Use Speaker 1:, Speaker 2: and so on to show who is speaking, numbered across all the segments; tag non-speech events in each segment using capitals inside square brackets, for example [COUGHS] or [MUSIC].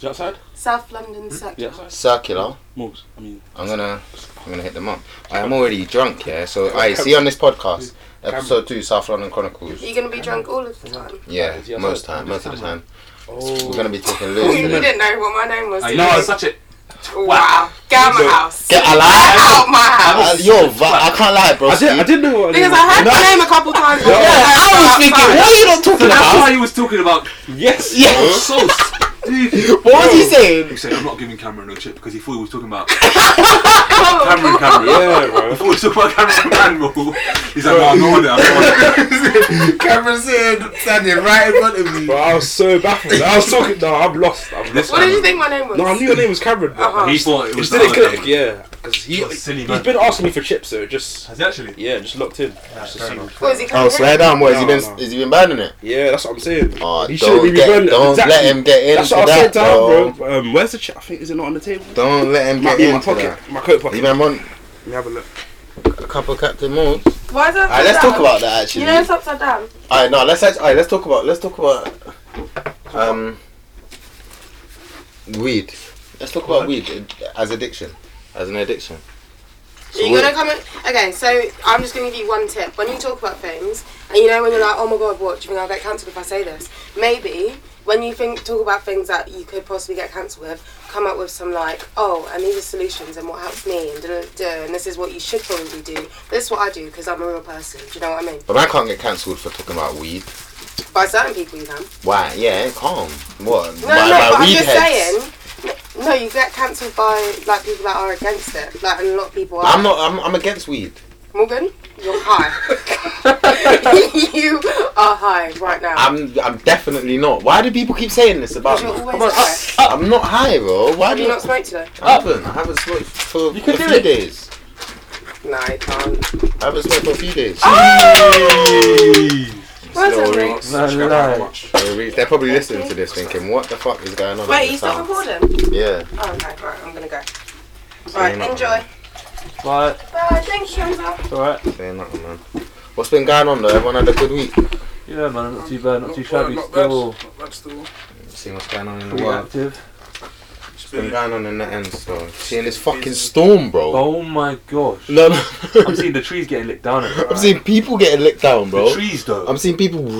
Speaker 1: that outside?
Speaker 2: South London
Speaker 3: Hmm?
Speaker 1: Yeah,
Speaker 2: circular.
Speaker 1: outside.
Speaker 3: Circular.
Speaker 1: Morgs. I mean,
Speaker 3: I'm gonna I'm gonna hit them up. I am already drunk, yeah. So I see on this podcast, episode two, South London Chronicles.
Speaker 2: Are you gonna be drunk all of the
Speaker 3: [LAUGHS]
Speaker 2: time?
Speaker 3: Yeah,
Speaker 1: Is he outside?
Speaker 3: most time, most of the time.
Speaker 1: oh.
Speaker 3: We're gonna be talking
Speaker 2: you
Speaker 3: loose today.
Speaker 2: didn't know what my name was. did
Speaker 1: no,
Speaker 2: you?
Speaker 1: it's such a.
Speaker 2: wow. Get out of my
Speaker 1: So-
Speaker 2: house.
Speaker 3: Get
Speaker 2: Get
Speaker 3: alive!
Speaker 2: out my house.
Speaker 3: Uh, Yo, va- I can't lie, bro.
Speaker 1: I did. I did know what.
Speaker 2: Because I heard
Speaker 3: No.
Speaker 2: the name a couple times. before.
Speaker 3: Yeah, I was
Speaker 2: Outside.
Speaker 3: thinking, what are you not talking
Speaker 4: So that's
Speaker 3: about?
Speaker 4: why he was talking
Speaker 3: [LAUGHS]
Speaker 4: about.
Speaker 1: Yes.
Speaker 3: Yeah.
Speaker 4: Oh, so
Speaker 3: What
Speaker 4: stupid.
Speaker 3: was he
Speaker 4: He
Speaker 3: saying?
Speaker 4: said, "I'm not giving Cameron no chip because he thought he was talking about
Speaker 2: Oh,
Speaker 4: Cameron. Cameron.
Speaker 1: Yeah, bro.
Speaker 4: He thought he was talking about Cameron. Cameron. He's like, "No, I'm not on it. I'm not on
Speaker 3: [LAUGHS]
Speaker 4: it."
Speaker 3: Cameron standing right in front of
Speaker 1: But
Speaker 3: me.
Speaker 1: I was so baffled. I was talking. No, I'm lost. I'm lost.
Speaker 2: What did you think my name was?
Speaker 1: No, I knew your name was Cameron. bro.
Speaker 2: Uh-huh.
Speaker 4: He thought it
Speaker 1: It
Speaker 4: was
Speaker 1: just didn't
Speaker 4: the other
Speaker 1: click.
Speaker 4: Cameron.
Speaker 1: Yeah, because he
Speaker 4: What a silly
Speaker 1: he's
Speaker 4: man.
Speaker 1: been asking me for chips, so it just
Speaker 4: Has he actually?
Speaker 1: yeah, just locked in. Just
Speaker 4: fair
Speaker 1: assumed.
Speaker 4: enough.
Speaker 2: What, is he
Speaker 3: Oh,
Speaker 2: Cameron?
Speaker 3: slow down, boy. Has
Speaker 1: No,
Speaker 3: he been,
Speaker 1: no.
Speaker 3: has he been banning it?
Speaker 1: yeah, that's what I'm saying.
Speaker 3: Oh,
Speaker 1: He shouldn't
Speaker 3: don't
Speaker 1: be
Speaker 3: get,
Speaker 1: rebranded.
Speaker 3: don't
Speaker 1: Exactly.
Speaker 3: let him get into
Speaker 1: That's what I said
Speaker 3: that,
Speaker 1: to him,
Speaker 3: bro.
Speaker 1: bro. Um, where's the chip? I think is it not on the table?
Speaker 3: Don't let him
Speaker 1: Might
Speaker 3: get
Speaker 1: be in
Speaker 3: into
Speaker 1: my pocket,
Speaker 3: that.
Speaker 1: my coat
Speaker 3: You
Speaker 1: pocket.
Speaker 3: man want
Speaker 1: Let me have a look.
Speaker 3: a couple of Captain Moons?
Speaker 2: Why is it upside
Speaker 3: Alright, let's talk
Speaker 2: down?
Speaker 3: about that actually.
Speaker 2: You know it's upside down.
Speaker 3: Alright, no, let's actually, alright, let's talk about let's talk about um weed. Let's talk about weed uh, as addiction, as an addiction. So
Speaker 2: You're gonna
Speaker 3: what-
Speaker 2: come in. Okay, so I'm just gonna give you one tip. When you talk about things, and you know when you're like, oh my god, what? Do you think I'll get cancelled if I say this? Maybe when you think talk about things that you could possibly get cancelled with, come up with some like, oh, and these are solutions and what helps me and da, da, da, and this is what you should probably do. This is what I do because I'm a real person. Do you know what I mean?
Speaker 3: But I can't get cancelled for talking about weed.
Speaker 2: By certain people, you can.
Speaker 3: Why? Yeah, calm. What?
Speaker 2: No,
Speaker 3: by,
Speaker 2: no,
Speaker 3: by
Speaker 2: but I'm
Speaker 3: weed
Speaker 2: just
Speaker 3: heads?
Speaker 2: saying. No, you get cancelled by like people that are against it. Like, and a lot of people are.
Speaker 3: I'm not. I'm, I'm against weed.
Speaker 2: Morgan, you're high.
Speaker 3: [LAUGHS]
Speaker 2: you are high right now.
Speaker 3: I'm. I'm definitely not. Why do people keep saying this about
Speaker 2: You're
Speaker 3: me?
Speaker 2: always high.
Speaker 3: I'm not high, bro. Why
Speaker 2: Have
Speaker 3: do
Speaker 2: you
Speaker 3: you?
Speaker 2: not smoked today?
Speaker 3: I haven't. I haven't smoked for a
Speaker 1: You could do
Speaker 3: few
Speaker 1: it.
Speaker 3: days.
Speaker 2: No, you can't.
Speaker 3: I haven't smoked for a few days.
Speaker 2: Ah! Well done,
Speaker 3: Slowly.
Speaker 2: Reece.
Speaker 3: They're they're probably listening to this thinking, what the fuck is going on?
Speaker 2: Wait,
Speaker 3: in
Speaker 2: you
Speaker 3: this
Speaker 2: still
Speaker 3: town?
Speaker 2: recording?
Speaker 3: Yeah.
Speaker 2: Oh, okay, right, I'm gonna go.
Speaker 3: Saying
Speaker 2: Right,
Speaker 3: nothing,
Speaker 2: enjoy.
Speaker 1: Right,
Speaker 2: Bye, thank you, Amber.
Speaker 1: alright.
Speaker 3: Saying nothing, man. What's been going on though? Everyone had a good week?
Speaker 4: Yeah, man, not too bad, not too
Speaker 5: bad,
Speaker 4: shabby.
Speaker 5: not bad,
Speaker 4: Still
Speaker 5: not bad still.
Speaker 3: See what's going on in the
Speaker 4: pretty
Speaker 3: world.
Speaker 4: active.
Speaker 5: It's
Speaker 3: What's been
Speaker 5: been
Speaker 3: going on in the end, so seeing this fucking storm, bro.
Speaker 4: Oh my gosh!
Speaker 3: No, no.
Speaker 4: I'm seeing the trees getting lit down.
Speaker 3: [LAUGHS]
Speaker 4: At
Speaker 3: I'm seeing people getting licked down, bro.
Speaker 4: The trees though.
Speaker 3: I'm seeing people
Speaker 4: the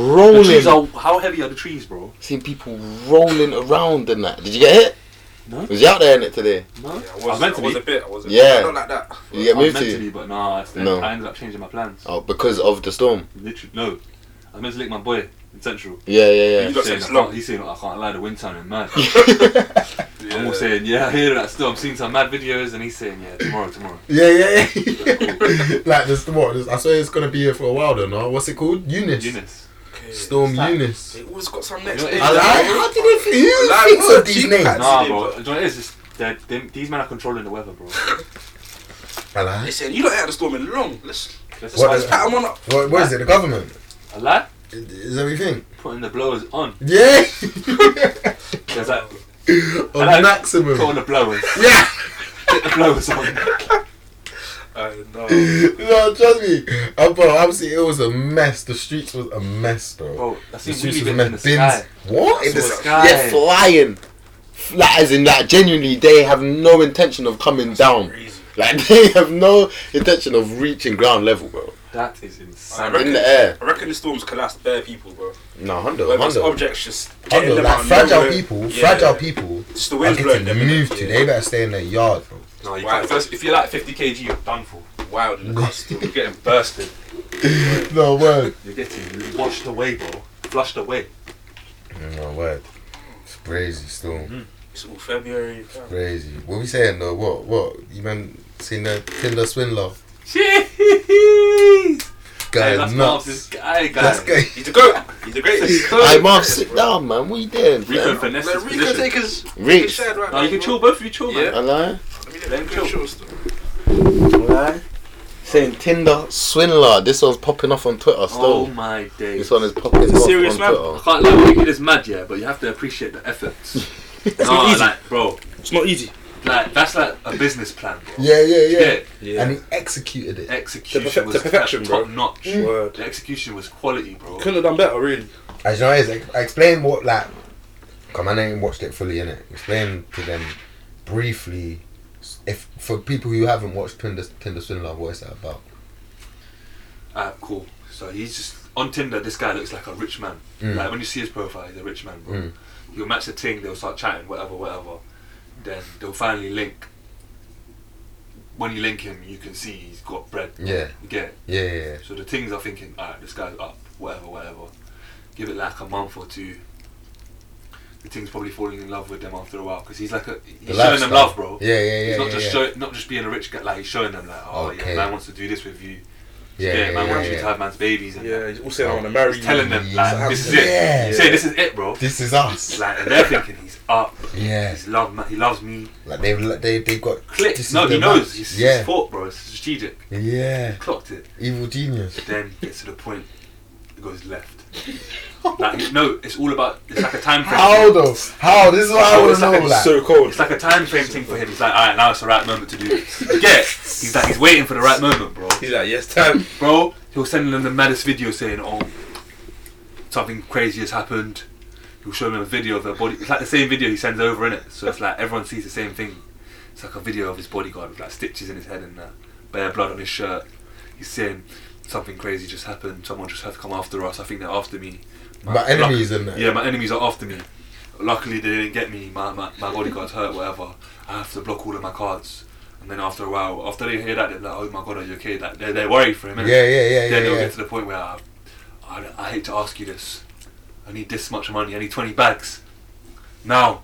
Speaker 4: trees
Speaker 3: rolling.
Speaker 4: are, how heavy are the trees, bro?
Speaker 3: seeing people rolling around and that. Did you get hit?
Speaker 4: No.
Speaker 3: Was you out there in it today?
Speaker 5: yeah, I
Speaker 4: No, I
Speaker 5: was,
Speaker 4: was meant to
Speaker 5: I was
Speaker 4: be.
Speaker 5: a bit. I was a
Speaker 3: Yeah.
Speaker 5: bit. Not like that.
Speaker 3: Did you get
Speaker 4: I was
Speaker 3: moved
Speaker 4: meant
Speaker 3: to?
Speaker 4: to be, but nah, I,
Speaker 3: No.
Speaker 4: I ended up changing my plans.
Speaker 3: Oh, because of the storm.
Speaker 4: Literally, no. I meant to lick my boy in Central.
Speaker 3: Yeah, yeah, [LAUGHS]
Speaker 4: He's
Speaker 5: got
Speaker 4: saying, I
Speaker 5: sent
Speaker 4: can't,
Speaker 5: slow.
Speaker 4: he's saying, I can't lie, the wind turning mad.
Speaker 3: yeah.
Speaker 5: Yeah.
Speaker 4: I'm all saying, yeah, I hear that still. I'm seeing some mad videos, and he's saying, yeah, tomorrow, tomorrow.
Speaker 3: Yeah, yeah, [LAUGHS] yeah. like this, what? I swear it's gonna be here for a while, though. No, what's it called? Eunice.
Speaker 4: Eunice.
Speaker 5: Okay.
Speaker 3: Storm
Speaker 5: Stop.
Speaker 3: Eunice.
Speaker 5: They always got some next.
Speaker 4: You know,
Speaker 5: day.
Speaker 4: it's-
Speaker 3: How did it feel? Who
Speaker 5: Like,
Speaker 3: thinks
Speaker 5: what
Speaker 3: of
Speaker 5: a
Speaker 3: these
Speaker 5: G
Speaker 3: names?
Speaker 5: pack.
Speaker 4: Nah,
Speaker 5: it,
Speaker 4: bro.
Speaker 5: bro.
Speaker 4: Do you know what it is? It's- they're- them- These men are controlling the weather, bro.
Speaker 5: They
Speaker 3: Hello.
Speaker 5: said you don't had a storm in long. Let's
Speaker 4: That's
Speaker 3: What
Speaker 4: why
Speaker 3: is-
Speaker 5: let's pat them on up.
Speaker 3: What, what is it? The government?
Speaker 4: I lie,
Speaker 3: Is everything?
Speaker 4: putting the blowers on.
Speaker 3: Yeah.
Speaker 4: There's like,
Speaker 3: [LAUGHS] On
Speaker 4: Hello.
Speaker 3: maximum.
Speaker 4: put on the blowers.
Speaker 3: Yeah.
Speaker 4: Get the blowers on.
Speaker 5: Uh, no.
Speaker 3: no, trust me. Uh, bro, obviously it was a mess. The streets was a mess, bro.
Speaker 4: Bro, I
Speaker 3: the
Speaker 4: see
Speaker 3: streets
Speaker 4: really
Speaker 3: was a
Speaker 4: bits in the
Speaker 3: mess.
Speaker 4: sky.
Speaker 3: Bins. What?
Speaker 4: I
Speaker 3: In the
Speaker 4: saw
Speaker 3: s-
Speaker 4: sky.
Speaker 3: They're flying. Like, as in, like, genuinely, they have no intention of coming down.
Speaker 5: Crazy.
Speaker 3: Like, [LAUGHS] they have no intention of reaching ground level, bro.
Speaker 4: That is
Speaker 5: I
Speaker 4: insane.
Speaker 5: reckon,
Speaker 3: In the air.
Speaker 5: I reckon the storms collapsed bare people, bro.
Speaker 3: No, Hondo,
Speaker 5: Like, these
Speaker 3: Hondo.
Speaker 5: objects just
Speaker 3: Hondo,
Speaker 5: getting them out
Speaker 3: like,
Speaker 5: of
Speaker 3: fragile
Speaker 5: nowhere.
Speaker 3: people,
Speaker 5: Yeah.
Speaker 3: fragile people
Speaker 5: Just the
Speaker 3: are
Speaker 5: wind's blowing
Speaker 3: getting
Speaker 5: them.
Speaker 3: moved
Speaker 5: yeah.
Speaker 3: to. They better stay in their yard, bro.
Speaker 4: No, you
Speaker 5: Wow.
Speaker 4: can't. First, if you're like 50 kg, you're done for.
Speaker 5: Wild in the cost. You're getting bursted.
Speaker 3: No word.
Speaker 4: You're getting washed away, bro. Flushed away.
Speaker 3: No word. It's crazy still.
Speaker 5: It's all February. fam.
Speaker 3: Crazy. What we saying though? What? What? You man seen the Tinder swindler?
Speaker 4: Jeez!
Speaker 3: Guy
Speaker 4: Hey, that's
Speaker 3: nuts.
Speaker 4: Marv's this guy, guy.
Speaker 3: That's guy.
Speaker 5: He's the goat. He's the greatest.
Speaker 3: Hey, Marv, sit down, man. What you doing?
Speaker 4: Rico
Speaker 3: fam?
Speaker 4: finesse his
Speaker 5: Like, Rico
Speaker 4: position.
Speaker 5: take his. take his
Speaker 3: Reese.
Speaker 5: side right
Speaker 4: No, you
Speaker 5: now,
Speaker 4: can
Speaker 5: bro.
Speaker 4: chill, both of you chill, man.
Speaker 5: Yeah.
Speaker 3: Hello?
Speaker 5: Let him
Speaker 4: Chill.
Speaker 5: chill still.
Speaker 3: Hello? Saying Tinder swindler. This one's popping off on Twitter
Speaker 4: Oh
Speaker 3: still.
Speaker 4: my days.
Speaker 3: This one is popping off
Speaker 5: serious
Speaker 3: on
Speaker 5: man.
Speaker 4: I
Speaker 3: Twitter.
Speaker 4: can't lie, what you did is mad, yeah, but you have to appreciate the effort.
Speaker 3: [LAUGHS]
Speaker 1: not
Speaker 4: no,
Speaker 1: easy.
Speaker 4: like, bro,
Speaker 1: It's not easy.
Speaker 4: like, that's like a business plan, bro.
Speaker 3: Yeah, yeah, yeah,
Speaker 4: Yeah.
Speaker 3: And he executed it.
Speaker 4: Execution
Speaker 1: To perfe-
Speaker 4: was
Speaker 1: to perfection, bro.
Speaker 4: top notch.
Speaker 3: Mm.
Speaker 1: Word.
Speaker 4: The execution was quality, bro.
Speaker 1: Couldn't have done better, really.
Speaker 3: As you know, it's like, I explain what like Come on, I ain't watched it fully in it. Explain to them briefly, s- if for people who haven't watched Tinder Tinder Swindler, what is that about?
Speaker 4: Ah, cool. So he's just on Tinder. This guy looks like a rich man.
Speaker 3: Mm.
Speaker 4: Like when you see his profile, he's a rich man. Bro.
Speaker 3: Mm.
Speaker 4: You'll match the thing. They'll start chatting, whatever, whatever. Then they'll finally link. When you link him, you can see he's got bread.
Speaker 3: Yeah.
Speaker 4: You get it?
Speaker 3: Yeah, yeah, yeah.
Speaker 4: So the things are thinking, alright, this guy's up, whatever, whatever. Give it like a month or two. The thing's probably falling in love with them after a while because he's like a
Speaker 3: The
Speaker 4: he's showing
Speaker 3: lifestyle.
Speaker 4: them love, bro.
Speaker 3: Yeah, yeah, yeah.
Speaker 4: he's not
Speaker 3: yeah,
Speaker 4: just
Speaker 3: yeah.
Speaker 4: show, not just being a rich guy. Like he's showing them like, oh
Speaker 3: Okay.
Speaker 4: yeah, man wants to do this with you.
Speaker 3: yeah, yeah,
Speaker 4: man
Speaker 3: yeah,
Speaker 4: wants you
Speaker 3: yeah.
Speaker 4: to have man's babies and
Speaker 1: Yeah,
Speaker 4: that.
Speaker 1: he's all saying I want to marry you.
Speaker 4: He's telling them like
Speaker 3: Yeah.
Speaker 4: this is it.
Speaker 3: Yeah.
Speaker 4: You Say this is
Speaker 1: [LAUGHS]
Speaker 4: it, bro.
Speaker 3: This is us.
Speaker 4: Like and they're thinking he's up.
Speaker 3: Yeah,
Speaker 4: He's love. ma- He loves me.
Speaker 3: like they've li- they they've got
Speaker 4: Click.
Speaker 3: this is
Speaker 4: No, he
Speaker 3: their
Speaker 4: knows.
Speaker 3: match.
Speaker 4: He's,
Speaker 3: yeah,
Speaker 4: he's thought, bro. It's strategic.
Speaker 3: yeah,
Speaker 4: Clocked it.
Speaker 3: evil genius.
Speaker 4: Then gets to the point. It goes left. Like no, it's all about. It's like a time frame.
Speaker 3: How though? How? This is what I
Speaker 4: Oh,
Speaker 3: want
Speaker 4: it's
Speaker 3: to know.
Speaker 4: like a
Speaker 3: Like,
Speaker 1: So cold.
Speaker 4: It's like a time frame thing for him. He's like, alright, now it's the right moment to do this. You Get? it? He's like, he's waiting for the right moment, bro.
Speaker 1: He's like, yes, time.
Speaker 4: Bro, he'll send them the maddest video saying, oh, something crazy has happened. He'll show them a video of their body. It's like the same video he sends over, in it. So it's like everyone sees the same thing. It's like a video of his bodyguard with like stitches in his head and that. Bare blood on his shirt. He's saying, something crazy just happened. Someone just had to come after us. I think they're after me.
Speaker 3: my enemies and that.
Speaker 4: Yeah, my enemies are after me. Luckily, they didn't get me. My, my, my bodyguard's hurt, whatever. I have to block all of my cards. And then after a while, after they hear that, they're like, oh my god, are you okay? Like, they're, they're worried for him.
Speaker 3: yeah,
Speaker 4: innit?
Speaker 3: yeah, yeah, yeah.
Speaker 4: Then it'll
Speaker 3: yeah.
Speaker 4: get to the point where I, I, I hate to ask you this. I need this much money. I need 20 bags. Now.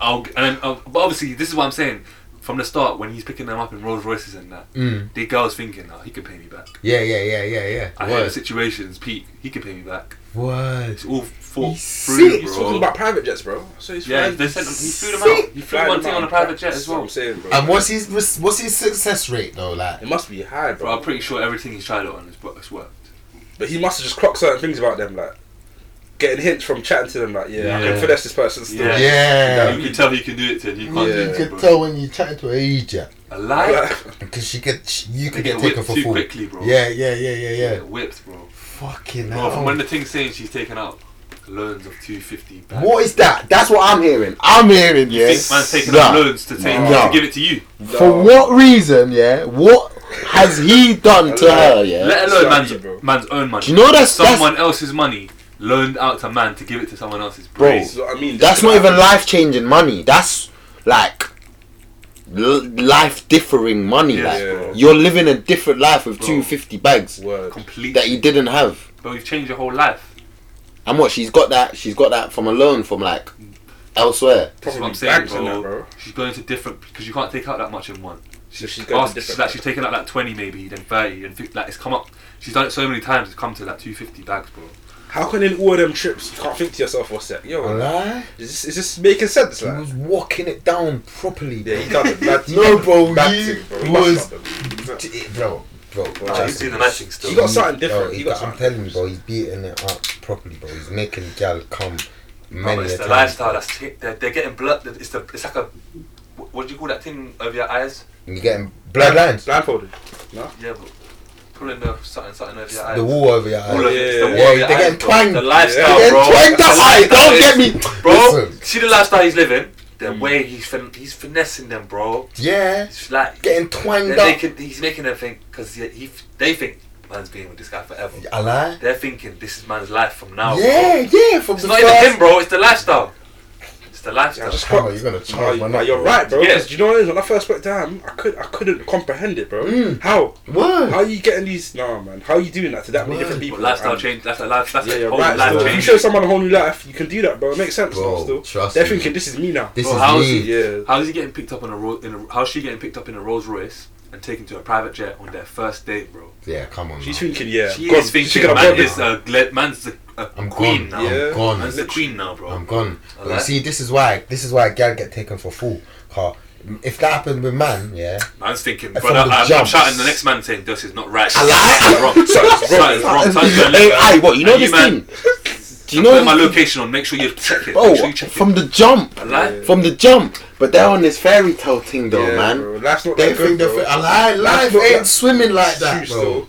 Speaker 4: I'll, and then, I'll, but obviously, this is what I'm saying. From the start, when he's picking them up in Rolls Royces and that,
Speaker 3: Mm.
Speaker 4: the girl's thinking, oh, he could pay me back.
Speaker 3: yeah, yeah, yeah, yeah, yeah.
Speaker 4: I heard the
Speaker 3: Word.
Speaker 4: situation's peak. He could pay me back.
Speaker 3: Word.
Speaker 4: It's all thought
Speaker 3: He's
Speaker 4: through,
Speaker 1: He's
Speaker 4: bro.
Speaker 1: talking about private jets, bro. So he's
Speaker 4: Yeah,
Speaker 1: flying-
Speaker 4: they sent them. He flew them out. He flew
Speaker 1: flying
Speaker 4: one thing
Speaker 1: them
Speaker 4: on a
Speaker 1: out.
Speaker 4: private jet
Speaker 1: That's
Speaker 4: as
Speaker 1: what
Speaker 4: well.
Speaker 1: I'm saying, bro.
Speaker 3: And what's his what's his success rate though? Like,
Speaker 1: It must be high,
Speaker 4: But I'm
Speaker 1: bro.
Speaker 4: pretty sure everything he's tried it on has bro- has worked.
Speaker 1: But he must have just clocked certain things about them, like getting hints from chatting to them, like, yeah, I
Speaker 4: Yeah.
Speaker 1: can finesse this person still. [LAUGHS]
Speaker 4: Yeah.
Speaker 3: yeah,
Speaker 4: You can tell he can do it to, and you can't
Speaker 1: Yeah.
Speaker 3: you
Speaker 4: do
Speaker 3: could
Speaker 4: it. Bro.
Speaker 3: tell when you chat to an agent
Speaker 4: A lie.
Speaker 3: because she could she, you
Speaker 4: They
Speaker 3: could
Speaker 4: get
Speaker 3: get taken
Speaker 4: whipped
Speaker 3: for
Speaker 4: too
Speaker 3: fool.
Speaker 4: quickly, bro.
Speaker 3: Yeah, yeah, yeah, yeah,
Speaker 4: They
Speaker 3: yeah.
Speaker 4: get whipped, bro.
Speaker 3: Fucking
Speaker 4: Bro,
Speaker 3: hell.
Speaker 4: from when the thing's saying she's taken out loans of two fifty.
Speaker 3: what is that? That's what I'm hearing. I'm hearing
Speaker 4: You
Speaker 3: yeah.
Speaker 4: think man's taking
Speaker 3: Nah.
Speaker 4: out loans to take
Speaker 3: Nah.
Speaker 4: to give it to you?
Speaker 3: For what reason? Yeah. What has he done to her? Yeah.
Speaker 4: Let alone
Speaker 1: That's
Speaker 4: man's,
Speaker 1: bro.
Speaker 4: man's own money.
Speaker 3: Do you know that's- that's-
Speaker 4: someone else's money loaned out to man to give it to someone else's
Speaker 3: Bro.
Speaker 1: [LAUGHS]
Speaker 4: brains.
Speaker 1: This is what I mean. This
Speaker 3: That's
Speaker 1: could
Speaker 3: not even
Speaker 1: happen.
Speaker 3: life changing money. That's like l- life differing money.
Speaker 4: Yeah,
Speaker 3: like
Speaker 1: yeah.
Speaker 3: you're living a different life with
Speaker 4: Bro.
Speaker 3: two fifty bags
Speaker 1: Word.
Speaker 4: Complete.
Speaker 3: that you didn't have.
Speaker 4: Bro, you've changed your whole life.
Speaker 3: And what she's got that she's got that from a loan from like elsewhere.
Speaker 4: This
Speaker 1: Probably
Speaker 4: is what I'm saying,
Speaker 1: bags and that, bro.
Speaker 4: She's going to different because you can't take out that much in one.
Speaker 1: So she's
Speaker 4: She's
Speaker 1: going
Speaker 4: asked-
Speaker 1: to
Speaker 4: she's
Speaker 1: different.
Speaker 4: like she's taken out like twenty maybe, then thirty, and fif- like it's come up. She's done it so many times. It's come to like two fifty bags, bro.
Speaker 1: How can in all them trips you can't think to yourself, what's that? Yo,
Speaker 3: Alright.
Speaker 1: is this, is this making sense?
Speaker 3: He
Speaker 1: Like?
Speaker 3: was walking it down properly.
Speaker 1: Yeah, he
Speaker 3: [LAUGHS]
Speaker 1: done it. Bad,
Speaker 3: No, bro,
Speaker 1: bad
Speaker 3: you
Speaker 1: thing, bro. He must
Speaker 3: was-
Speaker 1: have done it.
Speaker 3: eh, bro. Bro,
Speaker 1: Nah,
Speaker 3: trust
Speaker 1: you
Speaker 4: see
Speaker 3: me.
Speaker 4: the matching still.
Speaker 1: He got something
Speaker 3: Bro,
Speaker 1: different.
Speaker 3: he
Speaker 1: He
Speaker 3: got-
Speaker 1: got
Speaker 3: I'm
Speaker 1: something.
Speaker 3: telling you, bro, he's beating it up properly, bro. He's making gal come
Speaker 4: Oh,
Speaker 3: many
Speaker 4: but
Speaker 3: a
Speaker 4: it's the
Speaker 3: times.
Speaker 4: lifestyle that's hit. They're, they're getting blood. It's the it's like a wh- what do you call that thing over your eyes?
Speaker 3: You're getting bloodlines.
Speaker 1: Blindfolded.
Speaker 4: Yeah, but pulling the something something over your eyes.
Speaker 3: The wall over your eyes.
Speaker 4: All of it, it's the
Speaker 1: Yeah,
Speaker 4: wall
Speaker 3: yeah,
Speaker 4: over
Speaker 3: they're
Speaker 4: your
Speaker 3: getting
Speaker 4: eyes, bro.
Speaker 3: twanged.
Speaker 4: The lifestyle,
Speaker 3: They're
Speaker 4: bro.
Speaker 3: twanged
Speaker 4: That's
Speaker 3: up
Speaker 4: the
Speaker 3: high,
Speaker 4: lifestyle
Speaker 3: don't
Speaker 4: it
Speaker 3: get
Speaker 4: is.
Speaker 3: me-
Speaker 4: bro.
Speaker 3: Listen.
Speaker 4: See the lifestyle he's living. The way he's fin- he's finessing them, bro.
Speaker 3: Yeah.
Speaker 4: It's like
Speaker 3: Getting twanged
Speaker 4: They're
Speaker 3: up. [LAUGHS]
Speaker 4: making, he's making them think because he, he, they think man's being with this guy forever.
Speaker 3: A lie?
Speaker 4: They're thinking this is man's life from now. bro.
Speaker 3: Yeah, yeah, from
Speaker 4: it's
Speaker 3: the
Speaker 4: not
Speaker 3: first.
Speaker 4: even him, bro. It's the lifestyle. It's the lifestyle.
Speaker 1: Yeah, just
Speaker 3: Come on, you're gonna
Speaker 1: Oh,
Speaker 3: charge
Speaker 1: you-
Speaker 3: my
Speaker 1: like,
Speaker 3: neck,
Speaker 1: you're
Speaker 3: bro.
Speaker 1: right, bro.
Speaker 4: Yeah.
Speaker 1: Because you know what it is? When I first spoke to him, I could I couldn't comprehend it, bro.
Speaker 3: Mm.
Speaker 1: How
Speaker 3: Word.
Speaker 1: how are you getting these? Nah, man. How are you doing that to that many
Speaker 3: Word.
Speaker 1: different people?
Speaker 4: Well, lifestyle
Speaker 1: And-
Speaker 4: change. That's a life. That's
Speaker 1: Yeah,
Speaker 4: a
Speaker 1: you're
Speaker 4: whole
Speaker 1: right.
Speaker 4: life
Speaker 1: Still. If you
Speaker 4: change.
Speaker 1: show someone a whole new life, you can do that, bro. It makes sense
Speaker 3: Bro,
Speaker 1: now. Still,
Speaker 3: trust
Speaker 1: they're
Speaker 3: me.
Speaker 1: thinking this is me now.
Speaker 3: This
Speaker 4: Bro,
Speaker 3: Oh, is
Speaker 4: how is
Speaker 3: me.
Speaker 4: he-
Speaker 1: Yeah,
Speaker 4: How's he getting picked up on a Rolls? In a, how's she getting picked up in a Rolls Royce and taken to a private jet on their first date, bro?
Speaker 3: Yeah, come on.
Speaker 1: she's
Speaker 3: now.
Speaker 1: thinking, yeah.
Speaker 4: she
Speaker 1: God,
Speaker 4: is thinking
Speaker 1: could have
Speaker 4: man
Speaker 1: gone
Speaker 4: is a gle- man's a, a
Speaker 3: I'm
Speaker 4: queen
Speaker 3: gone.
Speaker 4: now.
Speaker 1: Yeah.
Speaker 3: I'm gone.
Speaker 4: Man's the queen now, bro.
Speaker 3: I'm gone. But you
Speaker 4: Alright.
Speaker 3: see, this is why this is why gal get taken for fool. Car. If that happened with man, yeah.
Speaker 4: Man's thinking,
Speaker 3: From
Speaker 4: brother,
Speaker 3: the
Speaker 4: I'm, I'm
Speaker 3: jump.
Speaker 4: shouting the next man saying this is not right.
Speaker 3: A lie?
Speaker 4: Something's [LAUGHS] wrong. Something's wrong. Something's wrong. Something's
Speaker 3: Hey,
Speaker 4: wrong.
Speaker 3: aye, what you know
Speaker 4: And
Speaker 3: this
Speaker 4: man,
Speaker 3: thing? Do you
Speaker 4: put
Speaker 3: know
Speaker 4: my
Speaker 3: this thing?
Speaker 4: location on. Make sure you check it.
Speaker 3: Bro,
Speaker 4: make sure you check
Speaker 3: from
Speaker 4: it.
Speaker 3: the jump,
Speaker 4: A lie?
Speaker 3: from the jump. But they're on this fairy tale thing though,
Speaker 1: Yeah,
Speaker 3: man.
Speaker 1: bro. Life's not
Speaker 3: They
Speaker 1: that
Speaker 3: think
Speaker 1: good,
Speaker 3: they're
Speaker 1: bro.
Speaker 3: fi- life, life
Speaker 1: That's not
Speaker 3: ain't
Speaker 1: that-
Speaker 3: swimming like that,
Speaker 1: Shoot
Speaker 3: bro.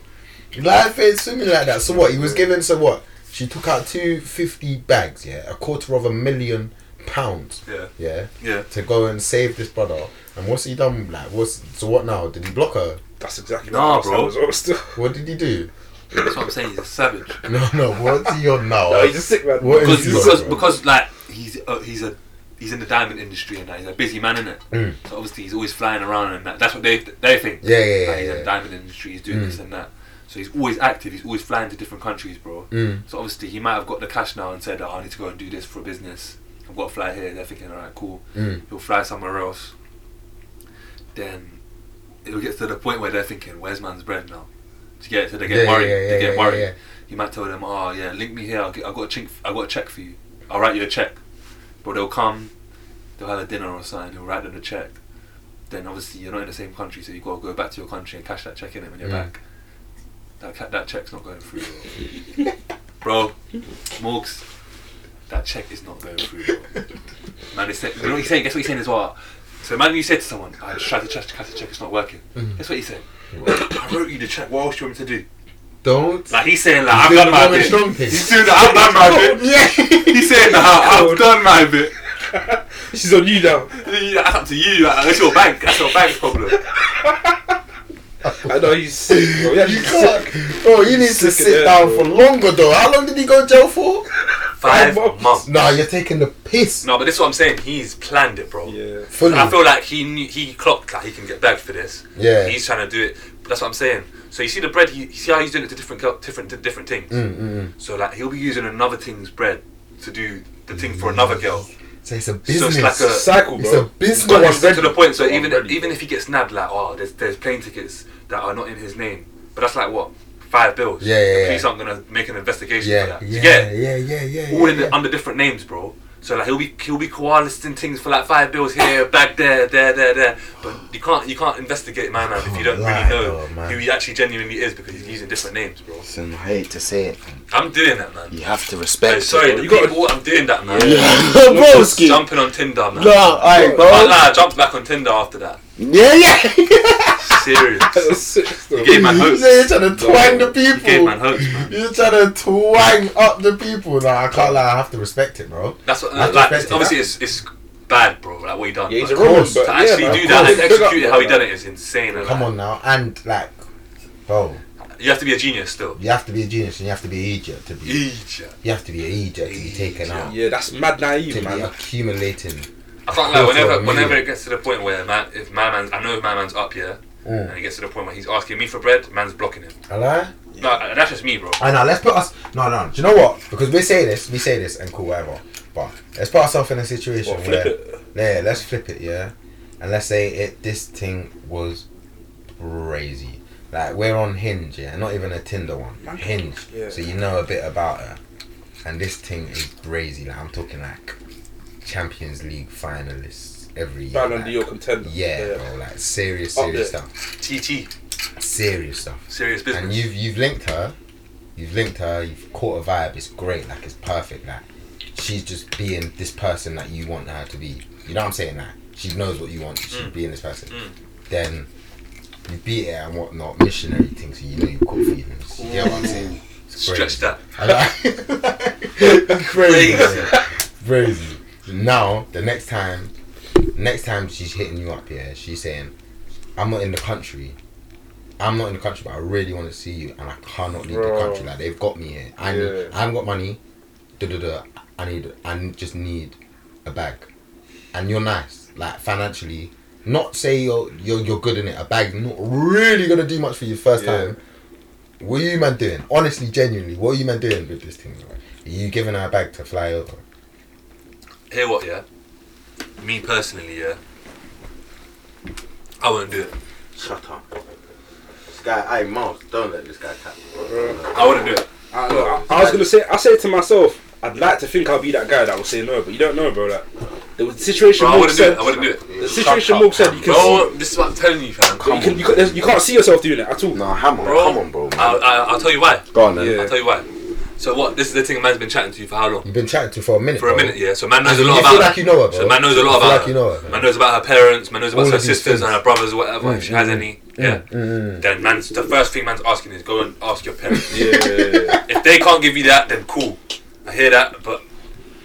Speaker 3: Life ain't swimming like that. So what? He was given so what? She took out two fifty bags, yeah, a quarter of a million pounds.
Speaker 4: Yeah.
Speaker 3: Yeah.
Speaker 4: Yeah.
Speaker 3: To go and save this brother. And what's he done? Like, what's so? What now? Did he block her?
Speaker 1: That's exactly
Speaker 4: Nah,
Speaker 1: what I was
Speaker 4: bro.
Speaker 1: saying. Still. [LAUGHS]
Speaker 3: What did he do? [LAUGHS]
Speaker 4: That's what I'm saying. He's a savage.
Speaker 3: No, no. What's he on now?
Speaker 1: No, he's a sick man.
Speaker 3: What
Speaker 4: because
Speaker 3: is he on,
Speaker 4: because,
Speaker 3: bro?
Speaker 4: because like he's uh, he's a he's in the diamond industry and that he's a busy man in it.
Speaker 3: Mm.
Speaker 4: So obviously he's always flying around and that. That's what they they think.
Speaker 3: Yeah, yeah,
Speaker 4: Like,
Speaker 3: yeah,
Speaker 4: he's in
Speaker 3: yeah.
Speaker 4: the diamond industry. He's doing
Speaker 3: Mm.
Speaker 4: this and that. So he's always active. He's always flying to different countries, bro.
Speaker 3: Mm.
Speaker 4: So obviously he might have got the cash now and said, oh, "I need to go and do this for business. I've got to fly here." They're thinking, "All right, cool."
Speaker 3: Mm.
Speaker 4: He'll fly somewhere else. Then it'll get to the point where they're thinking, "Where's man's bread now?" To get so they get
Speaker 3: Yeah, yeah,
Speaker 4: worried.
Speaker 3: yeah,
Speaker 4: they
Speaker 3: yeah,
Speaker 4: get
Speaker 3: yeah,
Speaker 4: worried
Speaker 3: yeah.
Speaker 4: you might tell them, oh yeah, link me here. I'll get, I got a check. I got a check for you. I'll write you a check. But they'll come. They'll have a dinner or something. They'll write them a check. Then obviously you're not in the same country, so you gotta go back to your country and cash that check in it when you're
Speaker 3: Mm.
Speaker 4: back. That ca- that check's not going through, bro. bro Morgs, that check is not going through, bro. Man, it's, you know what he's saying. Guess what he's saying as well. So imagine you said to someone, I just tried to cash cash the check, it's not working.
Speaker 3: Mm.
Speaker 4: Guess what he said? I wrote you the check. What else do you want me to do?
Speaker 3: Don't. [LAUGHS]
Speaker 4: Like he's saying, like I've
Speaker 3: doing
Speaker 4: done
Speaker 3: the
Speaker 4: my
Speaker 3: Roman
Speaker 4: bit.
Speaker 3: strong thing.
Speaker 4: He's doing the I've done my bit.
Speaker 3: [LAUGHS] yeah.
Speaker 4: He's saying, nah, I've done my bit.
Speaker 1: She's on you now.
Speaker 4: Yeah, That's up to you. like, That's your bank. That's your bank's problem.
Speaker 1: I know he's sick. Bro. oh, Yeah,
Speaker 3: You
Speaker 1: he's
Speaker 3: can't.
Speaker 1: sick.
Speaker 3: Bro, you need to
Speaker 1: Sick of that,
Speaker 3: sit down
Speaker 1: bro.
Speaker 3: for longer though. How long did he go to jail for?
Speaker 4: Five
Speaker 1: months.
Speaker 4: months.
Speaker 3: Nah, you're taking the piss.
Speaker 4: No, but this is what I'm saying. He's planned it, bro.
Speaker 1: Yeah.
Speaker 3: Fully.
Speaker 4: I feel like he knew, he clocked that he can get bagged for this.
Speaker 3: Yeah.
Speaker 4: He's trying to do it. But that's what I'm saying. So you see the bread. He, you see how he's doing it to different girl- different to different things.
Speaker 3: Mm, mm, mm.
Speaker 4: So like he'll be using another thing's bread to do the thing
Speaker 3: Mm.
Speaker 4: for another girl.
Speaker 3: So it's a
Speaker 4: it's
Speaker 3: business.
Speaker 4: like
Speaker 1: It's a cycle,
Speaker 3: It's
Speaker 1: bro.
Speaker 3: a business.
Speaker 4: But it's
Speaker 1: ready.
Speaker 4: to the point. So
Speaker 1: One
Speaker 4: even
Speaker 1: ready.
Speaker 4: even if he gets nabbed, like oh, there's there's plane tickets that are not in his name, but that's like what five bills.
Speaker 3: Yeah, yeah,
Speaker 4: The
Speaker 3: yeah.
Speaker 4: police aren't gonna make an investigation
Speaker 3: yeah,
Speaker 4: for that.
Speaker 3: yeah,
Speaker 4: you get it?
Speaker 3: yeah, yeah, yeah,
Speaker 4: all
Speaker 3: yeah,
Speaker 4: in the, under different names, bro. So like he'll be he'll be coalescing things for like five bills here, back there, there, there, there. But you can't you can't investigate my man if you don't
Speaker 3: Can't
Speaker 4: really
Speaker 3: lie,
Speaker 4: know
Speaker 3: though, man.
Speaker 4: who he actually genuinely is because he's using different names, bro.
Speaker 6: Listen, I hate to say it, man.
Speaker 4: I'm doing that, man.
Speaker 6: You have to
Speaker 4: Like,
Speaker 6: respect.
Speaker 4: sorry, the
Speaker 6: it.
Speaker 4: people, I'm doing that, man.
Speaker 6: Yeah, [LAUGHS]
Speaker 4: Just
Speaker 6: broski.
Speaker 4: Jumping on Tinder, man.
Speaker 6: Nah,
Speaker 4: But
Speaker 6: alright, bro.
Speaker 4: nah, I jumped back on Tinder after that.
Speaker 6: Yeah, yeah. [LAUGHS]
Speaker 4: Serious.
Speaker 1: That's [LAUGHS] sick still.
Speaker 4: You gave
Speaker 3: [LAUGHS]
Speaker 4: man
Speaker 3: You
Speaker 4: hopes.
Speaker 3: say You're trying to twang the
Speaker 4: You gave man
Speaker 3: people.
Speaker 4: hopes, man.
Speaker 3: You're trying to twang up the people. Nah, I can't lie. I have to respect it, bro.
Speaker 4: That's what.
Speaker 3: That's
Speaker 4: like,
Speaker 3: respected,
Speaker 4: obviously, it's, it's bad, bro. Like what he done.
Speaker 1: Yeah, he's
Speaker 4: but
Speaker 1: a Roman,
Speaker 3: course,
Speaker 1: but
Speaker 4: to
Speaker 1: yeah,
Speaker 4: actually
Speaker 1: man,
Speaker 4: do
Speaker 1: of
Speaker 4: that
Speaker 1: course.
Speaker 4: and execute
Speaker 1: Big
Speaker 4: it
Speaker 1: up,
Speaker 4: how he
Speaker 1: bro.
Speaker 4: done it is insane. and,
Speaker 3: Come
Speaker 4: like,
Speaker 3: on now, and like, bro,
Speaker 4: You have to be a genius still.
Speaker 3: you have to be a genius and you have to be an idiot to be.
Speaker 4: Idiot.
Speaker 3: You have to be an idiot to be
Speaker 4: E-
Speaker 3: taken out.
Speaker 1: Yeah, that's mad naive,
Speaker 3: To be
Speaker 1: man.
Speaker 3: accumulating.
Speaker 4: I can't lie. Whenever,
Speaker 3: Idiot.
Speaker 4: whenever it gets to the point where man, if my man's, I know if my man's up here, and
Speaker 3: Mm.
Speaker 4: it gets to the point where he's asking me for bread, man's blocking him.
Speaker 3: I lie.
Speaker 4: No, that's just me, bro.
Speaker 3: I know. Ah, Let's put us. No, no. Do you know what? Because we say this, we say this, and cool, whatever. But let's put ourselves in a situation
Speaker 1: What,
Speaker 3: where,
Speaker 1: flip it?
Speaker 3: yeah, let's flip it, yeah, and let's say it. This thing was crazy. Like we're on Hinge, yeah, not even a Tinder one. Hinge.
Speaker 1: Yeah.
Speaker 3: So you know a bit about her, and this thing is crazy. Like I'm talking like Champions League finalists every year.
Speaker 1: Ballon
Speaker 3: like,
Speaker 1: d'Or contender.
Speaker 3: yeah, bro. Like serious,
Speaker 1: Up
Speaker 3: serious
Speaker 1: there.
Speaker 3: stuff.
Speaker 4: TT,
Speaker 3: Serious stuff
Speaker 4: serious
Speaker 3: and
Speaker 4: business.
Speaker 3: you've you've linked her, you've linked her, you've caught a vibe. It's great, like it's perfect. Like she's just being this person that you want her to be. You know what I'm saying? Like she knows what you want. She's being this person. Then you beat it and whatnot, missionary things. So you know you've got feelings. You get what I'm saying? It's
Speaker 4: Stretch
Speaker 3: crazy.
Speaker 4: that.
Speaker 1: [LAUGHS]
Speaker 3: Like, crazy.
Speaker 4: Crazy.
Speaker 3: Crazy. Now, the next time, next time she's hitting you up, yeah, she's saying, I'm not in the country. I'm not in the country, but I really want to see you, and I cannot leave
Speaker 1: Bro.
Speaker 3: the country. Like they've got me here. I need,
Speaker 1: Yeah.
Speaker 3: I haven't got money. Duh, duh, duh. I need. I n- just need a bag. And you're nice, like financially. Not say you're you're, you're good in it. A bag not really gonna do much for you first
Speaker 1: Yeah.
Speaker 3: time. What are you man doing? Honestly, genuinely, what are you man doing with this thing? Like, are you giving her a bag to fly over?
Speaker 4: Hear what, yeah? Me personally, yeah. I wouldn't do it.
Speaker 6: Shut up. This guy, I mouse. Don't let this guy tap.
Speaker 4: I wouldn't do it.
Speaker 1: I, look, I, I was gonna say, I said to myself, I'd like to think I'll be that guy that will say no, but you don't know, bro. Like, the situation
Speaker 4: Bro, I
Speaker 1: Morg
Speaker 4: wouldn't do
Speaker 1: said,
Speaker 4: it. I wouldn't do it.
Speaker 1: the situation Morg said, you can
Speaker 4: Bro, this is what I'm telling you, fam.
Speaker 1: see, you, can, you, can, there's- you can't see yourself doing it at all.
Speaker 6: No, hammer.
Speaker 4: Bro,
Speaker 6: Come on, bro. man.
Speaker 4: I'll, I'll, I'll tell you why.
Speaker 6: Go on then.
Speaker 1: Yeah.
Speaker 4: I'll tell you why. So what? This is the thing man's been chatting to you for how long?
Speaker 3: You've been chatting to her for a minute.
Speaker 4: For a
Speaker 3: bro.
Speaker 4: minute, yeah. So man knows a
Speaker 3: You
Speaker 4: lot
Speaker 3: feel
Speaker 4: about.
Speaker 3: like you know her,
Speaker 4: So
Speaker 3: bro.
Speaker 4: man knows a
Speaker 3: You
Speaker 4: lot
Speaker 3: feel
Speaker 4: about.
Speaker 3: like
Speaker 4: her.
Speaker 3: you know her, man.
Speaker 4: Man knows about her parents. Man knows about
Speaker 3: All
Speaker 4: her
Speaker 3: of these
Speaker 4: sisters and
Speaker 3: things.
Speaker 4: her brothers, or whatever, if she has any. Yeah.
Speaker 3: mm,
Speaker 4: Then man's the first thing man's asking is go and ask your parents.
Speaker 1: Yeah, yeah, yeah.
Speaker 4: if they can't give you that, then cool. I hear that, but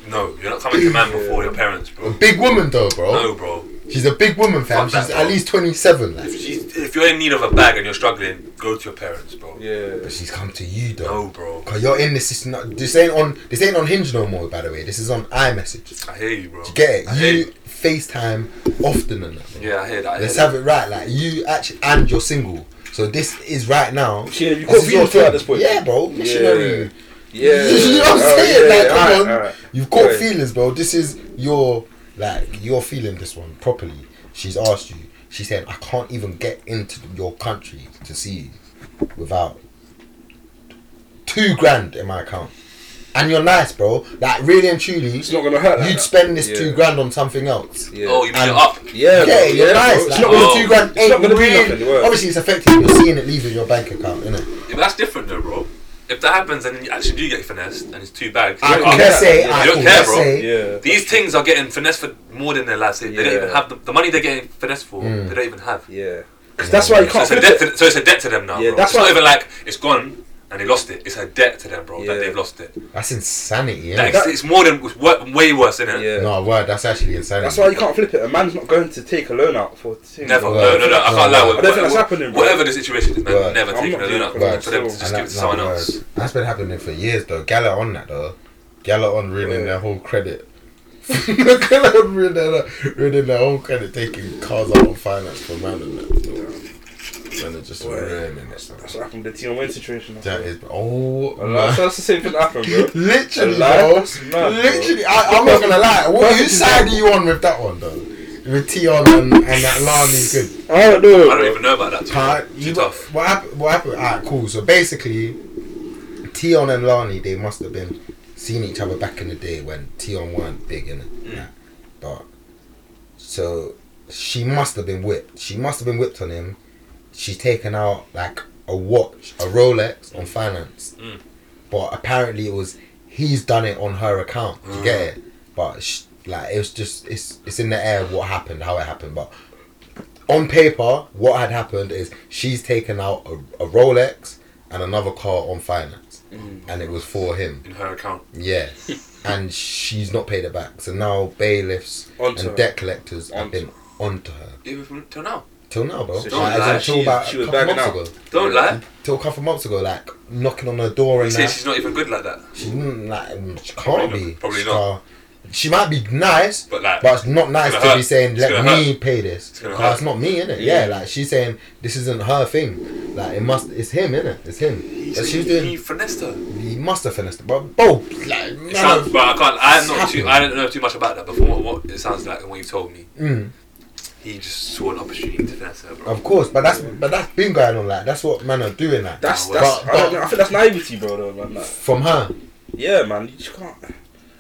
Speaker 4: No, you're not coming to man before your parents,
Speaker 3: A
Speaker 4: bro.
Speaker 3: big woman though, bro.
Speaker 4: No, bro.
Speaker 3: She's a big woman, fam.
Speaker 4: Fuck that,
Speaker 3: She's
Speaker 4: bro.
Speaker 3: at least 27, like.
Speaker 4: If, she's, if you're in need of a bag and you're struggling, go to your parents, bro.
Speaker 1: Yeah.
Speaker 3: [LAUGHS] But she's come to you though.
Speaker 4: No, bro.
Speaker 3: Cause you're in this. It's not, this ain't on. This ain't on Hinge no more. By the way, this is on iMessage.
Speaker 4: I hear you, bro.
Speaker 3: You get it?
Speaker 4: I hear
Speaker 3: You
Speaker 4: you.
Speaker 3: FaceTime often than that. Bro.
Speaker 4: Yeah, I hear that. I hear
Speaker 3: Let's
Speaker 4: that.
Speaker 3: have it right. Like you actually, and you're single. So this is right now.
Speaker 1: Yeah, you've
Speaker 3: This
Speaker 1: got
Speaker 3: is your
Speaker 1: feelings for her at
Speaker 3: thing.
Speaker 1: this point.
Speaker 3: Yeah, bro. Missionary.
Speaker 1: Yeah. Yeah.
Speaker 3: [LAUGHS] you know what I'm
Speaker 1: Oh,
Speaker 3: saying?
Speaker 1: yeah,
Speaker 3: like, come
Speaker 1: alright,
Speaker 3: on.
Speaker 1: alright.
Speaker 4: Oh,
Speaker 3: You've got
Speaker 1: Yeah.
Speaker 3: feelings, bro. This is your like you're feeling this one properly. She's asked you. She said, "I can't even get into your country to see you without two grand in my account." And you're nice, bro. Like really and truly,
Speaker 1: It's not gonna hurt. Like
Speaker 3: you'd
Speaker 1: that.
Speaker 3: spend this
Speaker 1: Yeah.
Speaker 3: two grand on something else.
Speaker 1: Yeah.
Speaker 4: Oh, you mean
Speaker 3: And-
Speaker 4: you're up?
Speaker 1: yeah.
Speaker 3: Yeah,
Speaker 1: bro,
Speaker 3: you're
Speaker 1: yeah,
Speaker 3: nice.
Speaker 1: bro.
Speaker 3: Like,
Speaker 1: It's not gonna.
Speaker 4: oh,
Speaker 3: two grand
Speaker 1: it's not
Speaker 3: ain't
Speaker 1: gonna be
Speaker 3: really-
Speaker 1: nothing, word.
Speaker 3: Obviously, it's affecting. You're seeing it leaving your bank account, innit?
Speaker 4: Yeah, but that's different, though, bro. If that happens and you actually do get finessed and it's too bad, 'cause
Speaker 3: I
Speaker 4: you're
Speaker 1: don't
Speaker 4: up.
Speaker 1: care.
Speaker 3: let's say,
Speaker 1: You
Speaker 3: I
Speaker 4: don't care,
Speaker 3: let's
Speaker 4: bro.
Speaker 3: say,
Speaker 1: Yeah.
Speaker 4: These things are getting finessed for more than their lives. They, they don't
Speaker 1: Yeah.
Speaker 4: even have the, the money they're getting finessed for.
Speaker 3: Mm.
Speaker 4: They don't even have.
Speaker 1: Yeah. Because that's why you
Speaker 4: So
Speaker 1: can't.
Speaker 4: it's, a
Speaker 1: flip
Speaker 4: debt
Speaker 1: it.
Speaker 4: to, so it's a debt to them now.
Speaker 1: Yeah,
Speaker 4: bro.
Speaker 1: that's
Speaker 4: it's not
Speaker 1: why-
Speaker 4: even like it's gone and they lost it. It's a debt to them, bro.
Speaker 1: Yeah.
Speaker 4: That they've lost it.
Speaker 3: that's insanity. innit?
Speaker 4: That, it's, it's more than it's wor- way worse, isn't it?
Speaker 1: Yeah.
Speaker 3: No, word, that's actually insanity.
Speaker 1: That's why you can't flip it. A man's not going to take a loan out for things.
Speaker 4: Never.
Speaker 3: Word.
Speaker 4: No, no, no. I can't
Speaker 3: No.
Speaker 4: lie.
Speaker 1: I don't think that's happening, bro.
Speaker 4: Whatever the situation is, man,
Speaker 3: Word.
Speaker 4: never
Speaker 1: I'm
Speaker 4: taking
Speaker 1: not
Speaker 4: a loan
Speaker 1: doing
Speaker 4: out
Speaker 1: it,
Speaker 4: for
Speaker 1: bro.
Speaker 4: them to just
Speaker 3: And
Speaker 4: give it
Speaker 3: that-
Speaker 4: to someone
Speaker 3: no,
Speaker 4: else.
Speaker 3: word. That's been happening for years though. Gala on that though. Gala on ruining
Speaker 1: Yeah.
Speaker 3: their whole credit. [LAUGHS] Gala on ruining their, ruining their whole credit, taking cars out on finance for man and that. And they're just
Speaker 1: Word.
Speaker 3: ruining it.
Speaker 1: That's what happened. with The Tina Wayne situation. I
Speaker 3: That
Speaker 1: think.
Speaker 3: is oh
Speaker 1: Allah,
Speaker 3: man.
Speaker 1: so that's the same thing that happened, bro.
Speaker 3: [LAUGHS] literally,
Speaker 1: Allah,
Speaker 3: bro.
Speaker 1: that's mad, bro.
Speaker 3: literally, I, I'm not gonna lie. What
Speaker 1: Perfect
Speaker 3: whose side are you on with that one though? With Tion and, and that Lani good.
Speaker 1: I don't know.
Speaker 4: I don't
Speaker 1: bro.
Speaker 4: even know about that.
Speaker 3: Alright,
Speaker 4: Too,
Speaker 3: you
Speaker 4: too tough.
Speaker 3: What happened? What happened? Alright, cool. So basically, Tion and Lani, they must have been seeing each other back in the day when Tion weren't big in it.
Speaker 4: Mm.
Speaker 3: But so she must have been whipped. She must have been whipped on him. She's taken out like a watch, a Rolex on finance.
Speaker 4: Mm.
Speaker 3: But apparently, it was he's done it on her account. You
Speaker 4: Ah.
Speaker 3: get it? But sh like, it was just it's it's in the air what happened, how it happened, but on paper, what had happened is she's taken out a, a Rolex and another car on finance,
Speaker 1: Mm.
Speaker 3: and it was for him.
Speaker 4: In her account.
Speaker 3: Yeah,
Speaker 1: [LAUGHS]
Speaker 3: and she's not paid it back. So now bailiffs
Speaker 1: Onto her.
Speaker 3: and debt collectors have
Speaker 1: Onto
Speaker 3: been onto her
Speaker 4: Even from till now.
Speaker 3: till now, bro.
Speaker 1: So
Speaker 4: she-
Speaker 3: Like, as in
Speaker 4: like,
Speaker 3: till
Speaker 1: she-
Speaker 3: about
Speaker 1: she
Speaker 3: a
Speaker 1: was
Speaker 3: couple
Speaker 1: bagging
Speaker 3: months
Speaker 1: out.
Speaker 3: ago.
Speaker 4: Don't lie.
Speaker 3: Till a couple months ago, like knocking on her door
Speaker 4: You
Speaker 3: and
Speaker 4: say
Speaker 3: that.
Speaker 4: she's not even good like that.
Speaker 3: She, didn't, like, mm, she can't
Speaker 4: Probably
Speaker 3: be.
Speaker 4: not- probably
Speaker 3: she,
Speaker 4: not.
Speaker 3: can't- she might be nice,
Speaker 4: But like,
Speaker 3: but it's not nice
Speaker 4: It's
Speaker 3: to
Speaker 4: gonna
Speaker 3: be
Speaker 4: hurt.
Speaker 3: saying,
Speaker 4: It's
Speaker 3: let
Speaker 4: gonna
Speaker 3: me pay this.
Speaker 4: gonna
Speaker 3: Because
Speaker 4: hurt.
Speaker 3: it's not me, innit? Yeah. yeah, like she's saying, this isn't her thing. Like, it must, it's him, innit? It's him.
Speaker 4: he's,
Speaker 3: But she
Speaker 4: he,
Speaker 3: was doing,
Speaker 4: he finessed her.
Speaker 3: he must have finished it. But, bro, like,
Speaker 4: It sounds,
Speaker 3: man,
Speaker 4: but I can't. I'm not
Speaker 3: Happening.
Speaker 4: too. I don't know too much about that. But from what, what it sounds like and what you told me,
Speaker 3: mm,
Speaker 4: he just saw an opportunity to finesse her, bro.
Speaker 3: of course. But that's, but that's been going on, like, that's what man are doing, like.
Speaker 1: That's
Speaker 4: But-
Speaker 1: that's. I,
Speaker 3: but-
Speaker 1: don't know, I think that's naivety, bro. Though, man. Like,
Speaker 3: from her.
Speaker 1: yeah, man. You just can't.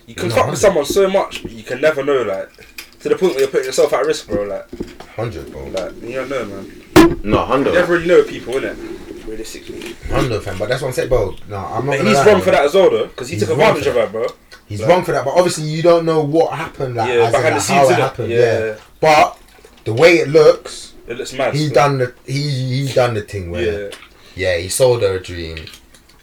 Speaker 1: You can
Speaker 3: No,
Speaker 1: fuck
Speaker 3: I
Speaker 1: with
Speaker 3: don't.
Speaker 1: someone so much, but you can never know, like, to the point where you're putting yourself at risk, bro. Like,
Speaker 3: 100, bro.
Speaker 1: like you don't know, man.
Speaker 6: No,
Speaker 1: You
Speaker 6: hundred.
Speaker 1: never really know people, innit? Realistically,
Speaker 3: 100, fam. But that's what I'm saying, bro. No, I'm not
Speaker 1: but
Speaker 3: gonna
Speaker 1: he's
Speaker 3: lie,
Speaker 1: wrong
Speaker 3: bro.
Speaker 1: for that as well, though, because he
Speaker 3: He's
Speaker 1: took
Speaker 3: wrong
Speaker 1: advantage
Speaker 3: for
Speaker 1: of her, bro.
Speaker 3: He's
Speaker 1: Like-
Speaker 3: wrong for that, but obviously you don't know what happened, like,
Speaker 1: Yeah,
Speaker 3: as in,
Speaker 1: behind the
Speaker 3: like,
Speaker 1: scenes,
Speaker 3: how it
Speaker 1: innit?
Speaker 3: happened.
Speaker 1: Yeah.
Speaker 3: yeah, but the way it looks,
Speaker 1: It looks mad.
Speaker 3: he
Speaker 1: so-
Speaker 3: done the he he done the thing
Speaker 1: Yeah.
Speaker 3: where yeah. he sold her a dream.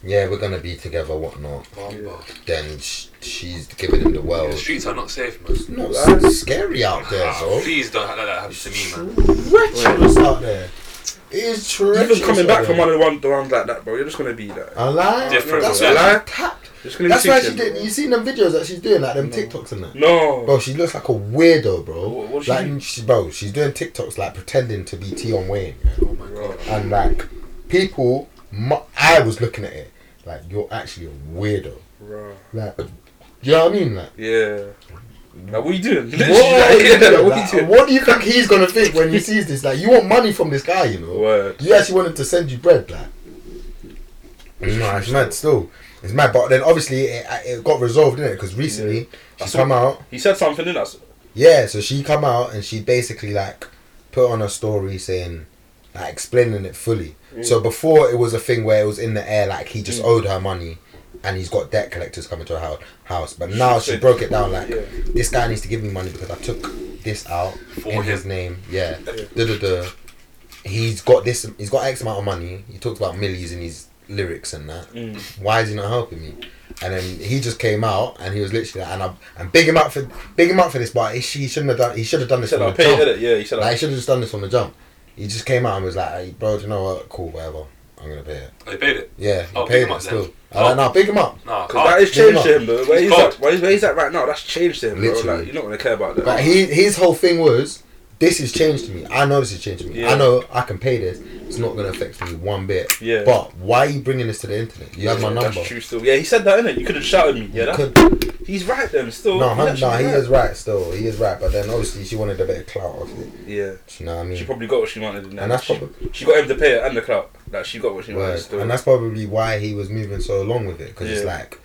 Speaker 3: Yeah, we're gonna be together, whatnot.
Speaker 4: Bum, bro.
Speaker 3: Then sh- she's giving him the
Speaker 4: The
Speaker 1: Oh.
Speaker 3: world.
Speaker 4: streets are not safe, man.
Speaker 3: No, it's scary out there,
Speaker 4: Ah,
Speaker 3: so
Speaker 4: Please don't let that happen to me, man.
Speaker 3: treacherous out there. It is treacherous.
Speaker 1: Even coming back
Speaker 3: out
Speaker 1: from
Speaker 3: there.
Speaker 1: one of the one, the ones like that, bro, you're just gonna be like,
Speaker 3: a lie.
Speaker 4: Different,
Speaker 3: That's
Speaker 4: bro.
Speaker 3: why she tapped.
Speaker 1: just gonna
Speaker 3: That's
Speaker 1: be
Speaker 3: why she
Speaker 1: thinking,
Speaker 3: did. You seen them videos that she's doing, like them TikToks and that.
Speaker 1: No.
Speaker 3: Bro, she looks like a weirdo, bro.
Speaker 1: What- what's she
Speaker 3: like,
Speaker 1: doing?
Speaker 3: she- bro, she's doing TikToks like pretending to be Tion Wayne,
Speaker 4: Oh my god.
Speaker 3: and like people, mu I was looking at it like you're actually a weirdo.
Speaker 1: Bro.
Speaker 3: Like, do you know what I mean? Like,
Speaker 1: Yeah. Like, what are you doing? [LAUGHS]
Speaker 3: what,
Speaker 1: Literally, like, yeah, like, what are you
Speaker 3: like,
Speaker 1: doing?
Speaker 3: what do you think he's gonna think when he sees this? Like, you want money from this guy, you know?
Speaker 1: Word.
Speaker 3: You actually want him to send you bread, like? No, it's mad. Still, it's mad. But then obviously it, it got resolved, didn't it? Because recently
Speaker 1: I
Speaker 3: she
Speaker 1: saw-
Speaker 3: come out.
Speaker 1: He said something in us.
Speaker 3: Yeah, so she come out and she basically like put on a story saying like explaining it fully. So before it was a thing where it was in the air like he just owed her money and he's got debt collectors coming to her hou- house. But now she
Speaker 1: said-
Speaker 3: broke it down like
Speaker 1: Yeah.
Speaker 3: this guy needs to give me money because I took this out
Speaker 4: For
Speaker 3: in
Speaker 4: him.
Speaker 3: his name. Yeah.
Speaker 1: Yeah.
Speaker 3: Duh, duh, duh. He's got this he's got X amount of money. He talks about millies in his lyrics and that.
Speaker 1: Mm.
Speaker 3: Why is he not helping me? And then he just came out, and he was literally, like, and I and big him up for big him up for this, but he, sh- he shouldn't have done. He should have done
Speaker 1: He
Speaker 3: this
Speaker 1: said,
Speaker 3: from
Speaker 1: I'll
Speaker 3: the
Speaker 1: pay
Speaker 3: jump.
Speaker 1: it. Yeah, he said,
Speaker 3: Like, he
Speaker 1: I'll
Speaker 3: should have just done this from the jump. He just came out and was like, hey, "Bro, do you know what? Cool, whatever. I'm gonna pay it."
Speaker 4: They paid it.
Speaker 3: Yeah, he
Speaker 4: Oh, big
Speaker 3: paid
Speaker 4: him
Speaker 3: it
Speaker 4: up then.
Speaker 3: still.
Speaker 4: Oh.
Speaker 3: I like, no, big him up.
Speaker 4: Nah,
Speaker 1: Because that
Speaker 4: can't.
Speaker 1: has changed
Speaker 3: Big
Speaker 1: him, bro. Where
Speaker 4: He's
Speaker 1: he's, at,
Speaker 4: cold.
Speaker 1: where, he's, where he's at right now, that's changed him, bro.
Speaker 3: Literally.
Speaker 1: Like, you're not going to care about that.
Speaker 3: But he, his whole thing was, this has changed me. I know this has changed me.
Speaker 1: Yeah.
Speaker 3: I know I can pay this. It's not going to affect me one bit.
Speaker 1: Yeah.
Speaker 3: But why are you bringing this to the internet? You have my
Speaker 1: Yeah,
Speaker 3: number.
Speaker 1: That's true still. Yeah, he said that, innit? You could have shouted me. Yeah, that,
Speaker 3: Could,
Speaker 1: he's right then, still.
Speaker 3: no,
Speaker 1: He's
Speaker 3: hun,
Speaker 1: actually
Speaker 3: no, he
Speaker 1: right.
Speaker 3: is right still. He is right. But then obviously she wanted a bit of clout off it.
Speaker 1: Yeah.
Speaker 3: Do You know what I mean?
Speaker 1: She probably got what she wanted. In
Speaker 3: And that's
Speaker 1: she,
Speaker 3: probably-
Speaker 1: she got him to pay it and the clout. Like she got what she wanted.
Speaker 3: Word.
Speaker 1: Still.
Speaker 3: And that's probably why he was moving so long with it. Because it's
Speaker 1: Yeah.
Speaker 3: like,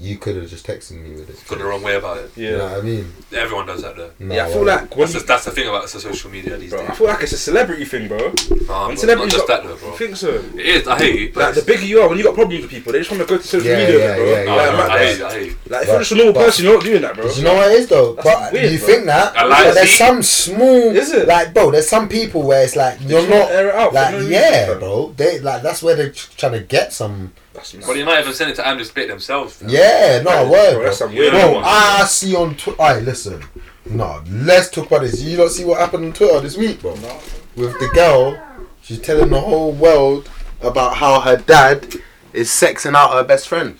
Speaker 3: you could have just texted me with it.
Speaker 4: Got the wrong way about it.
Speaker 1: yeah.
Speaker 3: You know what I mean?
Speaker 4: Everyone does that though.
Speaker 3: No,
Speaker 1: yeah, I feel
Speaker 3: well,
Speaker 1: like when
Speaker 4: That's
Speaker 1: you,
Speaker 4: the, that's the thing about so- social media these
Speaker 1: bro, I
Speaker 4: days.
Speaker 1: feel like it's a celebrity thing, bro.
Speaker 4: Nah,
Speaker 1: When
Speaker 4: bro, not
Speaker 1: celebrities
Speaker 4: just that
Speaker 1: got,
Speaker 4: though, bro.
Speaker 1: You think so?
Speaker 4: It is. I hate you,
Speaker 1: Like
Speaker 4: but
Speaker 1: the bigger you are, when you got problems with people, they just want to go to social
Speaker 3: Yeah,
Speaker 1: media,
Speaker 3: yeah,
Speaker 1: bro.
Speaker 3: yeah,
Speaker 4: Nah,
Speaker 1: like,
Speaker 3: yeah.
Speaker 1: man,
Speaker 4: I hate you. I hate you.
Speaker 1: like, if
Speaker 3: But-
Speaker 1: you're just a normal
Speaker 3: but-
Speaker 1: person, you're not doing that, bro.
Speaker 3: Do you know what it is though?
Speaker 1: That's
Speaker 3: but
Speaker 1: weird,
Speaker 3: you
Speaker 1: bro.
Speaker 3: think that,
Speaker 4: I like
Speaker 3: but there's
Speaker 4: it.
Speaker 3: some small,
Speaker 1: Is it?
Speaker 3: like bro, there's some people where it's like
Speaker 1: They
Speaker 3: you're
Speaker 1: just wanna
Speaker 3: not,
Speaker 1: air it out for
Speaker 3: like
Speaker 1: no reason,
Speaker 3: yeah,
Speaker 1: bro.
Speaker 3: bro, they like that's where they're tr- trying to get some.
Speaker 1: That's
Speaker 4: But they might even send it to Amnesty Spit themselves.
Speaker 3: Yeah, no
Speaker 1: Bro,
Speaker 3: word, bro.
Speaker 1: that's some weird
Speaker 3: Bro,
Speaker 1: one.
Speaker 3: I see on Twitter. Alright, listen, no, let's talk about this. You don't see what happened on Twitter this week, bro,
Speaker 1: No.
Speaker 3: with the girl. She's telling the whole world about how her dad is sexing out her best friend.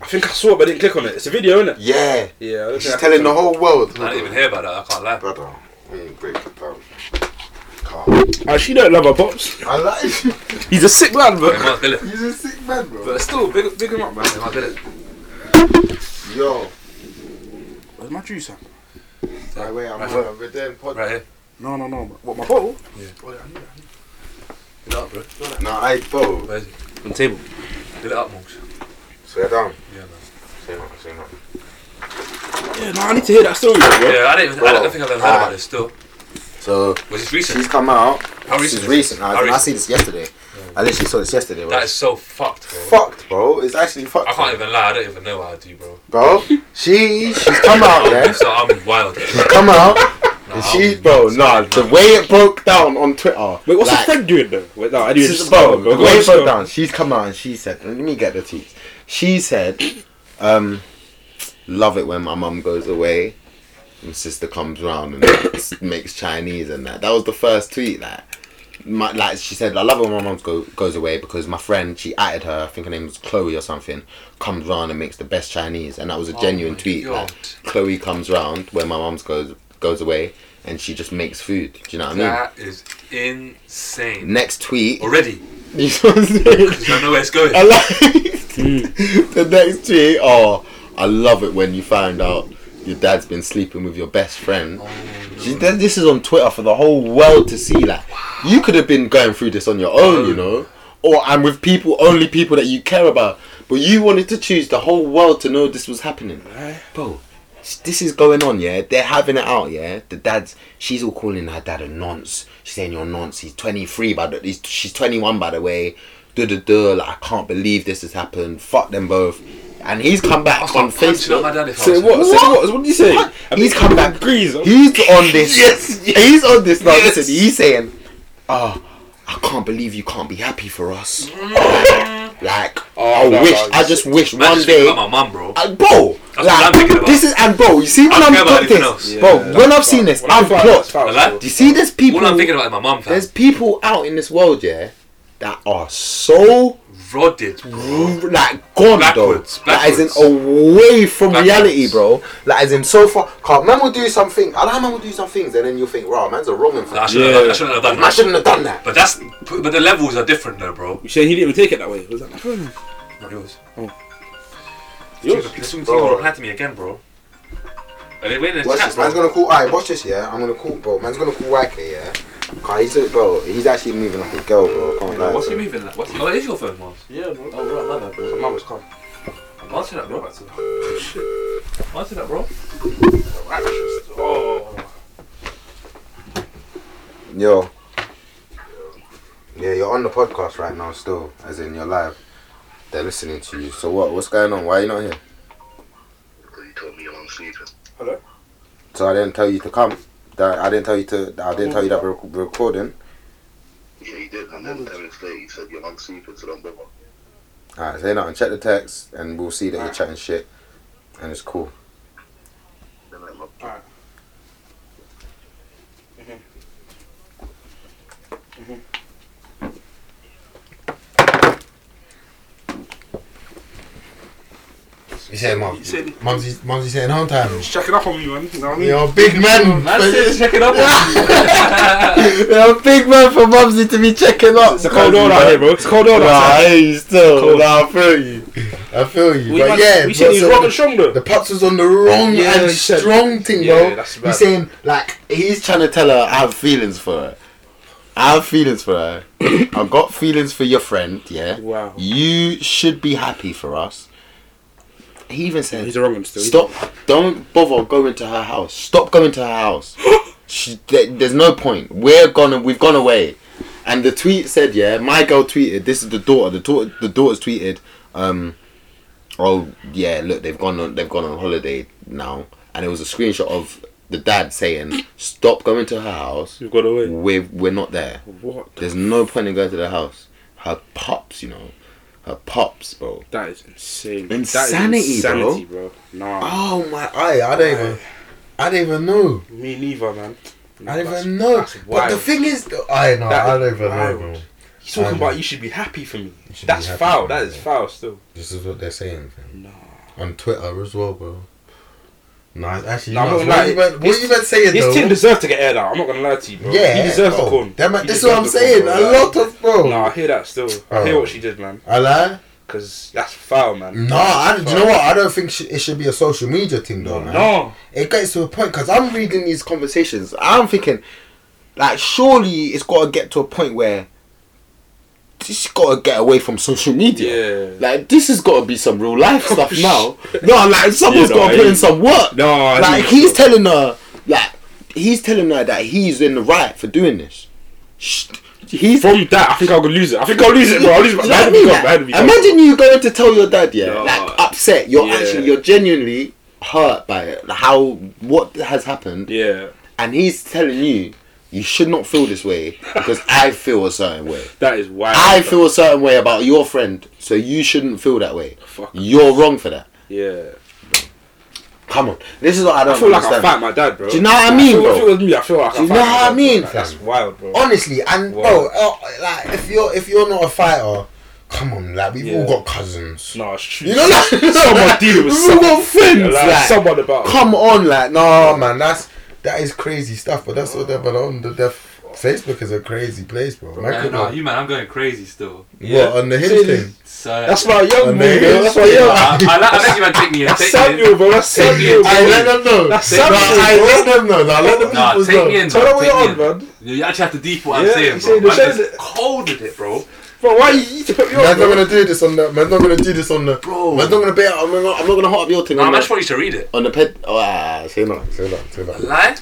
Speaker 1: I think I saw it, but I didn't click on it. It's a video, isn't it?
Speaker 3: Yeah,
Speaker 1: Yeah, I don't
Speaker 3: she's
Speaker 1: think I clicked
Speaker 3: telling the
Speaker 1: on
Speaker 3: whole world.
Speaker 4: I didn't even hear about that. I can't lie.
Speaker 3: Brother, we ain't break it down.
Speaker 1: it. Ah, she don't love her pops.
Speaker 3: I like you.
Speaker 1: He's a sick man,
Speaker 4: They
Speaker 1: bro.
Speaker 4: might bill it.
Speaker 3: He's a sick man, bro.
Speaker 4: But still, big, big him up, man. They might bill it.
Speaker 3: Yo,
Speaker 5: Where's my juice? at?
Speaker 3: by way, I'm uh, we're doing pod.
Speaker 4: Right here.
Speaker 5: No, no, no. What my bottle?
Speaker 4: Bill it up, bro.
Speaker 3: Nah, I bro.
Speaker 4: Where's it?
Speaker 1: On the table.
Speaker 4: Bill it up, Monks.
Speaker 3: Swear down.
Speaker 4: Yeah, man.
Speaker 3: Say nothing, say nothing.
Speaker 1: Yeah, no, I need to hear that story, bro.
Speaker 4: Yeah, I didn't. Even, I
Speaker 3: Oh.
Speaker 4: don't think I've ever heard about this. Still,
Speaker 3: So
Speaker 4: was this
Speaker 3: she's
Speaker 4: recent?
Speaker 3: come out.
Speaker 4: How
Speaker 3: this Ah. is
Speaker 4: recent is
Speaker 3: recent.
Speaker 4: it?
Speaker 3: I,
Speaker 4: How
Speaker 3: I
Speaker 4: recent?
Speaker 3: see this yesterday. I literally saw this yesterday. Bro.
Speaker 4: That is so fucked, bro.
Speaker 3: fucked, bro. It's actually fucked,
Speaker 4: I can't even lie. I don't even know what I do, bro.
Speaker 3: bro. She she's come out, yeah.
Speaker 4: So
Speaker 3: [LAUGHS]
Speaker 4: I'm wild.
Speaker 3: She's come out.
Speaker 4: [LAUGHS] Nah,
Speaker 3: And
Speaker 4: I'm
Speaker 3: she, bro, nah. The way it broke down on Twitter.
Speaker 1: Wait, what's
Speaker 3: like,
Speaker 1: the friend doing though? Wait, no, I do
Speaker 3: This is bro,
Speaker 1: Go
Speaker 3: the
Speaker 1: on,
Speaker 3: way it
Speaker 1: just
Speaker 3: broke
Speaker 1: go.
Speaker 3: down. She's come out and she said, "Let me get the tweets." She said, um, "Love it when my mum goes away, and sister comes round and s- makes [COUGHS] Chinese and that." That was the first tweet that. My, like she said, I love it when my mum go, goes away because my friend she added her, I think her name was Chloe or something, comes round and makes the best Chinese, and that was a
Speaker 4: Oh
Speaker 3: genuine
Speaker 4: my
Speaker 3: tweet. Like,
Speaker 4: God.
Speaker 3: Chloe comes round when my mum's goes goes away, and she just makes food. Do you know what I
Speaker 4: That is
Speaker 3: mean?
Speaker 4: insane.
Speaker 3: Next tweet,
Speaker 4: Already,
Speaker 3: [LAUGHS] you know what I'm saying?
Speaker 4: you don't know where it's going.
Speaker 3: [LAUGHS] I like the next tweet. Oh, I love it when you find out your dad's been sleeping with your best friend. She- th- This is on Twitter for the whole world to see. Like, you could have been going through this on your own, you know, or and with people only people that you care about. But you wanted to choose the whole world to know this was happening, bro. s- This is going on, yeah. They're having it out, yeah. The dad's, she's all calling her dad a nonce. She's saying you're a nonce. He's 23, by the, he's, she's 21 by the way. Duh duh duh. Like I can't believe this has happened. Fuck them both. And he's come back
Speaker 4: I
Speaker 3: on
Speaker 4: can't punch you
Speaker 3: Facebook.
Speaker 4: like my dad if I
Speaker 1: Say
Speaker 4: was
Speaker 1: what? Say
Speaker 3: What?
Speaker 1: what? What did you say?
Speaker 3: What?
Speaker 1: I
Speaker 3: He's
Speaker 1: mean,
Speaker 3: come back.
Speaker 1: Agrees. I'm-
Speaker 3: He's on this.
Speaker 1: [LAUGHS] Yes,
Speaker 3: He's on this now.
Speaker 4: Yes.
Speaker 3: Listen, he's saying, "Oh, I can't believe you can't be happy for us."
Speaker 4: [LAUGHS]
Speaker 3: like,
Speaker 4: Oh,
Speaker 3: I
Speaker 1: no,
Speaker 3: wish.
Speaker 1: no,
Speaker 3: I just wish
Speaker 4: Man,
Speaker 3: one
Speaker 4: just think
Speaker 3: day.
Speaker 4: about my mum, bro.
Speaker 3: I, bro,
Speaker 4: what I'm thinking
Speaker 3: like
Speaker 4: about.
Speaker 3: this is and bro, you see when
Speaker 4: don't
Speaker 3: I'm
Speaker 4: care about
Speaker 3: got
Speaker 4: anything
Speaker 3: this,
Speaker 4: else.
Speaker 3: bro.
Speaker 1: Yeah,
Speaker 3: when I've
Speaker 1: that's
Speaker 3: seen
Speaker 1: foul.
Speaker 3: this,
Speaker 1: When I
Speaker 3: I've
Speaker 1: find
Speaker 3: clocked.
Speaker 1: that's
Speaker 4: I like-
Speaker 1: foul.
Speaker 3: Do you see this people?
Speaker 4: All I'm thinking about is my mum, fam.
Speaker 3: there's people out in this world, yeah, that are so
Speaker 4: Rodded, bro.
Speaker 3: like gone
Speaker 4: Backwards,
Speaker 3: though. Like as
Speaker 4: backwards.
Speaker 3: in away from
Speaker 4: Backwards.
Speaker 3: reality, bro. Like as in so far can't man will do something. I like man will do some things and then you'll think, wow, man's a wrong one for
Speaker 4: Nah, I
Speaker 3: that.
Speaker 4: shouldn't, have,
Speaker 1: Yeah.
Speaker 4: I shouldn't have done
Speaker 3: Man
Speaker 4: that.
Speaker 3: shouldn't have done that.
Speaker 4: But that's but the levels are different though, bro.
Speaker 1: You saying he didn't even take it that way? Was that my phone?
Speaker 4: Not yours.
Speaker 1: Yours?
Speaker 4: This one
Speaker 3: Bro.
Speaker 4: will reply to me again, bro. And they win this
Speaker 3: Watch
Speaker 4: chat,
Speaker 3: this, man's
Speaker 4: bro.
Speaker 3: gonna call alright, watch this, yeah. I'm gonna call bro, man's gonna call YK, yeah. Cause he's a, bro, he's actually moving like a girl, bro. Can't lie,
Speaker 5: What's he
Speaker 3: bro.
Speaker 5: moving like? What's he?
Speaker 4: Oh, it is your phone, Mars.
Speaker 5: Yeah, bro.
Speaker 4: Oh, right, my bad, bro.
Speaker 5: Mama's car.
Speaker 4: Answer that, bro. [LAUGHS] Answer that, bro.
Speaker 5: Oh.
Speaker 3: Yo. Yeah, you're on the podcast right now still, as in you're live. They're listening to you. So what what's going on? Why are you not here?
Speaker 7: You told me I'm sleeping.
Speaker 3: So I didn't tell you to come. That I didn't tell you to. I didn't tell you that we're rec- recording.
Speaker 7: Yeah, you did. And then 10 minutes later, you said your mum's sleeping, so don't bother.
Speaker 6: Alright, say nothing. Check the text, and we'll see that you're chatting shit, and it's cool.
Speaker 7: Then I'm up.
Speaker 3: You saying mum?
Speaker 5: You said-
Speaker 3: Mumsy, mumsy saying home time.
Speaker 5: He's checking up on me, man. You know what I mean?
Speaker 3: You're a big man.
Speaker 4: Man said checking up on you.
Speaker 3: [LAUGHS] You're a big man for mumsy to be checking up.
Speaker 1: It's a cold order out here, bro. It's a cold order.
Speaker 3: Nah, I
Speaker 1: outside.
Speaker 3: hear you still.
Speaker 1: Cold.
Speaker 3: Nah, I feel you. I feel you.
Speaker 1: We,
Speaker 3: but
Speaker 1: man-
Speaker 3: yeah,
Speaker 1: we
Speaker 3: but
Speaker 1: said he was
Speaker 3: so-
Speaker 1: rocking strong though.
Speaker 3: The pops was on the wrong
Speaker 1: Yeah,
Speaker 3: and
Speaker 1: he said-
Speaker 3: strong thing,
Speaker 1: Yeah,
Speaker 3: bro.
Speaker 1: that's bad.
Speaker 3: He's saying like
Speaker 6: He's trying to tell her I have feelings for her. I have feelings
Speaker 1: [COUGHS]
Speaker 6: for her. I've got feelings for your friend, yeah.
Speaker 1: Wow.
Speaker 6: You should be happy for us. He even said
Speaker 1: He's a wrong one still.
Speaker 6: Stop! Don't bother going to her house. Stop going to her
Speaker 3: [GASPS]
Speaker 6: house. she, there, there's no point. We're gonna. We've gone away. And the tweet said, "Yeah, my girl tweeted. This is the daughter. The daughter. The daughter's tweeted. Um, oh yeah, look, they've gone on. They've gone on holiday now. And it was a screenshot of the dad saying, "Stop going to her house.
Speaker 1: You've got away.
Speaker 6: We're we're not there.
Speaker 1: What?
Speaker 6: There's no point in going to the house. Her pops, you know, her pops, bro.
Speaker 1: That is insane.
Speaker 6: Insanity,
Speaker 1: that is insanity bro. Nah,
Speaker 3: Oh my! I I don't even. I don't even know.
Speaker 1: me neither, man.
Speaker 3: I don't
Speaker 1: That's-
Speaker 3: even know.
Speaker 1: that's
Speaker 3: But the
Speaker 1: wild.
Speaker 3: thing is, I know.
Speaker 1: That
Speaker 3: I
Speaker 1: is
Speaker 3: don't even know.
Speaker 1: wild.
Speaker 3: Bro.
Speaker 1: He's talking
Speaker 3: I
Speaker 1: about
Speaker 3: know.
Speaker 1: you should be happy for me.
Speaker 3: Um, You should be
Speaker 1: That's
Speaker 3: happy
Speaker 1: foul.
Speaker 3: for
Speaker 1: That
Speaker 3: me,
Speaker 1: is
Speaker 3: bro.
Speaker 1: foul still.
Speaker 3: This is what they're saying. fam.
Speaker 1: No.
Speaker 3: On Twitter as well, bro. Nah, it's actually.
Speaker 1: Nah, I'm
Speaker 3: nuts.
Speaker 1: not gonna
Speaker 3: what
Speaker 1: lie.
Speaker 3: you meant, what
Speaker 1: His-
Speaker 3: you meant saying
Speaker 1: His
Speaker 3: though?
Speaker 1: team deserves to get aired out. I'm not gonna lie to you, bro.
Speaker 3: yeah,
Speaker 1: he
Speaker 3: oh,
Speaker 1: deserves
Speaker 3: bro.
Speaker 1: the corn.
Speaker 3: That man,
Speaker 1: He
Speaker 3: that's
Speaker 1: deserves
Speaker 3: what I'm
Speaker 1: the
Speaker 3: saying.
Speaker 1: corn,
Speaker 3: A
Speaker 1: bro.
Speaker 3: lot of oh. bro.
Speaker 1: Nah, I hear that still. I hear
Speaker 3: Oh.
Speaker 1: what she did, man.
Speaker 3: I lie.
Speaker 1: Cause that's foul, man.
Speaker 3: Nah, I, do you know what? I don't think sh- it should be a social media thing though, man.
Speaker 1: No,
Speaker 3: It gets to a point because I'm reading these conversations.
Speaker 6: conversations. I'm thinking, like, surely it's got to get to a point where this got to get away from social media.
Speaker 1: Yeah. Oh,
Speaker 6: Like, this has got to be some real life stuff now. No, like, someone's
Speaker 1: Yeah, no,
Speaker 6: got
Speaker 1: I
Speaker 6: to put
Speaker 1: hear
Speaker 6: in some work.
Speaker 1: No, I hear
Speaker 6: like,
Speaker 1: you,
Speaker 6: he's
Speaker 1: bro.
Speaker 6: telling her, like, he's telling her that he's in the right for doing this. Sh- He's
Speaker 1: from that I think I'll lose it. I think I'll lose it, bro. I'll lose it.
Speaker 6: Do you know
Speaker 1: Behind
Speaker 6: what I
Speaker 1: me,
Speaker 6: mean?
Speaker 1: come, behind me, come.
Speaker 6: Imagine you going to tell your dad, yeah,
Speaker 1: No.
Speaker 6: like upset. You're
Speaker 1: Yeah.
Speaker 6: actually, you're genuinely hurt by it. How what has happened?
Speaker 1: Yeah,
Speaker 6: and he's telling you you should not feel this way
Speaker 1: [LAUGHS]
Speaker 6: because I feel a certain way.
Speaker 1: that is wild.
Speaker 6: I
Speaker 1: bro.
Speaker 6: feel a certain way about your friend, so you shouldn't feel that way.
Speaker 1: Fuck.
Speaker 6: You're wrong for that.
Speaker 1: Yeah,
Speaker 6: Come on, this is what I don't
Speaker 1: I feel like I
Speaker 6: understand.
Speaker 1: fight my dad, bro.
Speaker 6: Do you know what I mean,
Speaker 1: feel-
Speaker 6: bro?
Speaker 1: If it was me, I feel like
Speaker 6: Do you
Speaker 1: I fight
Speaker 6: know
Speaker 1: my
Speaker 6: what I
Speaker 1: dad, bro.
Speaker 6: mean,
Speaker 1: Like, That's
Speaker 3: fam?
Speaker 1: wild, bro.
Speaker 3: Honestly, and
Speaker 1: Whoa.
Speaker 3: bro, uh, like if you're if you're not a fighter, come on, like we've
Speaker 1: Yeah.
Speaker 3: all got cousins.
Speaker 1: No, it's true.
Speaker 3: You know, like,
Speaker 1: Someone dealing with
Speaker 3: we've all
Speaker 1: someone.
Speaker 3: got friends.
Speaker 1: like,
Speaker 3: like,
Speaker 1: someone about.
Speaker 3: come on, like nah, Oh, man, that's that is crazy stuff. But that's what they're. But on the, the Facebook is a crazy place, bro. Man,
Speaker 4: Man,
Speaker 3: could
Speaker 4: no,
Speaker 3: not-
Speaker 4: you man, I'm going crazy still.
Speaker 3: what on the hill
Speaker 1: See,
Speaker 3: thing?
Speaker 4: So
Speaker 1: That's my young
Speaker 3: And
Speaker 1: boy.
Speaker 3: they go,
Speaker 1: That's my young.
Speaker 4: I, I, like- I think you man take me in.
Speaker 1: That's
Speaker 4: Take me in.
Speaker 1: Samuel, bro. That's Samuel.
Speaker 3: I let
Speaker 1: bro.
Speaker 3: them know.
Speaker 1: That's
Speaker 3: Nah,
Speaker 1: something,
Speaker 3: I
Speaker 1: bro.
Speaker 3: let them know. Nah, let the
Speaker 4: Nah,
Speaker 3: people
Speaker 4: take
Speaker 3: know.
Speaker 4: me in,
Speaker 1: Tell
Speaker 4: bro.
Speaker 1: them what
Speaker 4: Take me
Speaker 1: you're on,
Speaker 4: in.
Speaker 1: man.
Speaker 4: You you actually have to deep what
Speaker 1: Yeah,
Speaker 4: I'm saying,
Speaker 1: you
Speaker 4: bro.
Speaker 1: see,
Speaker 4: Man,
Speaker 1: they
Speaker 4: just
Speaker 1: said-
Speaker 4: cold with it, bro.
Speaker 1: Bro, why you you put me on?
Speaker 3: Man's not
Speaker 1: bro?
Speaker 3: gonna do this on the. Man's not gonna do this on the.
Speaker 4: Bro.
Speaker 3: Man's not gonna be out.
Speaker 6: I'm not, I'm not gonna hot up your thing
Speaker 4: Nah,
Speaker 6: on,
Speaker 4: man, I just
Speaker 6: the,
Speaker 4: want you to read it.
Speaker 6: on the ped. Oh, ah, say no.
Speaker 3: Say that. Say that.
Speaker 4: Lie?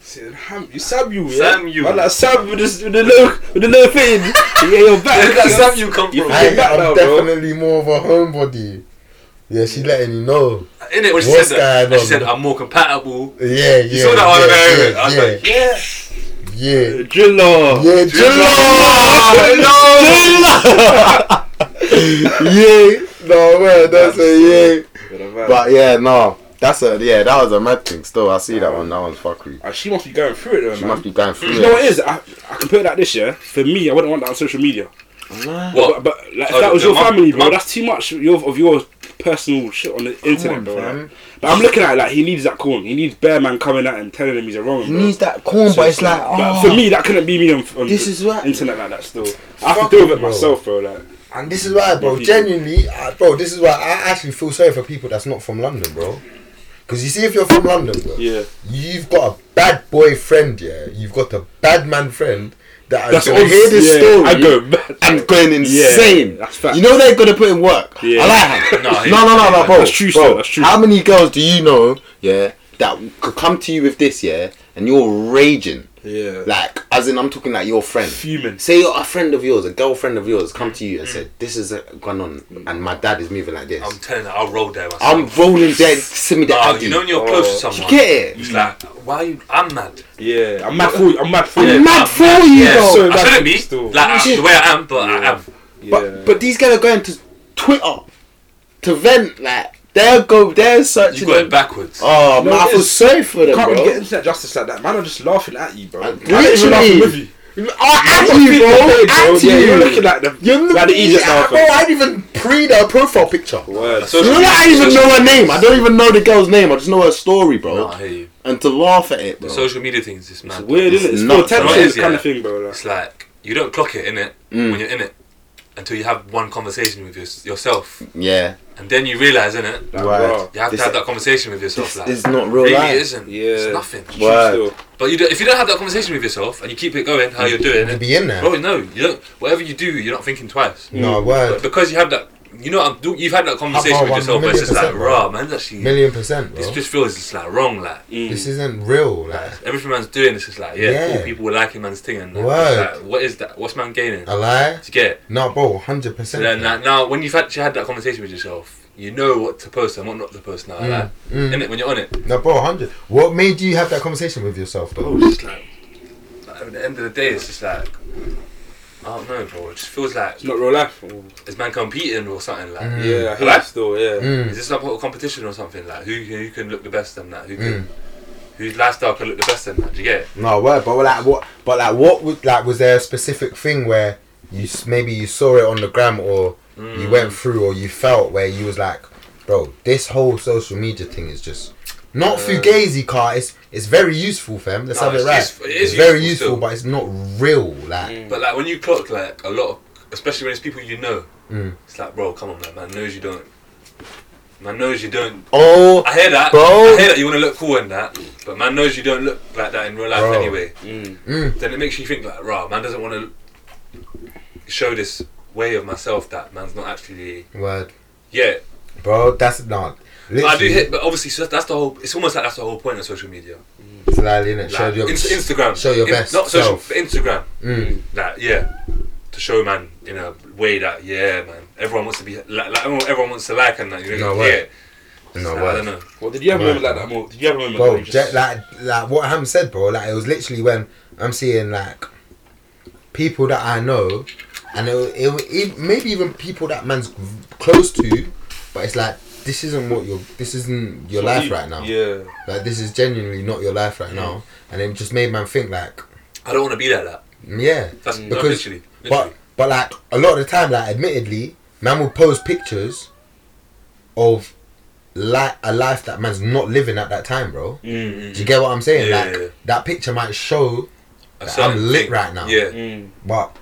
Speaker 1: Said, Ham- You Samuel, yeah?
Speaker 4: Samuel.
Speaker 1: Man, like Samuel with, this, with the little, with the little thing. yeah, you're
Speaker 4: Where
Speaker 1: back.
Speaker 4: did that [LAUGHS] Samuel come from?
Speaker 1: Yeah.
Speaker 3: I,
Speaker 1: back
Speaker 3: I'm
Speaker 1: now, bro.
Speaker 3: definitely more of a homebody. Yeah, she letting you know.
Speaker 4: In it, when she
Speaker 3: What's
Speaker 4: said that,
Speaker 3: going
Speaker 4: and she
Speaker 3: on?
Speaker 4: said, I'm more compatible.
Speaker 3: Yeah, yeah.
Speaker 4: You saw that
Speaker 3: yeah, yeah,
Speaker 4: on the moment. I was
Speaker 3: yeah, yeah.
Speaker 1: Driller.
Speaker 3: Yeah, Jilla! Yeah, no man, that's a yeah.
Speaker 1: But
Speaker 6: But yeah, no, that's a yeah. That was a mad thing. Still, I see that one. That one's fuckery.
Speaker 1: uh, she must be going through it, though,
Speaker 6: She
Speaker 1: man.
Speaker 6: must be going through
Speaker 1: You know what it
Speaker 6: it.
Speaker 1: is? I, I can put it like this, yeah? For me, I wouldn't want that on social media.
Speaker 4: like, what?
Speaker 1: But, but like, if
Speaker 4: Oh,
Speaker 1: that was
Speaker 4: the
Speaker 1: your
Speaker 4: mum-
Speaker 1: family, bro,
Speaker 4: mum-
Speaker 1: that's too much of your, of your personal shit on the internet, bro. Like, but I'm looking at it like he needs that corn. He needs Bear Man coming at him, telling him he's a wrong.
Speaker 6: He needs that corn, but it's like, oh,
Speaker 1: for me, that couldn't be me on, on
Speaker 6: This is what-
Speaker 1: internet like that. Still, I have
Speaker 3: Fuck
Speaker 1: to deal with
Speaker 3: it,
Speaker 1: it
Speaker 3: bro.
Speaker 1: myself, bro. Like,
Speaker 3: And this is why, bro. Genuinely, I, bro, this is why I actually feel sorry for people that's not from London, bro. Because you see, if you're from London, bro,
Speaker 1: yeah,
Speaker 3: you've got a bad boy friend, yeah. You've got a bad man friend that
Speaker 1: That's
Speaker 3: has
Speaker 1: what
Speaker 3: gonna hear this
Speaker 1: yeah,
Speaker 3: story.
Speaker 1: I go mad.
Speaker 6: I'm going insane.
Speaker 1: that's fact.
Speaker 6: You know they're gonna put in work.
Speaker 1: Yeah.
Speaker 6: I
Speaker 1: [LAUGHS]
Speaker 6: like
Speaker 4: No,
Speaker 6: that.
Speaker 4: he-
Speaker 6: No, no, no, no, bro.
Speaker 1: That's true,
Speaker 6: bro.
Speaker 1: sir, that's true.
Speaker 6: How many girls do you know, yeah, that could come to you with this, yeah, and you're raging,
Speaker 1: yeah,
Speaker 6: like, as in I'm talking like your friend.
Speaker 1: Fuming.
Speaker 6: Say you're a friend of yours, a girlfriend of yours, come to you and said, "This is uh, going on," and my dad is moving like this.
Speaker 4: I'm
Speaker 6: I'm,
Speaker 4: telling her, I'll roll there myself.
Speaker 6: rolling dead. Send me the
Speaker 4: Nah,
Speaker 6: Addy.
Speaker 4: you know when you're close
Speaker 3: Oh.
Speaker 4: to someone,
Speaker 6: You get it?
Speaker 4: It's like, why are you? I'm mad.
Speaker 1: yeah. I'm mad for you. I'm mad for
Speaker 6: I'm
Speaker 1: you.
Speaker 6: mad for you,
Speaker 4: Yeah,
Speaker 6: though.
Speaker 1: so
Speaker 4: I
Speaker 1: that's
Speaker 4: shouldn't be
Speaker 1: still-
Speaker 4: like I'm, the way I am, but I am.
Speaker 1: Yeah.
Speaker 6: But but these guys are going to Twitter to vent like they'll go they're
Speaker 4: You
Speaker 6: searching.
Speaker 4: got it
Speaker 6: them.
Speaker 4: backwards.
Speaker 6: Oh
Speaker 1: No,
Speaker 6: man, I
Speaker 1: it
Speaker 6: feel
Speaker 1: is.
Speaker 6: safe for
Speaker 1: You
Speaker 6: them,
Speaker 1: can't
Speaker 6: bro.
Speaker 1: really get internet justice like that. Man are just laughing at you, bro.
Speaker 6: I-
Speaker 1: Like, they're laughing
Speaker 6: literally.
Speaker 1: with you.
Speaker 6: I'm at you,
Speaker 1: You're
Speaker 6: bro.
Speaker 1: looking at them,
Speaker 6: At
Speaker 1: yeah, You're
Speaker 6: you.
Speaker 1: looking at them.
Speaker 6: You're
Speaker 1: like the easiest
Speaker 6: yeah, bro.
Speaker 1: laughing.
Speaker 6: I didn't even pre their profile picture.
Speaker 1: Word.
Speaker 4: So-
Speaker 6: You know that I don't even know her name. I don't even know the girl's name. I just know her story, bro.
Speaker 4: Nah, I hear you.
Speaker 6: And to laugh at it, bro.
Speaker 4: The social media things, it's mad.
Speaker 1: It's weird, isn't it? It's
Speaker 6: It's
Speaker 1: for
Speaker 6: nuts, bro.
Speaker 1: attention,
Speaker 4: It
Speaker 1: this
Speaker 4: is,
Speaker 1: kind
Speaker 4: yeah.
Speaker 1: of thing, bro. Like.
Speaker 4: It's like you don't clock it in it
Speaker 6: Mm.
Speaker 4: when you're in it until you have one conversation with your, yourself,
Speaker 6: yeah,
Speaker 4: and then you realize in it
Speaker 1: Like,
Speaker 6: Right.
Speaker 1: wow.
Speaker 4: you have
Speaker 6: This-
Speaker 4: to have that conversation with yourself.
Speaker 6: this
Speaker 4: like,
Speaker 6: is not real
Speaker 4: really
Speaker 6: life.
Speaker 4: isn't.
Speaker 1: Yeah.
Speaker 4: It's nothing.
Speaker 1: True
Speaker 6: Wow.
Speaker 1: still.
Speaker 4: But you don't, if you don't have that conversation with yourself and you keep it going, how you're doing,
Speaker 3: You'd
Speaker 4: it,
Speaker 3: be in there.
Speaker 4: bro, no, you don't. Whatever you do, you're not thinking twice.
Speaker 3: No,
Speaker 4: But
Speaker 3: word.
Speaker 4: because you have that, you know, I'm, do- you've had that conversation
Speaker 3: I've
Speaker 4: with
Speaker 3: got
Speaker 4: yourself,
Speaker 3: one
Speaker 4: but it's just like,
Speaker 3: million percent,
Speaker 4: raw, man, that's actually,
Speaker 3: Million percent, bro.
Speaker 4: this just feels it's like wrong, like.
Speaker 3: This isn't real. Like,
Speaker 4: Everything man's doing is just like, yeah,
Speaker 3: Yeah.
Speaker 4: cool, people were liking man's thing, and
Speaker 3: Word. Uh,
Speaker 4: like, what is that? What's man gaining?
Speaker 3: a lie?
Speaker 4: to get it.
Speaker 3: No, bro, 100%.
Speaker 4: And then
Speaker 3: bro.
Speaker 4: like, now, when you've actually had that conversation with yourself, you know what to post and what not to post now. Like,
Speaker 3: mm.
Speaker 4: In it, when you're on it,
Speaker 3: No, bro, 100. What made you have that conversation with yourself, though?
Speaker 4: bro, it's just like, like, at the end of the day, it's just like, I don't know, bro. It just feels like
Speaker 1: It's not real life.
Speaker 6: Mm.
Speaker 4: is man competing or something like.
Speaker 1: Yeah, I hear
Speaker 4: Right?
Speaker 1: that still, yeah.
Speaker 3: Mm.
Speaker 4: Is this some sort of competition or something like who who can look the best and that who can
Speaker 3: Mm.
Speaker 4: whose lifestyle can look the best and that? Do you get it?
Speaker 3: No, word, but like, what, but like, what would, like, was there a specific thing where you, s- maybe you saw it on the gram or
Speaker 4: Mm.
Speaker 3: you went through or you felt where you was like, bro, this whole social media thing is just not fugazi, car. It's, it's very useful, fam. Let's
Speaker 4: No,
Speaker 3: have it
Speaker 4: Mm. it's
Speaker 3: right.
Speaker 4: useful- it is
Speaker 3: it's very
Speaker 4: useful
Speaker 3: useful,
Speaker 4: still.
Speaker 3: but it's not real. Like,
Speaker 4: But like when you clock like a lot of, especially when it's people you know,
Speaker 3: Mm.
Speaker 4: it's like bro, come on, man, man knows you don't, man knows you don't
Speaker 3: oh,
Speaker 4: I hear that.
Speaker 3: Bro.
Speaker 4: I hear that you want to look cool and that, but man knows you don't look like that in real life
Speaker 3: Bro.
Speaker 4: anyway.
Speaker 1: Mm.
Speaker 3: Mm.
Speaker 4: Then it makes you think like, rah, man doesn't want to show this way of myself that man's not actually.
Speaker 3: word,
Speaker 4: Yeah,
Speaker 3: bro, that's not.
Speaker 4: but I do
Speaker 3: literally-
Speaker 4: hit. But obviously, so that's the whole. It's almost like that's the whole point of social media.
Speaker 3: Slightly, innit?
Speaker 4: Like,
Speaker 3: show your
Speaker 4: in- Instagram.
Speaker 3: Show your
Speaker 4: In-
Speaker 3: best
Speaker 4: Not social.
Speaker 3: self.
Speaker 4: but Instagram.
Speaker 3: Mm.
Speaker 4: That yeah, to show man in a way that yeah, man. Everyone wants to be like, like everyone, everyone wants to like and that. You know,
Speaker 3: No
Speaker 4: yeah.
Speaker 3: way.
Speaker 4: It's
Speaker 3: No
Speaker 4: like, Mm. I
Speaker 3: way.
Speaker 4: don't know.
Speaker 1: Well, did you ever
Speaker 3: Right.
Speaker 1: remember like that more? Did you ever remember
Speaker 3: Bro,
Speaker 1: that?
Speaker 3: jet, like like what Ham said, bro. Like it was literally when I'm seeing like people that I know, and it, wa- it, wa- it maybe even people that man's close to, but it's like this isn't what your this isn't your life right now.
Speaker 1: Yeah.
Speaker 3: Like this is genuinely not your life right now, and it just made man think like,
Speaker 4: I don't want to be like that.
Speaker 3: mm, yeah,
Speaker 4: That's no,
Speaker 3: Because-
Speaker 4: literally. literally.
Speaker 3: but but like a lot of the time, like admittedly, man will post pictures of like a life that man's not living at that time, bro.
Speaker 4: Mm,
Speaker 3: Do you get what I'm saying?
Speaker 4: Yeah,
Speaker 3: like
Speaker 4: yeah, yeah.
Speaker 3: that picture might show,
Speaker 4: A
Speaker 3: Like,
Speaker 4: certain
Speaker 3: I'm lit
Speaker 4: thing.
Speaker 3: right now.
Speaker 4: Yeah.
Speaker 1: Mm.
Speaker 3: but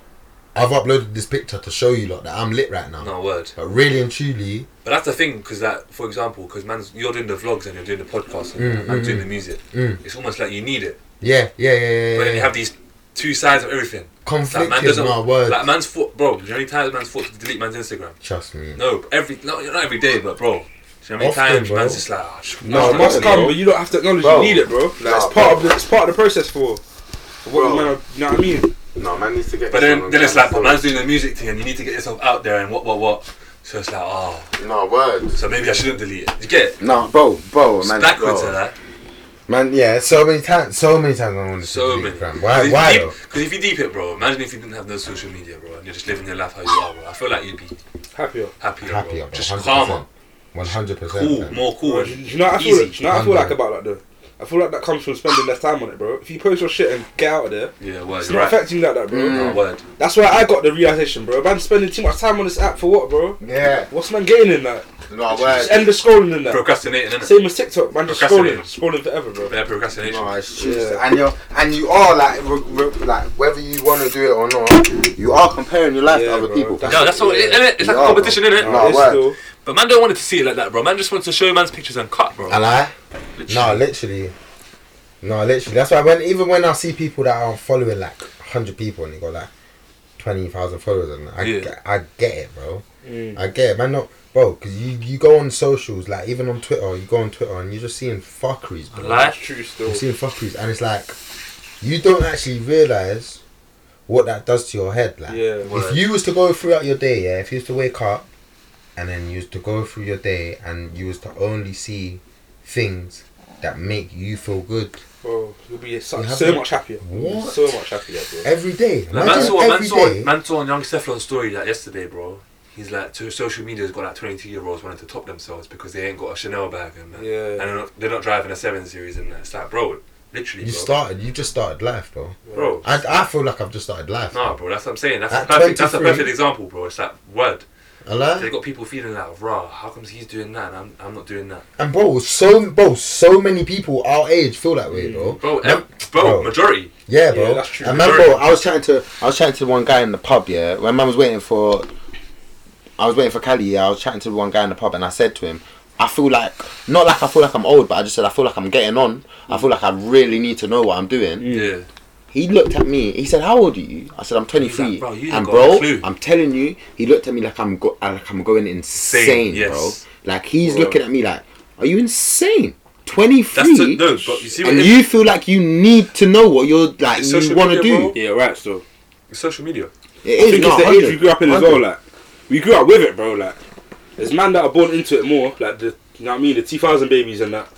Speaker 3: I've uploaded this picture to show you lot that I'm lit right now.
Speaker 4: No word.
Speaker 3: But really and truly,
Speaker 4: But that's the thing, because that, for example, because man's you're doing the vlogs and you're doing the podcast and
Speaker 3: Mm,
Speaker 4: man's
Speaker 3: mm,
Speaker 4: doing the music.
Speaker 3: mm.
Speaker 4: It's almost like you need it.
Speaker 3: yeah, yeah, yeah, yeah.
Speaker 4: But then
Speaker 3: yeah.
Speaker 4: you have these two sides of everything. Like
Speaker 3: conflicting.
Speaker 4: man doesn't.
Speaker 3: my word.
Speaker 4: Like man's thought, bro. Do you know how many times man's thought to delete man's Instagram?
Speaker 3: Trust me.
Speaker 4: No, every not, not every day, but bro. Do you know how many
Speaker 3: Often,
Speaker 4: times
Speaker 3: bro.
Speaker 4: man's just like, oh, sh-
Speaker 1: No, it
Speaker 4: man,
Speaker 1: must
Speaker 4: bro.
Speaker 1: come, but you don't have to acknowledge
Speaker 6: Bro.
Speaker 1: you need it, bro. Like,
Speaker 7: Nah,
Speaker 1: it's part of the, it's part of the process for. for What
Speaker 7: Bro.
Speaker 1: you, man, you know what I mean?
Speaker 7: No, man needs to get.
Speaker 4: But then,
Speaker 7: someone
Speaker 4: then it's
Speaker 7: to-
Speaker 4: like, but man's doing the music thing, and you need to get yourself out there and what, what, what. So it's like, oh,
Speaker 6: No words.
Speaker 4: so maybe I shouldn't delete it. Do you get it?
Speaker 6: No, bro, bro,
Speaker 4: It's
Speaker 6: man.
Speaker 4: backwards
Speaker 6: bro.
Speaker 4: to that.
Speaker 3: Man, yeah, so many times, so many times I want to
Speaker 4: So
Speaker 3: so
Speaker 4: many.
Speaker 3: Instagram. Why? Why though?
Speaker 4: Because if you deep it, bro, imagine if you didn't have no social media, bro, and you're just living your life how you are, bro. I feel like you'd be
Speaker 1: Happier.
Speaker 4: happier,
Speaker 3: Happier,
Speaker 4: bro.
Speaker 3: bro.
Speaker 4: just
Speaker 3: 100%.
Speaker 4: calmer,
Speaker 3: One hundred percent.
Speaker 4: cool, more cool.
Speaker 1: Bro,
Speaker 4: and
Speaker 1: do you know what I feel?
Speaker 4: easy.
Speaker 1: Like, do you know what I feel like
Speaker 3: Under.
Speaker 1: about that though? I feel like that comes from spending less time on it, bro. If you post your shit and get out of there,
Speaker 4: Yeah, word.
Speaker 1: it's
Speaker 4: You're
Speaker 1: not
Speaker 4: right. Mm.
Speaker 1: affecting you like that, bro.
Speaker 4: No, word.
Speaker 1: That's why I got the realization, bro. Man, spending too much time on this app for what, bro?
Speaker 3: Yeah.
Speaker 1: What's man gaining in that?
Speaker 3: Oh,
Speaker 6: No
Speaker 1: Just
Speaker 6: words.
Speaker 1: end the scrolling in that.
Speaker 4: Procrastinating, innit?
Speaker 1: Same as TikTok, man. Just scrolling,
Speaker 4: Procrastinating.
Speaker 1: scrolling forever, bro.
Speaker 4: Yeah, procrastination.
Speaker 6: No, it's just,
Speaker 1: Yeah.
Speaker 6: and you're and you are like re, re, like whether you want to do it or not, you are comparing your life
Speaker 1: Yeah,
Speaker 6: to other
Speaker 1: bro.
Speaker 6: people.
Speaker 1: That's-
Speaker 4: No, that's what it is, innit? It's like
Speaker 6: Yeah,
Speaker 4: a competition, innit?
Speaker 1: Nah,
Speaker 6: No,
Speaker 1: it's
Speaker 6: word.
Speaker 1: still-
Speaker 4: But man don't want it to see it like that, bro. Man just wants to show man's pictures and cut, bro.
Speaker 3: And I? No, literally. No, literally. That's why when even when I see people that are following like hundred people and they got like twenty thousand followers, and I
Speaker 4: Yeah.
Speaker 3: get, I get it, bro.
Speaker 6: Mm.
Speaker 3: I get it, man. Not bro, because you you go on socials, like even on Twitter, you go on Twitter and you're just seeing fuckeries,
Speaker 1: That's
Speaker 3: bro.
Speaker 4: Like,
Speaker 1: true, still.
Speaker 3: You're seeing fuckeries, and it's like you don't actually realize what that does to your head, like.
Speaker 1: Yeah.
Speaker 3: If you was to go throughout your day, yeah, if you was to wake up and then you was to go through your day and you was to only see things that make you feel good,
Speaker 1: Bro,
Speaker 8: You'll be so,
Speaker 3: You have
Speaker 8: so
Speaker 3: to-
Speaker 8: much happier.
Speaker 3: What?
Speaker 8: So much happier, bro.
Speaker 3: Every day.
Speaker 4: Like,
Speaker 3: Imagine
Speaker 4: man, saw, man,
Speaker 3: every
Speaker 4: saw,
Speaker 3: day.
Speaker 4: man saw on Young Stefflon's story that yesterday, bro. He's like, to social media's got like 22 year olds wanting to top themselves because they ain't got a Chanel bag and that.
Speaker 8: Yeah.
Speaker 4: And they're not, they're not driving a 7 Series and that. It's like, bro, literally,
Speaker 3: You
Speaker 4: bro.
Speaker 3: started. You just started life, bro.
Speaker 4: bro.
Speaker 3: I, I feel like I've just started life.
Speaker 4: Nah, bro, that's what I'm saying. That's a
Speaker 3: At
Speaker 4: perfect, that's a
Speaker 3: 23.
Speaker 4: perfect example, bro. It's like, word. They
Speaker 3: Hello?
Speaker 4: got people feeling like, rah, how comes he's doing that and I'm, I'm not doing that?
Speaker 3: And bro, so bro, so many people our age feel that
Speaker 4: Mm.
Speaker 3: way, bro.
Speaker 4: Bro,
Speaker 3: Man-
Speaker 4: em- bro,
Speaker 3: bro.
Speaker 4: majority.
Speaker 3: Yeah, bro.
Speaker 8: Yeah, that's true.
Speaker 3: And man, bro, I was chatting to I was chatting to one guy in the pub. Yeah, when man was waiting for, I was waiting for Cali. Yeah, I was chatting to one guy in the pub, and I said to him, I feel like not like I feel like I'm old, but I just said I feel like I'm getting on. I feel like I really need to know what I'm doing.
Speaker 1: Hmm.
Speaker 4: Yeah.
Speaker 3: He looked at me. He said, "How old are you?" I said, "I'm 23."
Speaker 4: He's like, "Bro, you ain't
Speaker 3: and
Speaker 4: got
Speaker 3: bro,
Speaker 4: a clue."
Speaker 3: I'm telling you, he looked at me like I'm go- like I'm going insane,
Speaker 4: Insane,
Speaker 3: bro.
Speaker 4: yes.
Speaker 3: Like he's
Speaker 1: Bro.
Speaker 3: looking at me like, "Are you insane?" 23.
Speaker 4: That's the, no, but you see what
Speaker 3: and
Speaker 4: it-
Speaker 3: you feel like you need to know what you're like
Speaker 4: It's
Speaker 3: you
Speaker 4: social
Speaker 3: want to
Speaker 4: media,
Speaker 3: do.
Speaker 4: bro.
Speaker 1: Yeah, right. So
Speaker 4: social media.
Speaker 3: It
Speaker 1: I
Speaker 3: is,
Speaker 1: think
Speaker 3: no,
Speaker 1: it's the
Speaker 3: 100,
Speaker 1: age we grew up in as
Speaker 3: 100.
Speaker 1: well. Like we grew up with it, bro. Like there's man that are born into it more. Like the you know what I mean, the 2000 babies and that.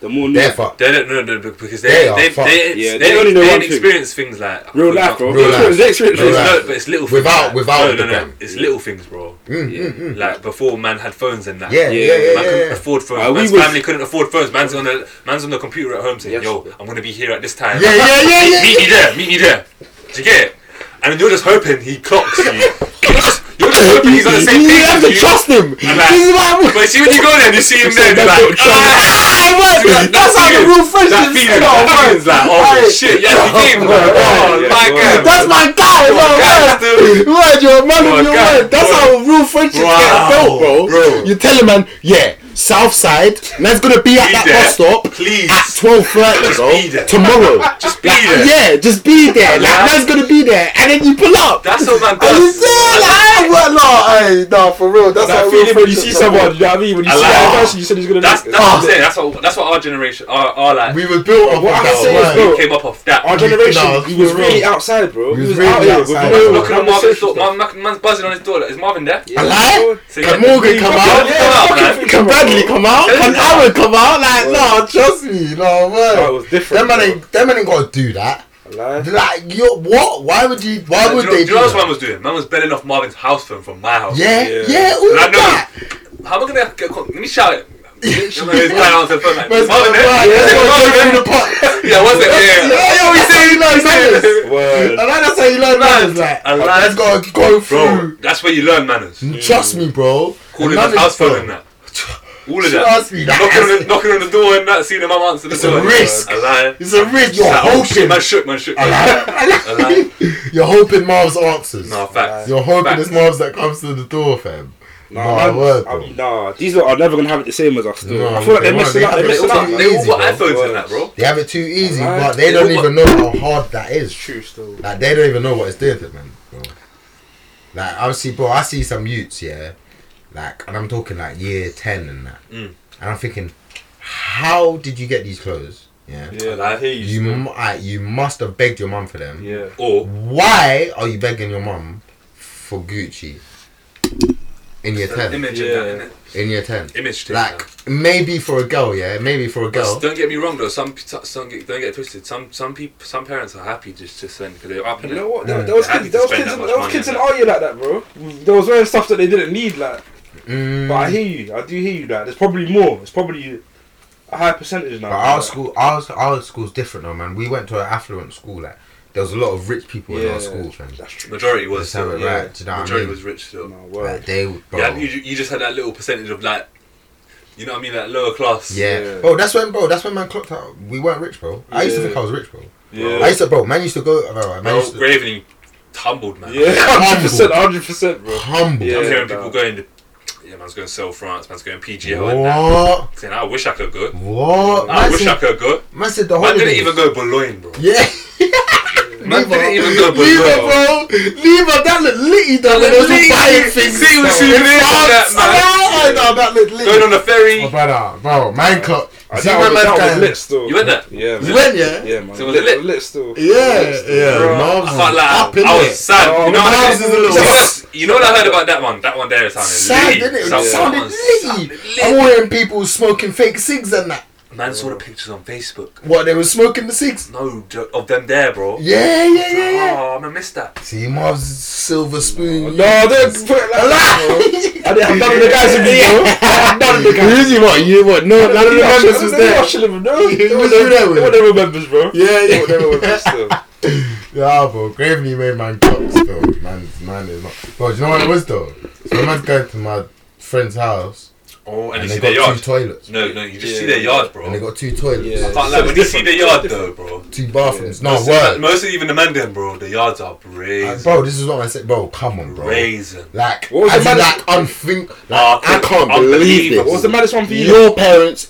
Speaker 1: The more new.
Speaker 3: They're
Speaker 4: [LAUGHS]
Speaker 3: fucked.
Speaker 4: They don't know no, no, because they
Speaker 3: They
Speaker 4: they
Speaker 3: are
Speaker 4: they,
Speaker 3: fucked.
Speaker 4: they,
Speaker 1: Yeah,
Speaker 4: they, they,
Speaker 1: they only know one
Speaker 4: don't
Speaker 1: thing.
Speaker 4: experience things like
Speaker 1: Real life, bro.
Speaker 3: Real life.
Speaker 1: It's experience.
Speaker 4: But it's,
Speaker 3: Real
Speaker 4: no,
Speaker 3: life.
Speaker 4: but it's little
Speaker 3: Without-
Speaker 4: things, like-
Speaker 3: without
Speaker 4: no,
Speaker 3: the
Speaker 4: no, no,
Speaker 3: gram.
Speaker 4: it's little things, bro. Like before, man had phones and that.
Speaker 3: mm. Yeah, yeah, yeah, yeah,
Speaker 4: man couldn't
Speaker 3: yeah.
Speaker 4: afford phones.
Speaker 1: Uh, we
Speaker 4: man's
Speaker 1: was-
Speaker 4: family couldn't afford phones. Man's on the man's on the computer at home saying,
Speaker 1: Yes.
Speaker 4: "Yo, I'm gonna be here at this time.
Speaker 3: Yeah, yeah, yeah, yeah,
Speaker 4: meet me there. Meet me there." Do you get it? And you're just hoping he
Speaker 3: [LAUGHS]
Speaker 4: clocks you. you're just you're just hoping he's on the same
Speaker 3: you
Speaker 4: page
Speaker 3: have
Speaker 4: as
Speaker 3: to
Speaker 4: you.
Speaker 3: trust him.
Speaker 4: I'm
Speaker 3: This is
Speaker 4: like,
Speaker 3: what I'm-
Speaker 4: but see when you go there, and you see him there, and
Speaker 3: [LAUGHS]
Speaker 4: you're
Speaker 3: That's
Speaker 4: like,
Speaker 3: what
Speaker 4: [LAUGHS]
Speaker 3: I'm
Speaker 4: "Ah!"
Speaker 3: Like, That's how the real
Speaker 4: That
Speaker 3: friendships [LAUGHS]
Speaker 4: feeling,
Speaker 3: start,
Speaker 4: that
Speaker 3: bro.
Speaker 4: feeling's like, oh
Speaker 3: Hey,
Speaker 4: shit, yes, he
Speaker 3: [LAUGHS]
Speaker 4: came, bro. Oh,
Speaker 3: yeah,
Speaker 4: my
Speaker 3: yeah.
Speaker 4: God.
Speaker 3: That's my guy,
Speaker 4: God,
Speaker 3: bro.
Speaker 4: dude.
Speaker 3: Word, word, you're a man
Speaker 4: My
Speaker 3: of your
Speaker 4: God,
Speaker 3: word. That's
Speaker 4: bro.
Speaker 3: how real friendships
Speaker 4: Wow.
Speaker 3: get built, bro.
Speaker 4: Bro.
Speaker 3: You tell a man, yeah, South Side, man's gonna be at
Speaker 4: Be
Speaker 3: that
Speaker 4: there.
Speaker 3: bus stop
Speaker 4: Please.
Speaker 3: at twelve thirty,
Speaker 4: Just
Speaker 3: bro.
Speaker 4: be there.
Speaker 3: Tomorrow.
Speaker 4: Just be
Speaker 3: Like,
Speaker 4: there.
Speaker 3: Yeah, just be there. Like,
Speaker 4: Yeah.
Speaker 3: man's gonna be there, and then you pull up.
Speaker 4: That's what
Speaker 3: And
Speaker 4: man
Speaker 3: you
Speaker 4: does.
Speaker 3: say, like, what, like, hey, nah, for real. That's
Speaker 1: That
Speaker 3: how
Speaker 1: feeling when
Speaker 3: real
Speaker 1: you
Speaker 3: friendships
Speaker 1: see
Speaker 3: are built.
Speaker 1: someone, you know what I mean? When you
Speaker 4: I
Speaker 1: see
Speaker 4: like-
Speaker 1: that person, you said he's gonna
Speaker 4: That's,
Speaker 1: do
Speaker 4: that's what I'm saying. That's what that's what our generation are, are like.
Speaker 3: Oh. We were built on
Speaker 1: What I'm
Speaker 3: that.
Speaker 1: saying is,
Speaker 3: word.
Speaker 1: bro,
Speaker 4: We came up off that.
Speaker 1: Our generation,
Speaker 3: Nah,
Speaker 1: he was
Speaker 3: for real.
Speaker 1: really outside, bro.
Speaker 3: He
Speaker 1: He
Speaker 3: was
Speaker 1: was,
Speaker 3: really
Speaker 1: out here
Speaker 3: outside.
Speaker 1: with no
Speaker 4: Knocking on Marvin's door.
Speaker 1: conversation.
Speaker 4: Man, man- man's buzzing on his door. Like, is Marvin there?
Speaker 3: A lie?
Speaker 4: So
Speaker 3: Can
Speaker 4: yeah,
Speaker 3: Morgan come out?
Speaker 4: yeah, yeah,
Speaker 3: Can-
Speaker 4: yeah.
Speaker 3: Can Bradley come out?
Speaker 4: Yeah.
Speaker 3: Can Aaron come out? Like, no, trust me, no,
Speaker 1: That
Speaker 3: man.
Speaker 1: was different.
Speaker 3: Them man
Speaker 1: bro.
Speaker 3: ain't, them man ain't gotta do that.
Speaker 1: Like,
Speaker 3: Like, you what? Why would you? Why
Speaker 4: do you
Speaker 3: would
Speaker 4: know,
Speaker 3: they
Speaker 4: do you know what
Speaker 3: that?
Speaker 4: man was doing? Man was belling off Marvin's house phone from my house.
Speaker 3: Yeah, yeah,
Speaker 1: Yeah.
Speaker 3: all
Speaker 4: I know.
Speaker 3: that.
Speaker 4: How am I gonna get? Let me shout it. You know, this guy answered the phone like,
Speaker 3: Man's
Speaker 4: "Is Marvin
Speaker 3: gonna
Speaker 4: there?
Speaker 3: buy-
Speaker 4: Is
Speaker 3: they're gonna
Speaker 4: Marvin
Speaker 3: go
Speaker 4: there?"
Speaker 3: through the pot.
Speaker 4: Yeah, was
Speaker 3: Yeah,
Speaker 4: it?
Speaker 3: yeah, we say you know manners.
Speaker 1: word.
Speaker 3: And that's how you learn manners. Like,
Speaker 4: A lie.
Speaker 3: man's gotta go
Speaker 4: Yeah,
Speaker 3: through.
Speaker 4: bro. That's where you learn manners.
Speaker 3: Trust me, bro.
Speaker 4: Calling
Speaker 3: Manners,
Speaker 4: his house
Speaker 3: bro.
Speaker 4: phone and that. All of that.
Speaker 3: Trust me,
Speaker 4: Knocking on,
Speaker 3: that's
Speaker 4: the, knocking on the door and not seeing the mum answer the
Speaker 3: It's a
Speaker 4: door.
Speaker 3: risk.
Speaker 4: A lie.
Speaker 3: It's a risk. You're
Speaker 4: Like, oh shit,
Speaker 3: hoping.
Speaker 4: man shook, man shook.
Speaker 3: A
Speaker 4: [LAUGHS]
Speaker 3: lie.
Speaker 4: A lie.
Speaker 3: [LAUGHS] You're hoping Marv's answers.
Speaker 4: No, facts.
Speaker 3: You're hoping
Speaker 4: Facts.
Speaker 3: it's Marv's that comes to the door, fam.
Speaker 1: Nah,
Speaker 3: Nah,
Speaker 1: man,
Speaker 3: word,
Speaker 1: I
Speaker 3: bro.
Speaker 1: mean, nah, these lot are never gonna have it the same as us. Still,
Speaker 3: No,
Speaker 1: I feel like
Speaker 3: they
Speaker 1: they're missing
Speaker 3: won't.
Speaker 1: out. They're
Speaker 3: They
Speaker 1: missing
Speaker 3: all-
Speaker 1: out.
Speaker 4: They all
Speaker 3: Easy,
Speaker 4: got
Speaker 3: bro.
Speaker 4: iPhones in that, bro.
Speaker 3: They have it too easy,
Speaker 1: Alright.
Speaker 3: but they
Speaker 4: They
Speaker 3: don't
Speaker 4: all
Speaker 3: even know how hard that is.
Speaker 8: True still.
Speaker 3: Like they don't even know what it's doing to them, bro. Like obviously, bro, I see some youths, yeah, like, and I'm talking like year ten and that,
Speaker 4: Mm.
Speaker 3: and I'm thinking, how did you get these clothes? Yeah,
Speaker 8: Yeah,
Speaker 4: I
Speaker 8: like,
Speaker 4: hear
Speaker 3: you, mu- like, you must have begged your mum for them.
Speaker 8: yeah.
Speaker 4: Or
Speaker 3: Why are you begging your mum for Gucci in year
Speaker 4: an
Speaker 3: ten?
Speaker 4: image
Speaker 8: Yeah.
Speaker 4: of that, innit?
Speaker 3: In year ten,
Speaker 4: image thing.
Speaker 3: like
Speaker 4: man.
Speaker 3: maybe for a girl, yeah, maybe for a girl.
Speaker 4: But Don't get me wrong though. Some, some get- don't get twisted. Some some people some parents are happy just to send because they're up in
Speaker 1: You
Speaker 4: it.
Speaker 1: know what? There,
Speaker 3: Mm.
Speaker 1: there was
Speaker 4: They had
Speaker 1: kids.
Speaker 4: to
Speaker 1: There was
Speaker 4: spend
Speaker 1: kids.
Speaker 4: that
Speaker 1: In,
Speaker 4: much
Speaker 1: there was
Speaker 4: money
Speaker 1: kids
Speaker 4: on
Speaker 1: in
Speaker 4: that.
Speaker 1: our year like that, bro. There was wearing stuff that they didn't need. Like,
Speaker 3: Mm.
Speaker 1: but I hear you. I do hear you. Like, there's probably more. It's probably a higher percentage now.
Speaker 3: But our school, our our school's different though, man. We went to an affluent school. Like there was a lot of rich people in
Speaker 1: Yeah.
Speaker 3: our school, fam.
Speaker 1: That's true.
Speaker 4: Majority was
Speaker 3: Just have it
Speaker 4: still,
Speaker 3: right. Do you know what I
Speaker 4: majority
Speaker 3: mean?
Speaker 4: was rich still.
Speaker 1: No,
Speaker 3: Like
Speaker 1: word.
Speaker 3: they, bro.
Speaker 4: Yeah, you, ju- you just had that little percentage of like, you know what I mean, that lower class.
Speaker 3: Yeah.
Speaker 1: Yeah.
Speaker 3: bro. That's when, bro. That's when man clocked out. We weren't rich, bro. I used to
Speaker 1: Yeah.
Speaker 3: think I was rich, bro.
Speaker 1: Yeah.
Speaker 3: I used to, bro. Man used to go, bro. Man
Speaker 4: Bro,
Speaker 3: used to
Speaker 4: Graveney tumbled man.
Speaker 1: Yeah, [LAUGHS] hundred percent, hundred percent, bro.
Speaker 3: humble.
Speaker 1: Yeah.
Speaker 4: I'm hearing
Speaker 1: no.
Speaker 4: people going. To, yeah, man's going to sell France. Man's going PGL. And that.
Speaker 3: What?
Speaker 4: Saying, I wish I could go.
Speaker 3: What?
Speaker 4: I
Speaker 3: Man
Speaker 4: wish I
Speaker 3: said,
Speaker 4: could go.
Speaker 3: man said the
Speaker 4: Man didn't
Speaker 3: holidays.
Speaker 4: even go Boulogne, bro.
Speaker 3: Yeah.
Speaker 4: [LAUGHS] Man didn't even go
Speaker 3: Leave her,
Speaker 4: Boulogne.
Speaker 3: bro. Leave her. That looked litty, though. When they was
Speaker 4: Litty.
Speaker 3: buying things.
Speaker 4: See what
Speaker 3: bro.
Speaker 4: she
Speaker 3: In
Speaker 4: did with that,
Speaker 3: France, I
Speaker 4: man.
Speaker 3: know, that looked litty.
Speaker 4: Going on the ferry.
Speaker 3: Oh, brother, bro, man clock.
Speaker 1: I
Speaker 3: See
Speaker 1: that
Speaker 3: where
Speaker 1: was,
Speaker 3: man's
Speaker 1: that was
Speaker 3: going?
Speaker 1: lit still.
Speaker 4: You went there?
Speaker 1: Yeah,
Speaker 3: You
Speaker 1: man.
Speaker 3: went, yeah?
Speaker 1: Yeah, man.
Speaker 4: So was it lit?
Speaker 1: Lit still.
Speaker 3: Yeah, yeah. Marv's
Speaker 4: I can't
Speaker 3: up in
Speaker 4: lie. I
Speaker 3: it.
Speaker 4: was sad.
Speaker 1: Oh,
Speaker 4: you know what I
Speaker 3: Miles is a little
Speaker 4: heard? You know what I heard about that one? That one there is sounding
Speaker 3: Sad,
Speaker 4: lit.
Speaker 3: didn't it?
Speaker 4: Sound-
Speaker 3: It sounded
Speaker 4: sound-
Speaker 3: litty. I'm hearing people smoking fake cigs and that.
Speaker 4: Man saw the pictures on Facebook.
Speaker 3: What they were smoking the six?
Speaker 4: No, jo- of them there, bro.
Speaker 3: Yeah, yeah, yeah, yeah.
Speaker 4: Oh, I'm gonna miss that.
Speaker 3: See Marv's silver spoon.
Speaker 1: No,
Speaker 3: [LAUGHS]
Speaker 1: don't put it like that. bro. I didn't have none of the guys with me, bro. I had none of
Speaker 3: [LAUGHS]
Speaker 1: the guys.
Speaker 6: Really, what? You what? No, none of the members was
Speaker 1: They
Speaker 6: there.
Speaker 1: watching them, no. They were
Speaker 3: You was you there
Speaker 1: there-
Speaker 3: with?
Speaker 1: they were there with members, bro.
Speaker 3: Yeah, [LAUGHS]
Speaker 1: They were there with members still.
Speaker 3: Yeah, bro, gravely made man cups though. Man, man is not. Bro, do you know what it was though? So my man's going to my friend's house
Speaker 4: Oh, and,
Speaker 3: and,
Speaker 4: you see
Speaker 3: they
Speaker 4: their
Speaker 3: got
Speaker 4: yard.
Speaker 3: two toilets.
Speaker 4: No, no, you just
Speaker 1: Yeah.
Speaker 4: see their yard, bro.
Speaker 3: And they got two toilets,
Speaker 1: Yeah.
Speaker 4: Can't lie, when you see their yard though, bro.
Speaker 3: two bathrooms. No,
Speaker 4: Most-
Speaker 3: word.
Speaker 4: Most of even the men then, bro, the yards are
Speaker 3: Like,
Speaker 4: brazen.
Speaker 3: bro, this is what I said. Bro, come on, bro.
Speaker 4: Brazen.
Speaker 3: Like,
Speaker 1: What was
Speaker 3: as
Speaker 1: the
Speaker 3: in,
Speaker 1: matter-
Speaker 3: like, unthink. Like,
Speaker 4: Ah,
Speaker 3: I can't believe
Speaker 4: unbelievable.
Speaker 3: this.
Speaker 1: What was the maddest one for you?
Speaker 3: Your parents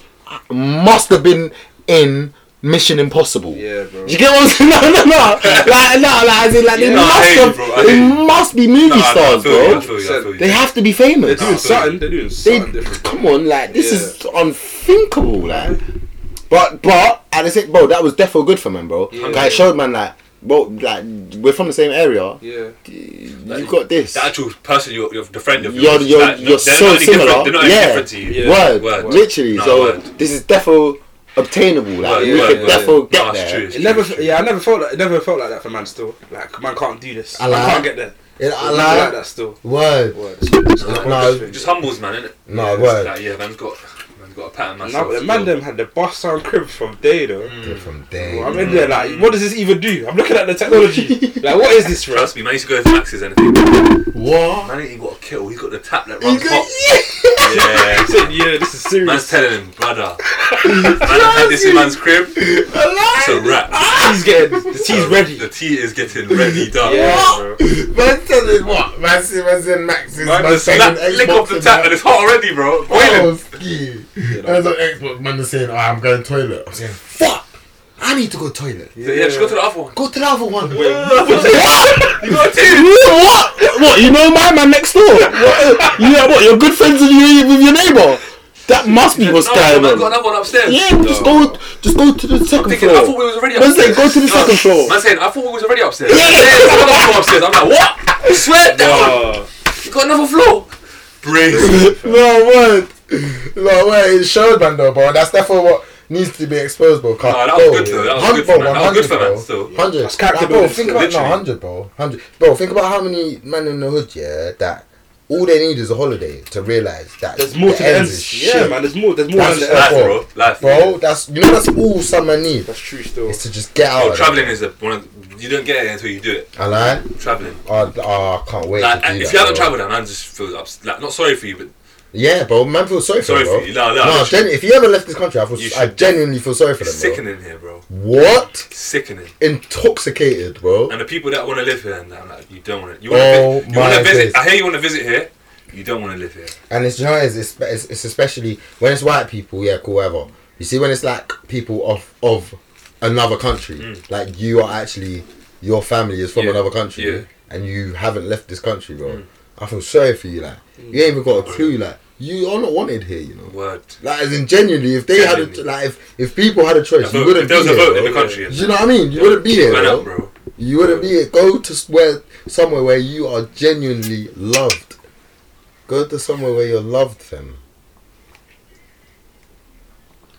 Speaker 3: must have been in Mission Impossible.
Speaker 1: Yeah, bro.
Speaker 3: Do you get what I'm saying? [LAUGHS] No, no, no. Like, no, like, as in, like, they
Speaker 4: Yeah, no, I
Speaker 3: must
Speaker 4: hear you,
Speaker 3: have.
Speaker 4: bro, I
Speaker 3: they
Speaker 4: hear you.
Speaker 3: must be movie
Speaker 4: Nah, nah, I
Speaker 3: stars,
Speaker 4: feel you, I
Speaker 3: bro.
Speaker 4: feel you, I feel you.
Speaker 3: They have to be
Speaker 1: They're
Speaker 3: famous.
Speaker 1: doing something. They're doing
Speaker 3: They,
Speaker 1: something different.
Speaker 3: come on, like this is unthinkable, like. But but at the same, bro, that was defo good for man, bro.
Speaker 1: Yeah.
Speaker 3: Like it showed man, like, bro, like we're from the same area.
Speaker 1: Yeah.
Speaker 3: You got this.
Speaker 4: The actual person, you're, you're the friend of
Speaker 3: You're-
Speaker 4: yours.
Speaker 3: you're-
Speaker 4: like,
Speaker 3: you're
Speaker 4: they're
Speaker 3: so
Speaker 4: not any different-
Speaker 3: similar.
Speaker 4: They're not any
Speaker 3: Yeah.
Speaker 4: different to you.
Speaker 1: Yeah.
Speaker 3: Word,
Speaker 4: Word.
Speaker 3: literally.
Speaker 4: No,
Speaker 3: so
Speaker 4: word.
Speaker 3: this is defo obtainable. Like
Speaker 4: Word,
Speaker 3: we
Speaker 4: word,
Speaker 3: could
Speaker 4: word.
Speaker 3: defo get
Speaker 4: Nah, it's
Speaker 3: there.
Speaker 4: true, it's
Speaker 1: It never,
Speaker 4: true, it's
Speaker 1: yeah, I never felt like, it never felt like that for man. Still, like man can't do this.
Speaker 3: I
Speaker 1: I
Speaker 3: lie.
Speaker 1: can't get there.
Speaker 3: It,
Speaker 1: I
Speaker 3: like-
Speaker 1: like that still.
Speaker 3: Word.
Speaker 1: Word. it's- it's
Speaker 3: No,
Speaker 1: a
Speaker 3: no,
Speaker 1: progress
Speaker 4: true.
Speaker 1: thing.
Speaker 4: It just humbles, man, innit?
Speaker 3: No,
Speaker 4: yeah, it's
Speaker 3: word.
Speaker 4: Like, yeah, man's got, man's got a pattern.
Speaker 1: And now the man them had the bus sound crib from day though.
Speaker 3: They're From there.
Speaker 1: I'm in there like, what does this even do? I'm looking at the
Speaker 3: [LAUGHS]
Speaker 1: technology. like, what is this, bro?
Speaker 4: Trust me, man used to go to Max's and anything.
Speaker 3: What?
Speaker 4: Man ain't even got a kettle, he's got the tap that
Speaker 3: You
Speaker 4: runs
Speaker 3: got-
Speaker 4: hot.
Speaker 3: [LAUGHS]
Speaker 4: Yeah.
Speaker 1: I said, yeah, this is serious.
Speaker 4: Man's telling him,
Speaker 3: [LAUGHS]
Speaker 4: brother, man had this in man's crib. It's a wrap.
Speaker 1: He's getting, the tea's ready.
Speaker 4: The tea is getting ready, done.
Speaker 1: Yeah, bro.
Speaker 3: Man said it what? Man said man said Max is
Speaker 4: Man,
Speaker 3: man
Speaker 4: just
Speaker 3: saying
Speaker 4: slap, lick
Speaker 3: Xbox
Speaker 4: off the tap and it's hot already, bro.
Speaker 3: [LAUGHS] Oh,
Speaker 4: Boiling.
Speaker 3: ski. That's on Xbox. Man is saying, oh, I'm going toilet. I'm saying, fuck. I need to go toilet.
Speaker 4: Yeah. just go to the other one.
Speaker 3: Go to the other one. [LAUGHS]
Speaker 4: You got a tea.
Speaker 3: what? What? You know my man next door? [LAUGHS] What? You know what? You're good friends with your, with your neighbour. That must be what's
Speaker 4: No,
Speaker 3: going
Speaker 4: man got
Speaker 3: on.
Speaker 4: another one upstairs.
Speaker 3: Yeah, just go, just go to the second
Speaker 4: Thinking, I thought we
Speaker 3: floor.
Speaker 4: was already
Speaker 3: Man
Speaker 4: upstairs.
Speaker 3: said, go to the second floor.
Speaker 4: Man saying, I thought we was already upstairs. Yeah, there's another floor upstairs. I'm like, what? I swear down.
Speaker 1: Uh,
Speaker 4: You got another floor. Brace.
Speaker 3: [LAUGHS] No word, no word. It showed man though, bro. That's definitely what needs to be exposed, bro.
Speaker 4: Nah, that was good though. That was good for man. That was good for man still.
Speaker 3: Hundred.
Speaker 1: That's character
Speaker 3: Like, bro,
Speaker 1: building
Speaker 3: think
Speaker 1: still,
Speaker 3: about no
Speaker 4: literally.
Speaker 3: hundred, bro. Hundred, bro. Think about how many men in the hood, yeah, that all they need is a holiday to realize that
Speaker 1: there's more to the
Speaker 3: ends
Speaker 1: ends.
Speaker 3: is
Speaker 1: Yeah,
Speaker 3: shit.
Speaker 1: man. There's more. There's more
Speaker 3: That's
Speaker 1: than the
Speaker 3: life,
Speaker 1: ends.
Speaker 4: Life,
Speaker 3: bro.
Speaker 4: bro. Life.
Speaker 3: Bro, that's you know that's all summer need
Speaker 1: That's true still.
Speaker 3: is to just get out.
Speaker 4: Oh,
Speaker 3: of
Speaker 4: traveling
Speaker 3: it.
Speaker 4: is a, one of the, you don't get it until you do it.
Speaker 3: I lie.
Speaker 4: Traveling.
Speaker 3: Oh, oh, I can't wait.
Speaker 4: Like,
Speaker 3: to do
Speaker 4: and if
Speaker 3: that,
Speaker 4: you haven't
Speaker 3: bro.
Speaker 4: travelled, then I just feel ups- like not sorry for you, but
Speaker 3: yeah, bro, man, feel sorry,
Speaker 4: Sorry
Speaker 3: for, them,
Speaker 4: for you.
Speaker 3: bro.
Speaker 4: No, no,
Speaker 3: no.
Speaker 4: literally.
Speaker 3: Gen- if you ever left this country, I, feel,
Speaker 4: You
Speaker 3: I
Speaker 4: should-
Speaker 3: genuinely feel sorry for
Speaker 4: it's
Speaker 3: them. Bro.
Speaker 4: sickening here, bro.
Speaker 3: What?
Speaker 4: Sickening.
Speaker 3: intoxicated, bro.
Speaker 4: And the people that want to live here, and that, I'm like, you don't want to. You want to.
Speaker 3: Oh
Speaker 4: you want
Speaker 3: my
Speaker 4: to visit.
Speaker 3: days.
Speaker 4: I hear you want to visit here. You don't want to live here.
Speaker 3: And it's you know, it's, it's it's especially when it's white people, yeah, cool, whatever. You see, when it's like people of of another country, like you are actually your family is from
Speaker 4: Mm. Yeah,
Speaker 3: another country,
Speaker 4: yeah. Mm.
Speaker 3: and you haven't left this country, bro. I feel sorry for you, like you ain't even got a clue, like you are not wanted here, you know.
Speaker 4: Word.
Speaker 3: Like as in genuinely, if they had a,
Speaker 4: Genuinely.
Speaker 3: like if, if people had a
Speaker 4: A
Speaker 3: choice, you
Speaker 4: vote,
Speaker 3: wouldn't
Speaker 4: if there was
Speaker 3: be
Speaker 4: a
Speaker 3: here,
Speaker 4: vote
Speaker 3: bro.
Speaker 4: in the country,
Speaker 3: Do you know what I mean? You wouldn't be here,
Speaker 4: man
Speaker 3: bro.
Speaker 4: up, bro.
Speaker 3: You wouldn't be it. Go to s- where somewhere where you are genuinely loved. Go to somewhere where you're loved, fam.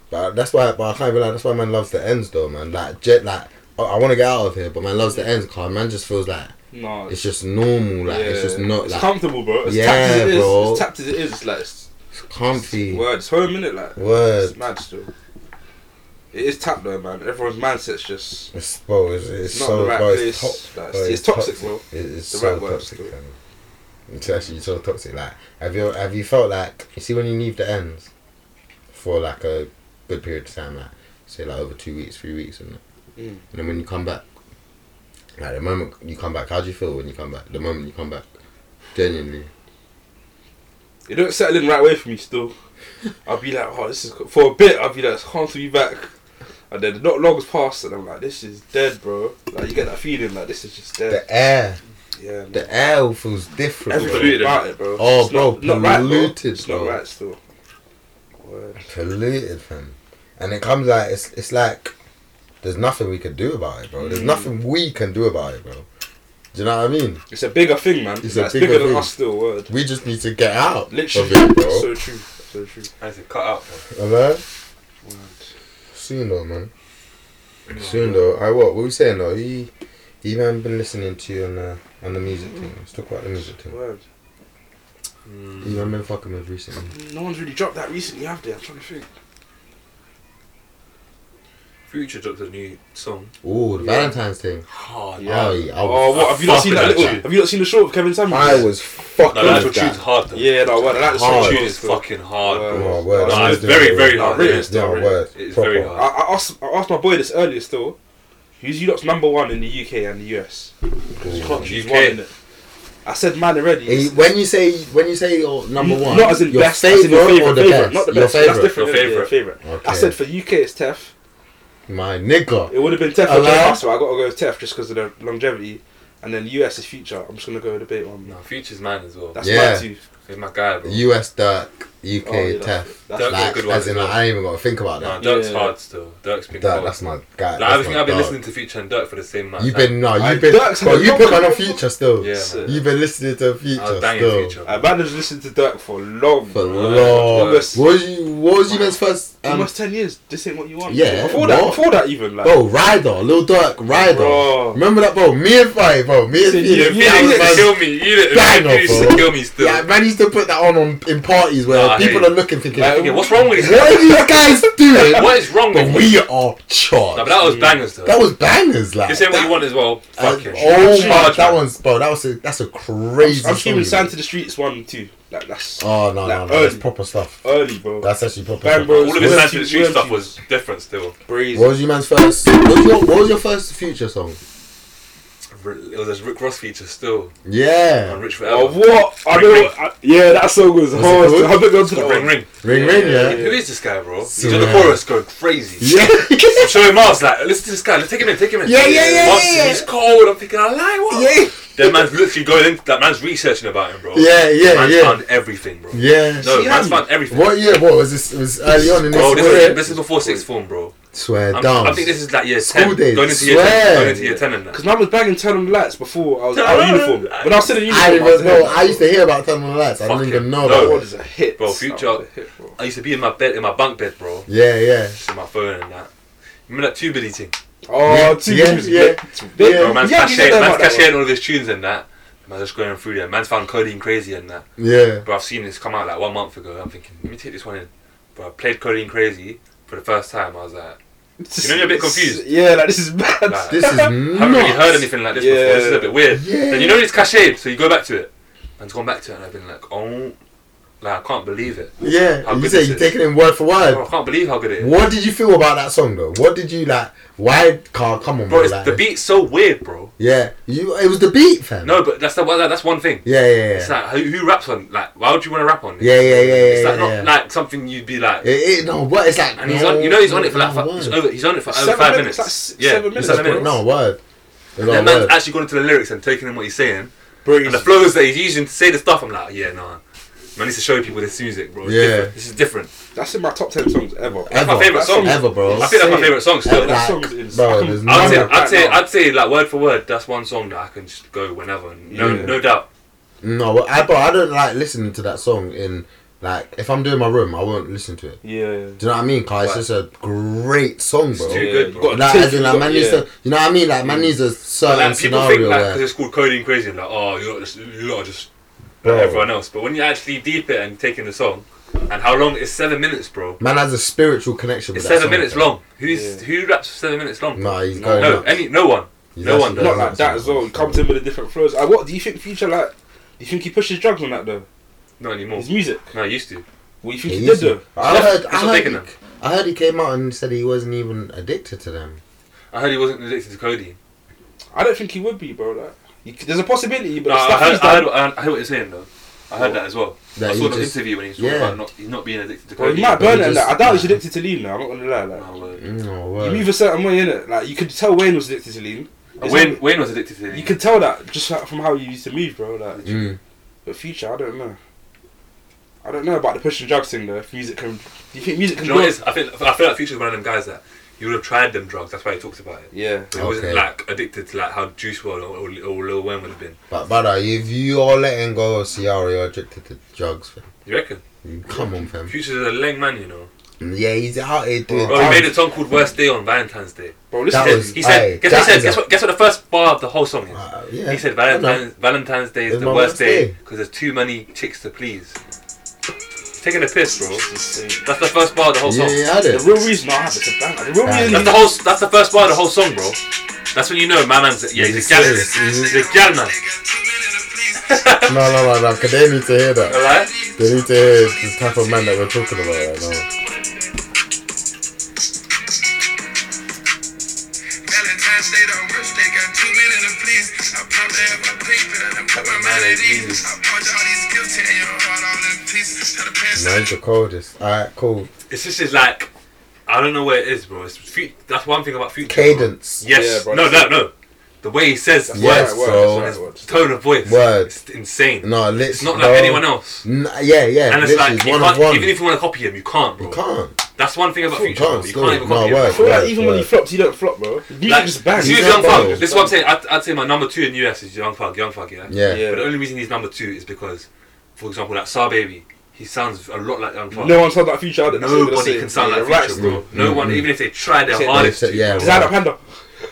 Speaker 3: But that's why. But I can't even lie. That's why man loves the ends, though, man. Like jet, like I, I want to get out of here, but man loves the ends. Cause man just feels like
Speaker 1: No,
Speaker 3: it's just normal. Like it's
Speaker 1: yeah.
Speaker 3: just not
Speaker 1: It's
Speaker 3: like
Speaker 1: comfortable, bro. As
Speaker 3: Yeah,
Speaker 1: tapped as it is,
Speaker 3: bro.
Speaker 1: as tapped as it is, it's like it's,
Speaker 3: comfy. Word.
Speaker 1: word, it's home minute, like it's mad still. It is tapped though, man. Everyone's mindset's just
Speaker 3: It's, bro, it's, it's
Speaker 1: not
Speaker 3: so
Speaker 1: the right
Speaker 3: bro,
Speaker 1: place.
Speaker 3: it's, top,
Speaker 1: Like,
Speaker 3: bro,
Speaker 1: it's- it's toxic, bro.
Speaker 3: It is
Speaker 1: The
Speaker 3: so
Speaker 1: right word,
Speaker 3: toxic.
Speaker 1: bro.
Speaker 3: man. It's actually so toxic. Like, have you have you felt like you see when you leave the ends for like a good period of time, like say like over two weeks, three weeks, and that.
Speaker 1: Mm.
Speaker 3: and then when you come back, like the moment you come back, how do you feel when you come back? The moment you come back, genuinely,
Speaker 1: it don't settle in right way for me still. [LAUGHS] I'll be like, oh, this is good. for a bit. I'll be like, it's hard to be back. And then not long has passed, and I'm like, this is dead, bro. Like you get that feeling, like this is just dead.
Speaker 3: the air,
Speaker 1: Yeah, man.
Speaker 3: the air feels different. bro.
Speaker 1: everything about it, bro.
Speaker 3: Oh,
Speaker 1: It's not-
Speaker 3: bro,
Speaker 1: not right, bro.
Speaker 3: polluted,
Speaker 1: It's not
Speaker 3: bro.
Speaker 1: right still. Word.
Speaker 3: polluted, fam. And it comes like it's it's like there's nothing we could do about it, bro.
Speaker 4: Mm.
Speaker 3: There's nothing we can do about it, bro. Do you know what I mean?
Speaker 1: It's a bigger thing, man.
Speaker 3: It's
Speaker 1: It's,
Speaker 3: a
Speaker 1: bigger,
Speaker 3: bigger
Speaker 1: than
Speaker 3: thing.
Speaker 1: us still. Word.
Speaker 3: We just need to get out
Speaker 1: Literally,
Speaker 3: of it,
Speaker 1: that's
Speaker 3: bro.
Speaker 1: so true. So true.
Speaker 4: I said, cut out, bro.
Speaker 3: Hello?
Speaker 1: Word.
Speaker 3: Soon though, man. Soon though. I what? What we saying though? He, he man been listening to you on uh, on the music thing. Let's talk about the music thing.
Speaker 1: Word.
Speaker 4: Hmm.
Speaker 3: He man been fucking with recently.
Speaker 1: No one's really dropped that recently, have they? I'm trying to think.
Speaker 4: Future dropped a new song.
Speaker 3: Ooh, the
Speaker 1: Yeah.
Speaker 3: Valentine's thing.
Speaker 4: Oh, yeah.
Speaker 3: Yeah. Oh, yeah, I
Speaker 1: Oh,
Speaker 3: was
Speaker 1: what? Have you not
Speaker 4: fuck
Speaker 1: seen
Speaker 4: with
Speaker 1: that
Speaker 4: that
Speaker 1: little?
Speaker 4: tune.
Speaker 1: Have you not seen the short of Kevin Samuels?
Speaker 3: I was fucking
Speaker 4: No, that
Speaker 3: with
Speaker 4: tune's
Speaker 3: that.
Speaker 4: hard though.
Speaker 1: Yeah, no, word. That
Speaker 4: That
Speaker 1: song
Speaker 4: tune
Speaker 1: is
Speaker 4: is fucking hard, bro.
Speaker 1: Wow.
Speaker 3: Oh, word.
Speaker 4: No,
Speaker 3: Someone's
Speaker 4: it's
Speaker 3: doing
Speaker 4: very,
Speaker 3: it.
Speaker 4: very hard.
Speaker 1: Yeah,
Speaker 4: yeah, it's
Speaker 3: yeah,
Speaker 4: not really-
Speaker 3: word.
Speaker 4: It's
Speaker 3: Proper.
Speaker 4: very hard.
Speaker 1: I, I asked I asked my boy this earlier still. Who's Europe's number one in the UK and the US? You can't choose
Speaker 4: UK.
Speaker 1: one in it. I said man already.
Speaker 3: Hey, When you say when you say your number one,
Speaker 1: Not as in
Speaker 3: your
Speaker 1: best, as in
Speaker 3: favorite
Speaker 1: your
Speaker 3: or
Speaker 1: favorite,
Speaker 3: the
Speaker 1: favorite,
Speaker 3: best?
Speaker 1: not the
Speaker 3: your
Speaker 1: best. That's
Speaker 3: favorite,
Speaker 1: different.
Speaker 4: Your
Speaker 1: isn't it? favorite.
Speaker 3: Okay.
Speaker 1: I said for UK it's Tef.
Speaker 3: my nigga.
Speaker 1: It would have been Tef or
Speaker 3: Hello?
Speaker 1: Jay so I gotta go with Tef just because of the longevity. And then US is Future. I'm just gonna go with the bait one.
Speaker 4: No, Future's man as well.
Speaker 1: That's
Speaker 3: Yeah.
Speaker 1: my two.
Speaker 4: He's my guy, bro.
Speaker 3: U.S. Dirk, U.K.
Speaker 1: Oh, yeah,
Speaker 3: Tef.
Speaker 1: That's
Speaker 4: Dirk's
Speaker 3: Like,
Speaker 4: a good one.
Speaker 3: as
Speaker 4: as
Speaker 3: in, like,
Speaker 4: well.
Speaker 3: I ain't even got to think about
Speaker 4: No,
Speaker 3: that.
Speaker 4: Dirk's
Speaker 1: Yeah.
Speaker 4: hard still. Dirk's been
Speaker 3: Dirk,
Speaker 4: cold.
Speaker 3: that's my guy.
Speaker 4: Like,
Speaker 3: that's
Speaker 4: everything
Speaker 3: my
Speaker 4: I've been
Speaker 3: dog.
Speaker 4: listening to Future and Dirk for the same amount. of
Speaker 3: You've
Speaker 4: time.
Speaker 3: been no,
Speaker 1: I-
Speaker 3: you've been.
Speaker 1: Dirk's
Speaker 3: Bro,
Speaker 1: had a
Speaker 3: you
Speaker 1: long
Speaker 3: been on
Speaker 1: time.
Speaker 3: a future still.
Speaker 4: Yeah,
Speaker 1: So-
Speaker 4: man.
Speaker 3: You've been listening to
Speaker 4: I
Speaker 3: future
Speaker 4: was banging
Speaker 3: still.
Speaker 4: Future.
Speaker 1: I
Speaker 4: bro.
Speaker 1: managed to listen to Dirk for long.
Speaker 3: For
Speaker 1: man.
Speaker 3: long.
Speaker 1: Almost,
Speaker 3: What was you? What was you man's first? Um,
Speaker 1: almost ten years. This ain't what you want.
Speaker 3: Yeah,
Speaker 1: Before that,
Speaker 3: what? Oh,
Speaker 1: before that even like.
Speaker 3: bro, Ryder, Lil Dirk, Ryder.
Speaker 1: Bro.
Speaker 3: Remember that, bro? Me and Fight, bro. Me and
Speaker 1: Said
Speaker 3: Fight.
Speaker 1: you
Speaker 4: Yeah,
Speaker 1: Yeah,
Speaker 4: you
Speaker 1: he
Speaker 4: used
Speaker 1: was
Speaker 4: to kill me. You didn't-
Speaker 3: banger,
Speaker 4: you used
Speaker 3: bro.
Speaker 4: to kill me still.
Speaker 3: Like, man used to put that on, on in parties where
Speaker 4: Nah, Oh, I
Speaker 3: people
Speaker 4: hate
Speaker 3: are looking, thinking,
Speaker 1: Like,
Speaker 4: Yeah, what's wrong with
Speaker 3: [LAUGHS]
Speaker 4: you?
Speaker 3: "What are these guys doing?"
Speaker 4: [LAUGHS] What is wrong
Speaker 3: But [LAUGHS]
Speaker 4: with
Speaker 3: we
Speaker 4: you?
Speaker 3: are charged.
Speaker 4: No, but that was bangers though.
Speaker 3: That was bangers, like.
Speaker 4: This ain't what
Speaker 3: that-
Speaker 4: you want as well.
Speaker 3: Uh,
Speaker 4: Fuck it.
Speaker 3: oh my,
Speaker 4: Charge,
Speaker 3: that
Speaker 4: man.
Speaker 3: one's bro. That was a, that's a crazy.
Speaker 1: I'm
Speaker 3: song,
Speaker 1: keeping
Speaker 3: you know.
Speaker 1: Sand to the Streets one too. Like that's
Speaker 3: Oh no, no,
Speaker 1: Like,
Speaker 3: no, that's
Speaker 1: early.
Speaker 3: proper stuff.
Speaker 1: early, bro.
Speaker 3: That's actually proper.
Speaker 1: Bang
Speaker 3: stuff.
Speaker 1: Bros.
Speaker 4: All of his
Speaker 1: Worm
Speaker 4: Sand to the
Speaker 1: Tubes,
Speaker 4: Street
Speaker 1: Worm
Speaker 4: stuff
Speaker 1: Tubes.
Speaker 4: was different still.
Speaker 1: crazy.
Speaker 3: What was your man's first? What was your, what was your first future song?
Speaker 4: It was a Rick Ross feature still. On
Speaker 3: Yeah,
Speaker 4: Rich
Speaker 1: Oh,
Speaker 4: Forever.
Speaker 1: what? I
Speaker 4: Ring,
Speaker 1: know.
Speaker 4: ring.
Speaker 1: I, yeah, that song was hard.
Speaker 3: good?
Speaker 1: I haven't gone to that
Speaker 4: Ring
Speaker 1: one.
Speaker 4: ring.
Speaker 3: ring ring, yeah, yeah.
Speaker 4: Who is this guy, bro? He's
Speaker 3: Yeah.
Speaker 4: on the chorus going crazy. I'm showing Mars like, listen to this guy, let's take him in, take him in.
Speaker 3: Yeah, yeah, yeah,
Speaker 4: Mars,
Speaker 3: yeah, yeah.
Speaker 4: He's cold. I'm thinking, I like what?
Speaker 3: Yeah,
Speaker 4: That man's literally going in. That man's researching about him, bro.
Speaker 3: [LAUGHS] yeah,
Speaker 4: That
Speaker 3: yeah,
Speaker 4: Man's
Speaker 3: yeah.
Speaker 4: found everything, bro.
Speaker 3: yeah.
Speaker 4: No,
Speaker 3: See, um,
Speaker 4: man's found everything.
Speaker 3: What year? What was this? It was early on in this
Speaker 4: Bro, this
Speaker 3: year.
Speaker 4: is, this is before sixth form, bro.
Speaker 3: Swear
Speaker 4: I'm,
Speaker 3: down.
Speaker 4: I think this is like year
Speaker 3: School
Speaker 4: ten,
Speaker 3: days,
Speaker 4: going into year
Speaker 3: swear.
Speaker 4: ten, going into year ten and that.
Speaker 1: Because man was bagging turn on the lights before I was out of uniform. When I was still in uniform,
Speaker 3: I didn't
Speaker 1: I was
Speaker 3: even know.
Speaker 1: ahead.
Speaker 3: I used to hear about Thelma Lights. I
Speaker 4: Fuck
Speaker 3: didn't even
Speaker 4: it.
Speaker 3: know
Speaker 1: That
Speaker 4: No.
Speaker 3: about
Speaker 1: one
Speaker 3: it.
Speaker 1: is a hit,
Speaker 4: Bro,
Speaker 1: That
Speaker 4: Future-
Speaker 1: was a hit, bro.
Speaker 4: I used to be in my bed, in my bunk bed, bro,
Speaker 3: Yeah, yeah.
Speaker 4: just in my phone and that. Remember that two biddy thing?
Speaker 1: Oh, two
Speaker 3: yeah,
Speaker 1: years.
Speaker 3: yeah.
Speaker 1: They-
Speaker 3: Yeah.
Speaker 4: Bro, man's
Speaker 1: yeah, you
Speaker 4: cashing,
Speaker 1: know about
Speaker 4: man's
Speaker 1: that
Speaker 4: cashing all of his tunes and that. Man's just going through them. Man's found codeine crazy and that.
Speaker 3: Yeah.
Speaker 4: Bro, I've seen this come out like one month ago. I'm thinking, let me take this one in. Bro, I played codeine crazy for the first time. I was like,
Speaker 1: one.
Speaker 4: You know you're a bit confused.
Speaker 1: Yeah, like this is bad.
Speaker 4: Like,
Speaker 3: This is
Speaker 4: I [LAUGHS] haven't really heard
Speaker 3: nuts.
Speaker 4: anything like this before. This is a bit weird.
Speaker 3: Yeah.
Speaker 4: Then you know it's cached, so you go back to it. Man's gone back to it, and I've been like, oh, like I can't believe it.
Speaker 3: Yeah.
Speaker 4: How
Speaker 3: You
Speaker 4: good
Speaker 3: say
Speaker 4: this
Speaker 3: you're
Speaker 4: is. Oh,
Speaker 3: taking it word for word.
Speaker 4: Bro, I can't believe how good it is.
Speaker 3: What did you feel about that song though? What did you like? Why car? Come on,
Speaker 4: Bro, it's,
Speaker 3: like
Speaker 4: the
Speaker 3: this.
Speaker 4: beat's so weird, bro.
Speaker 3: Yeah, you. It was the beat, fam.
Speaker 4: No, but that's the one. That's one thing.
Speaker 3: Yeah, yeah, yeah.
Speaker 4: It's like who, who raps on like why would you want to rap on this?
Speaker 3: yeah, yeah, yeah, yeah.
Speaker 4: It's like
Speaker 3: yeah,
Speaker 4: not
Speaker 3: yeah.
Speaker 4: like something you'd be like.
Speaker 3: It, it, no, what? It's like.
Speaker 4: And he's on, you know, he's on it for like
Speaker 3: no
Speaker 4: five, he's,
Speaker 3: word.
Speaker 4: over, he's on it for over
Speaker 1: Seven
Speaker 4: five
Speaker 1: minutes,
Speaker 4: minutes.
Speaker 1: that's
Speaker 4: yeah,
Speaker 1: seven
Speaker 4: it's
Speaker 1: minutes,
Speaker 4: seven
Speaker 1: bro.
Speaker 4: minutes.
Speaker 3: No word. It's
Speaker 4: That
Speaker 3: not
Speaker 4: man's
Speaker 3: word.
Speaker 4: actually gone into the lyrics and taken in what he's saying, and
Speaker 1: Crazy.
Speaker 4: the flows that he's using to say the stuff. I'm like, yeah, nah. Man needs to show people this music, bro. It's
Speaker 3: Yeah.
Speaker 4: different. this is different.
Speaker 1: That's in my top ten songs ever.
Speaker 3: Ever.
Speaker 4: my favourite
Speaker 1: That
Speaker 4: song.
Speaker 3: Ever, bro.
Speaker 4: I think that's my favorite song still.
Speaker 1: That
Speaker 3: Like,
Speaker 1: song is insane.
Speaker 3: bro,
Speaker 1: I
Speaker 3: there's
Speaker 1: can-
Speaker 3: no-
Speaker 4: I'd say,
Speaker 1: Right
Speaker 4: I'd say,
Speaker 1: now.
Speaker 4: I'd say, like word for word, that's one song that I can just go whenever. No,
Speaker 1: Yeah.
Speaker 4: no doubt.
Speaker 3: No, well, I, bro, I don't like listening to that song in like if I'm doing my room, I won't listen to it.
Speaker 1: Yeah.
Speaker 3: Do you know what I mean? Cause it's just a great song, bro.
Speaker 4: too
Speaker 1: Yeah,
Speaker 4: good,
Speaker 1: you
Speaker 4: bro.
Speaker 1: gotta
Speaker 3: Like,
Speaker 1: take
Speaker 3: as in,
Speaker 1: it,
Speaker 3: like, man needs
Speaker 1: yeah.
Speaker 3: to, you know what I mean? Like, man needs a certain
Speaker 4: Mm. Like, people think
Speaker 3: scenario
Speaker 4: like
Speaker 3: where,
Speaker 4: because it's called coding crazy, like oh, you're just, you're just
Speaker 3: Bro.
Speaker 4: like everyone else. But when you actually deep it and taking the song, and how long? It's seven minutes, bro.
Speaker 3: man has a spiritual connection with
Speaker 4: It's
Speaker 3: that
Speaker 4: seven
Speaker 3: song,
Speaker 4: minutes
Speaker 3: bro.
Speaker 4: long. Who's
Speaker 1: Yeah.
Speaker 4: who raps for seven minutes long?
Speaker 3: Nah, he's
Speaker 4: no,
Speaker 3: going nuts.
Speaker 4: any, no one.
Speaker 3: He's
Speaker 4: no one
Speaker 3: actually
Speaker 4: does.
Speaker 1: Not
Speaker 3: going
Speaker 1: like
Speaker 3: nuts,
Speaker 1: that
Speaker 3: man.
Speaker 1: as well. He comes in with a different flows. Like, what do you think Future like? Do you think he pushes drugs on that though?
Speaker 4: Not anymore.
Speaker 1: His music.
Speaker 4: No, I used to.
Speaker 1: What do you
Speaker 3: He
Speaker 1: think he, did
Speaker 3: used
Speaker 1: though?
Speaker 3: to. I
Speaker 4: Yeah,
Speaker 3: heard,
Speaker 4: it's not
Speaker 3: I heard,
Speaker 4: taking
Speaker 3: he,
Speaker 4: them.
Speaker 3: I heard he came out and said he wasn't even addicted to them.
Speaker 4: I heard he wasn't addicted to codeine.
Speaker 1: I don't think he would be, bro. Like, you, c- there's a possibility, but
Speaker 4: No,
Speaker 1: the
Speaker 4: I
Speaker 1: stuff
Speaker 4: heard,
Speaker 1: he's
Speaker 4: I,
Speaker 1: done,
Speaker 4: heard, I heard what you're saying though. I heard that as well.
Speaker 3: That
Speaker 4: I
Speaker 3: he
Speaker 4: saw the
Speaker 3: just-
Speaker 4: interview when he was talking
Speaker 3: yeah.
Speaker 4: about not, he's not being addicted to
Speaker 1: bro,
Speaker 4: codeine.
Speaker 1: he might
Speaker 3: but he
Speaker 1: burn it. And
Speaker 3: just-
Speaker 1: that. I doubt he's addicted to lean. Now, I'm not gonna lie. Like,
Speaker 4: Mm, No, uh, word.
Speaker 3: No
Speaker 1: you move
Speaker 3: way.
Speaker 1: a certain way in it. Like, you could tell Wayne was addicted to lean. It's
Speaker 4: Wayne,
Speaker 1: not-
Speaker 4: Wayne was addicted to it.
Speaker 1: you could tell that just like, from how he used to move, bro. Like,
Speaker 3: Mm.
Speaker 1: but Future, I don't know. I don't know about the pushing drugs thing though. If music can, do you think music
Speaker 4: Do
Speaker 1: can?
Speaker 4: you know what it
Speaker 1: do
Speaker 4: is? I think I feel like Future's one of them guys that he would have tried them drugs. That's why he talks about it.
Speaker 1: Yeah.
Speaker 4: He wasn't
Speaker 3: Okay.
Speaker 4: like addicted to like how Juice WRLD or, or, or Lil Wayne would have been.
Speaker 3: But brother, if you are letting go of Ciara, you're addicted to drugs, fam.
Speaker 4: You reckon?
Speaker 3: Come on, fam.
Speaker 4: Future's a leng man, you know.
Speaker 3: Mm. Yeah, he's out here doing.
Speaker 4: Bro, he made a
Speaker 3: drugs.
Speaker 4: song called Worst Day on Valentine's Day.
Speaker 1: Bro, listen
Speaker 3: That
Speaker 1: to
Speaker 3: was-
Speaker 1: this.
Speaker 4: He said,
Speaker 3: aye,
Speaker 4: guess, what
Speaker 3: that
Speaker 4: he said
Speaker 3: is
Speaker 4: guess,
Speaker 3: a-
Speaker 4: what, guess what the first bar of the whole song is?
Speaker 3: Uh, yeah.
Speaker 4: He said Valentine's, Valentine's Day is
Speaker 3: It's
Speaker 4: the
Speaker 3: my
Speaker 4: worst
Speaker 3: worst
Speaker 4: day
Speaker 3: day.
Speaker 4: because there's too many chicks to please. Taking a piss, bro. That's the first bar of the whole
Speaker 3: Yeah,
Speaker 4: song.
Speaker 3: yeah, I
Speaker 1: The
Speaker 3: did.
Speaker 1: real reason I have it to ban like, The real
Speaker 3: Nah.
Speaker 1: reason.
Speaker 4: That's the whole. That's the first bar of the whole song, bro. That's when you know my man's. Yeah, he's a gal.
Speaker 3: Serious.
Speaker 4: He's a gal man.
Speaker 3: No, no, no, no, because they need to hear that.
Speaker 4: Alright.
Speaker 3: They need to hear the type of man that we're talking about right now.
Speaker 8: Valentine's Day, the worst day. Got two men in the police. I popped that my paper and I put my mind at ease. I punch all these guilty and your heart all in pieces. Tell the past
Speaker 3: No, he's the coldest. Alright, cool.
Speaker 4: It's just is like, I don't know where it is, bro. It's fu- that's one thing about future. bro.
Speaker 3: Cadence.
Speaker 1: Yeah,
Speaker 4: Yes.
Speaker 1: bro,
Speaker 4: no,
Speaker 1: that's
Speaker 4: no, no. The way he says
Speaker 3: Yeah,
Speaker 4: words,
Speaker 1: Right, word,
Speaker 3: so-
Speaker 1: right,
Speaker 4: his
Speaker 1: word.
Speaker 4: tone of voice,
Speaker 3: Word.
Speaker 4: it's insane.
Speaker 3: No, literally.
Speaker 4: It's not like anyone else.
Speaker 3: yeah, yeah.
Speaker 4: And it's
Speaker 3: literally,
Speaker 4: like
Speaker 3: it's
Speaker 4: you
Speaker 3: one of
Speaker 4: can't,
Speaker 3: one.
Speaker 4: even if you want to copy him, you can't, bro.
Speaker 3: you can't.
Speaker 4: That's one thing about
Speaker 3: You
Speaker 4: future. bro.
Speaker 3: can't,
Speaker 4: You
Speaker 3: still.
Speaker 4: can't even
Speaker 3: No,
Speaker 4: copy
Speaker 3: word.
Speaker 4: him.
Speaker 1: I
Speaker 4: bro.
Speaker 1: feel like
Speaker 3: Right,
Speaker 1: even when he
Speaker 3: right.
Speaker 1: flops, he don't flop, bro. You
Speaker 4: Like,
Speaker 1: just bang.
Speaker 4: he's
Speaker 3: You
Speaker 4: Young
Speaker 3: don't
Speaker 4: Thug.
Speaker 3: know.
Speaker 4: This is what I'm saying. I'd, I'd say my number two in US is Young Thug. Young Thug, yeah.
Speaker 3: Yeah.
Speaker 1: Yeah.
Speaker 4: But the only reason he's number two is because, for example, that Saw Baby, he sounds a lot like Young Thug.
Speaker 1: No one sounds like Future. I don't- that's what I'm gonna
Speaker 4: Nobody
Speaker 1: say.
Speaker 4: can sound like
Speaker 1: Yeah, right, Mm-hmm.
Speaker 4: Future, bro.
Speaker 1: still.
Speaker 4: No one, even if they try their
Speaker 1: Say it,
Speaker 4: hardest,
Speaker 3: say it,
Speaker 4: to,
Speaker 3: yeah.
Speaker 4: bro.
Speaker 1: Design a panda.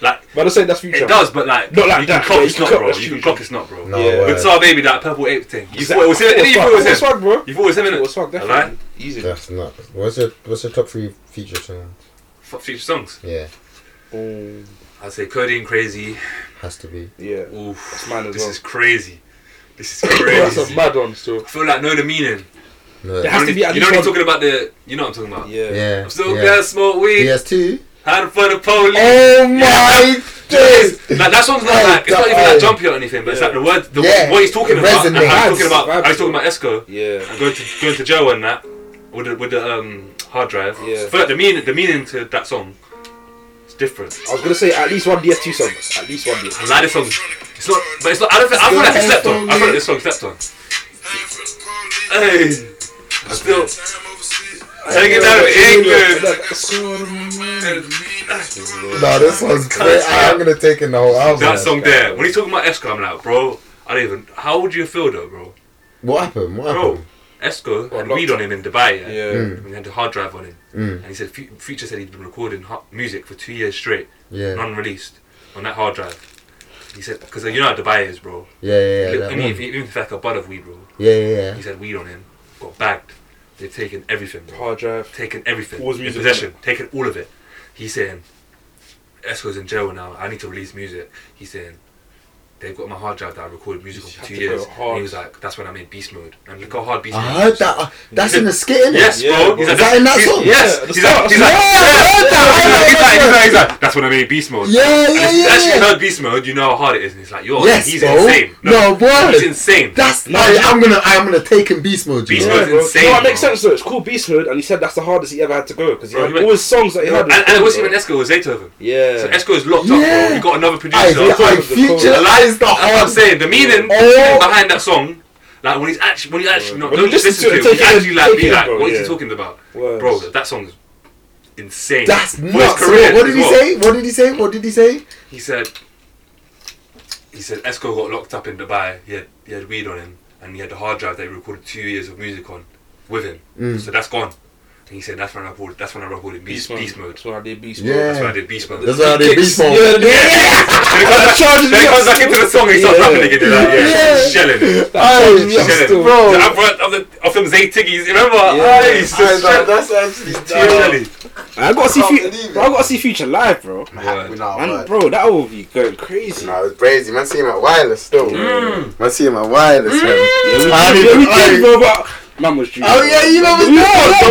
Speaker 4: like
Speaker 1: But I say that's Future.
Speaker 4: it does, but like
Speaker 1: Not like
Speaker 4: you
Speaker 1: that,
Speaker 4: can clock
Speaker 1: yeah,
Speaker 4: it's
Speaker 1: you
Speaker 4: not,
Speaker 1: can clock
Speaker 4: bro. You
Speaker 1: that's
Speaker 4: can
Speaker 1: Future.
Speaker 4: clock it's not, bro.
Speaker 3: No,
Speaker 1: Yeah.
Speaker 3: word.
Speaker 4: With Saw Baby, that purple ape thing. You thought it was him.
Speaker 1: Full
Speaker 4: You thought it was him.
Speaker 1: swag, full swag, bro.
Speaker 4: You thought it was him.
Speaker 1: Full
Speaker 4: innit?
Speaker 1: swag,
Speaker 4: Alright.
Speaker 1: definitely. Easy.
Speaker 3: That's not. What's your What's your top three feature song?
Speaker 4: Fuck future songs.
Speaker 3: Yeah,
Speaker 1: Mm,
Speaker 4: I'd say Cody and Crazy.
Speaker 3: has to be.
Speaker 1: yeah.
Speaker 4: Oof,
Speaker 1: That's mine as
Speaker 4: this
Speaker 1: well.
Speaker 4: is crazy. This is
Speaker 1: Bro, [LAUGHS] That's
Speaker 4: crazy.
Speaker 1: a mad one, still.
Speaker 4: I feel like know the meaning.
Speaker 3: No.
Speaker 1: It has to be at
Speaker 4: you know
Speaker 1: least
Speaker 4: what
Speaker 1: one-
Speaker 4: I'm talking about the. You know what I'm talking about.
Speaker 1: Yeah.
Speaker 3: Yeah.
Speaker 4: I'm still
Speaker 3: yeah.
Speaker 4: gonna smoke weed.
Speaker 3: He has two.
Speaker 4: Had it for the police.
Speaker 3: Oh my days!
Speaker 4: Like that song's not
Speaker 3: Hey,
Speaker 4: like it's not even
Speaker 3: that-
Speaker 4: like jumpy or anything, but it's
Speaker 1: Yeah.
Speaker 4: like the word, the
Speaker 3: Yeah,
Speaker 4: what he's talking
Speaker 3: it
Speaker 4: about. and I was
Speaker 3: resonates.
Speaker 4: talking about, I was
Speaker 1: Vibes.
Speaker 4: talking about Esco
Speaker 1: Yeah.
Speaker 4: and going to going to jail and that with the with the um hard drive.
Speaker 1: Yeah.
Speaker 4: I feel like the meaning the meaning to that song is different.
Speaker 1: I was gonna say at least one DS2 song. At least one DS.
Speaker 4: I like this song. It's not, but it's not. I don't. Think, I feel like it slept on. I feel like this song slept on. Hey, I still hanging out with England.
Speaker 3: No, this one's great. I'm gonna take in the whole album.
Speaker 4: That song there. When he's talking about Esco, I'm like, bro, I don't even. How would you feel though, bro?
Speaker 3: What happened? What
Speaker 4: Bro,
Speaker 3: happened?
Speaker 4: Esco had
Speaker 1: locked
Speaker 4: weed on him in Dubai. Yeah.
Speaker 1: Yeah.
Speaker 3: Mm.
Speaker 4: And he had a hard drive on him.
Speaker 3: Hmm.
Speaker 4: And he said, Fe- Future said he'd been recording hu- music for two years straight,
Speaker 3: Yeah.
Speaker 4: non-released, on that hard drive. He said, because you know how Dubai is, bro.
Speaker 3: Yeah, yeah, yeah.
Speaker 4: Look,
Speaker 3: that
Speaker 4: I mean,
Speaker 3: one.
Speaker 4: if, even if like a bud of weed, bro.
Speaker 3: Yeah, yeah,
Speaker 4: He
Speaker 3: yeah.
Speaker 4: said weed on him, got bagged. They've taken everything, bro.
Speaker 1: Hard drive.
Speaker 4: Taken everything.
Speaker 1: What was
Speaker 4: in
Speaker 1: music
Speaker 4: possession. Taken all of it. He's saying, Esco's in jail now. I need to release music. He's saying, they've got my hard drive that I recorded music on
Speaker 1: You
Speaker 4: for
Speaker 1: have
Speaker 4: two
Speaker 1: to go
Speaker 4: years.
Speaker 1: hard.
Speaker 4: And he was like, that's when I made Beast Mode. And look how hard Beast Mode
Speaker 3: I heard
Speaker 4: is.
Speaker 3: that. uh, That's in the skit, innit?
Speaker 4: Yes,
Speaker 1: Yeah,
Speaker 4: bro.
Speaker 1: bro.
Speaker 4: He's
Speaker 1: Is
Speaker 4: like,
Speaker 3: that in that
Speaker 4: he's-
Speaker 3: song?
Speaker 1: Yeah,
Speaker 4: Yes.
Speaker 1: at the
Speaker 4: he's like,
Speaker 1: start.
Speaker 4: he's like,
Speaker 1: Yeah,
Speaker 4: yeah, he's like, he's like, he's like, that's when I made Beast Mode.
Speaker 3: Yeah,
Speaker 4: And
Speaker 3: yeah,
Speaker 4: if
Speaker 3: yeah.
Speaker 4: you actually
Speaker 3: yeah.
Speaker 4: heard Beast Mode, you know how hard it is. And it's like, yo,
Speaker 3: Yes,
Speaker 4: he's
Speaker 3: bro.
Speaker 4: insane.
Speaker 3: No, word.
Speaker 4: He's insane.
Speaker 3: That's.
Speaker 1: No,
Speaker 3: I,
Speaker 1: yeah.
Speaker 3: I'm gonna. I'm gonna take in beast mode. you
Speaker 4: Beast
Speaker 3: know?
Speaker 4: Mode.
Speaker 1: Yeah,
Speaker 4: It's
Speaker 1: bro.
Speaker 4: insane,
Speaker 1: no, that makes
Speaker 4: bro.
Speaker 1: sense though. It's called Beasthood, and he said that's the hardest he ever had to go because he
Speaker 4: Bro,
Speaker 1: had
Speaker 4: he went-
Speaker 1: all his songs that he had.
Speaker 4: And, and it
Speaker 1: was
Speaker 4: wasn't even Esco, it was Beethoven.
Speaker 1: Yeah.
Speaker 4: So Esco is locked up, bro.
Speaker 3: Yeah.
Speaker 4: You got another
Speaker 3: I,
Speaker 4: producer.
Speaker 1: yeah,
Speaker 3: I
Speaker 1: Beast Mode.
Speaker 3: feature. That is the
Speaker 4: That's what I'm
Speaker 3: hard.
Speaker 4: saying. The meaning
Speaker 3: Oh.
Speaker 4: behind that song, like when he's actually, when you actually, no,
Speaker 1: When
Speaker 4: don't
Speaker 1: you
Speaker 4: just listen to it,
Speaker 1: take
Speaker 4: you
Speaker 1: it in-
Speaker 4: actually like
Speaker 1: take
Speaker 4: be
Speaker 1: it in,
Speaker 4: like,
Speaker 1: bro,
Speaker 4: what is he
Speaker 1: yeah.
Speaker 4: talking about?
Speaker 1: Words.
Speaker 4: Bro, that song is insane.
Speaker 3: That's
Speaker 4: For his
Speaker 3: nuts.
Speaker 4: career
Speaker 3: What did
Speaker 4: as
Speaker 3: he
Speaker 4: well.
Speaker 3: say? What did he say? What did he say?
Speaker 4: He said, he said Esco got locked up in Dubai. He had, he had weed on him, and he had the hard drive that he recorded two years of music on with him. So that's gone. And he said that's when I recorded. That's when I recorded Beast, Beast Mode.
Speaker 1: That's when I did Beast
Speaker 3: Yeah.
Speaker 1: Mode.
Speaker 4: That's when I did Beast Mode.
Speaker 3: That's how they beast mode.
Speaker 1: Yeah, yeah.
Speaker 4: Then he comes back- then he comes back into the song and he starts
Speaker 1: Yeah.
Speaker 4: rapping again. Like, yeah,
Speaker 3: Yeah.
Speaker 4: shelling it.
Speaker 3: Aye,
Speaker 1: Yeah,
Speaker 4: Shelling it.
Speaker 1: still.
Speaker 3: bro.
Speaker 4: The advert of, the, of them Zay Tiggies, remember?
Speaker 1: Yeah.
Speaker 4: Aye, he's just
Speaker 3: Aye,
Speaker 4: shell-
Speaker 3: no, that's actually.
Speaker 4: tear
Speaker 3: no.
Speaker 4: shelling.
Speaker 5: I gotta see
Speaker 3: can't
Speaker 5: future.
Speaker 3: believe
Speaker 5: I gotta see future live, bro.
Speaker 4: Word.
Speaker 3: Nah,
Speaker 5: Man,
Speaker 3: word.
Speaker 5: bro, that would be going crazy.
Speaker 3: No, it's crazy. Man, see him at wireless still.
Speaker 4: Mm.
Speaker 3: Man, see him at wireless. man. Man,
Speaker 5: Yeah,
Speaker 3: he-
Speaker 5: we
Speaker 3: like-
Speaker 5: did, bro, but man was juiced.
Speaker 3: Mm. Oh yeah, you know what's
Speaker 5: Yeah,
Speaker 3: that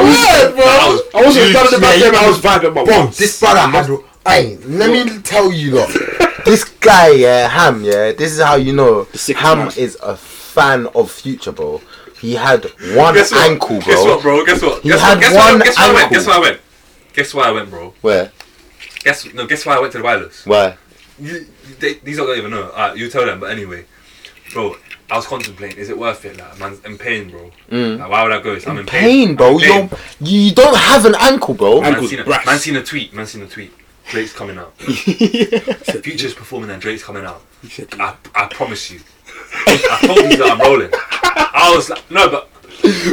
Speaker 3: word, bro.
Speaker 4: That was-
Speaker 5: I wasn't
Speaker 3: Juiced,
Speaker 5: done in the back
Speaker 3: yeah,
Speaker 5: then. I
Speaker 3: you-
Speaker 5: was vibing, my
Speaker 3: Bro,
Speaker 5: boss.
Speaker 3: this brother had. Hey, let me tell you lot. this guy, yeah, Ham, yeah. This is how you know
Speaker 5: six
Speaker 3: Ham
Speaker 5: man.
Speaker 3: is a fan of Future, bro. He had one
Speaker 4: Guess what?
Speaker 3: ankle, bro.
Speaker 4: Guess what, bro? Guess what?
Speaker 3: You
Speaker 4: Guess what?
Speaker 3: had
Speaker 4: Guess where I-
Speaker 3: one
Speaker 4: guess where I went?
Speaker 3: ankle.
Speaker 4: Guess where I went? Guess where I went, bro?
Speaker 3: Where?
Speaker 4: Guess no. Guess why I went to the wireless.
Speaker 3: Where?
Speaker 4: You, they, these are don't even know. Alright, you tell them. But anyway, bro, I was contemplating: is it worth it? Like, man, I'm in pain, bro. Like, why would I go? It's- I'm in pain,
Speaker 3: Mm. Pain,
Speaker 4: I'm
Speaker 3: bro.
Speaker 4: in
Speaker 3: You don't, you don't have an ankle, bro.
Speaker 5: And-
Speaker 4: Man
Speaker 5: Ankle's
Speaker 4: seen, a,
Speaker 5: brass.
Speaker 4: man seen a tweet. Man seen a tweet. Drake's coming
Speaker 3: [LAUGHS]
Speaker 4: out. Future's performing and Drake's coming out. I, I promise you. I told you that I'm rolling. I was like, no, but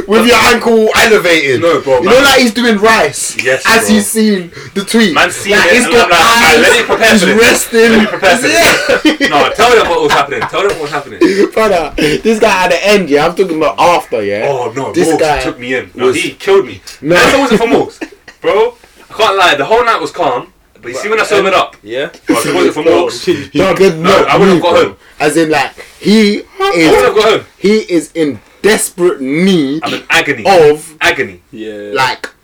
Speaker 6: with your ankle elevated.
Speaker 4: No, bro,
Speaker 6: You
Speaker 4: man.
Speaker 6: know, like he's doing rice.
Speaker 4: Yes,
Speaker 6: as
Speaker 4: bro.
Speaker 6: he's seen the tweet.
Speaker 4: Man, seen
Speaker 6: like,
Speaker 4: it.
Speaker 6: He's
Speaker 4: and I'm
Speaker 6: got
Speaker 4: like,
Speaker 6: eyes.
Speaker 4: "Alright, let me prepare for
Speaker 6: he's
Speaker 4: this.
Speaker 6: resting.
Speaker 4: Let me prepare for
Speaker 3: [LAUGHS]
Speaker 4: this.
Speaker 6: [LAUGHS] Yeah.
Speaker 4: No, tell them what was happening. Tell them what was happening.
Speaker 6: [LAUGHS] Brother, this guy at the end, yeah, I'm talking about after, yeah.
Speaker 4: Oh no,
Speaker 6: This
Speaker 4: Morgs
Speaker 6: guy
Speaker 4: took me in. No,
Speaker 6: was-
Speaker 4: he killed me.
Speaker 6: No.
Speaker 4: No, if it wasn't for
Speaker 6: [LAUGHS]
Speaker 4: Morgs, bro. I can't lie. The whole night was calm, but you see when I summed it up,
Speaker 1: Yeah.
Speaker 4: bro, if it wasn't for
Speaker 6: [LAUGHS]
Speaker 4: Morgs,
Speaker 6: He could
Speaker 4: No,
Speaker 6: not
Speaker 4: I wouldn't have
Speaker 6: move,
Speaker 4: got
Speaker 6: bro.
Speaker 4: home.
Speaker 6: As in, like he
Speaker 4: I would have
Speaker 6: is,
Speaker 4: got home.
Speaker 6: he is in desperate need
Speaker 4: I'm in agony.
Speaker 6: of
Speaker 4: agony.
Speaker 1: Yeah.
Speaker 6: like.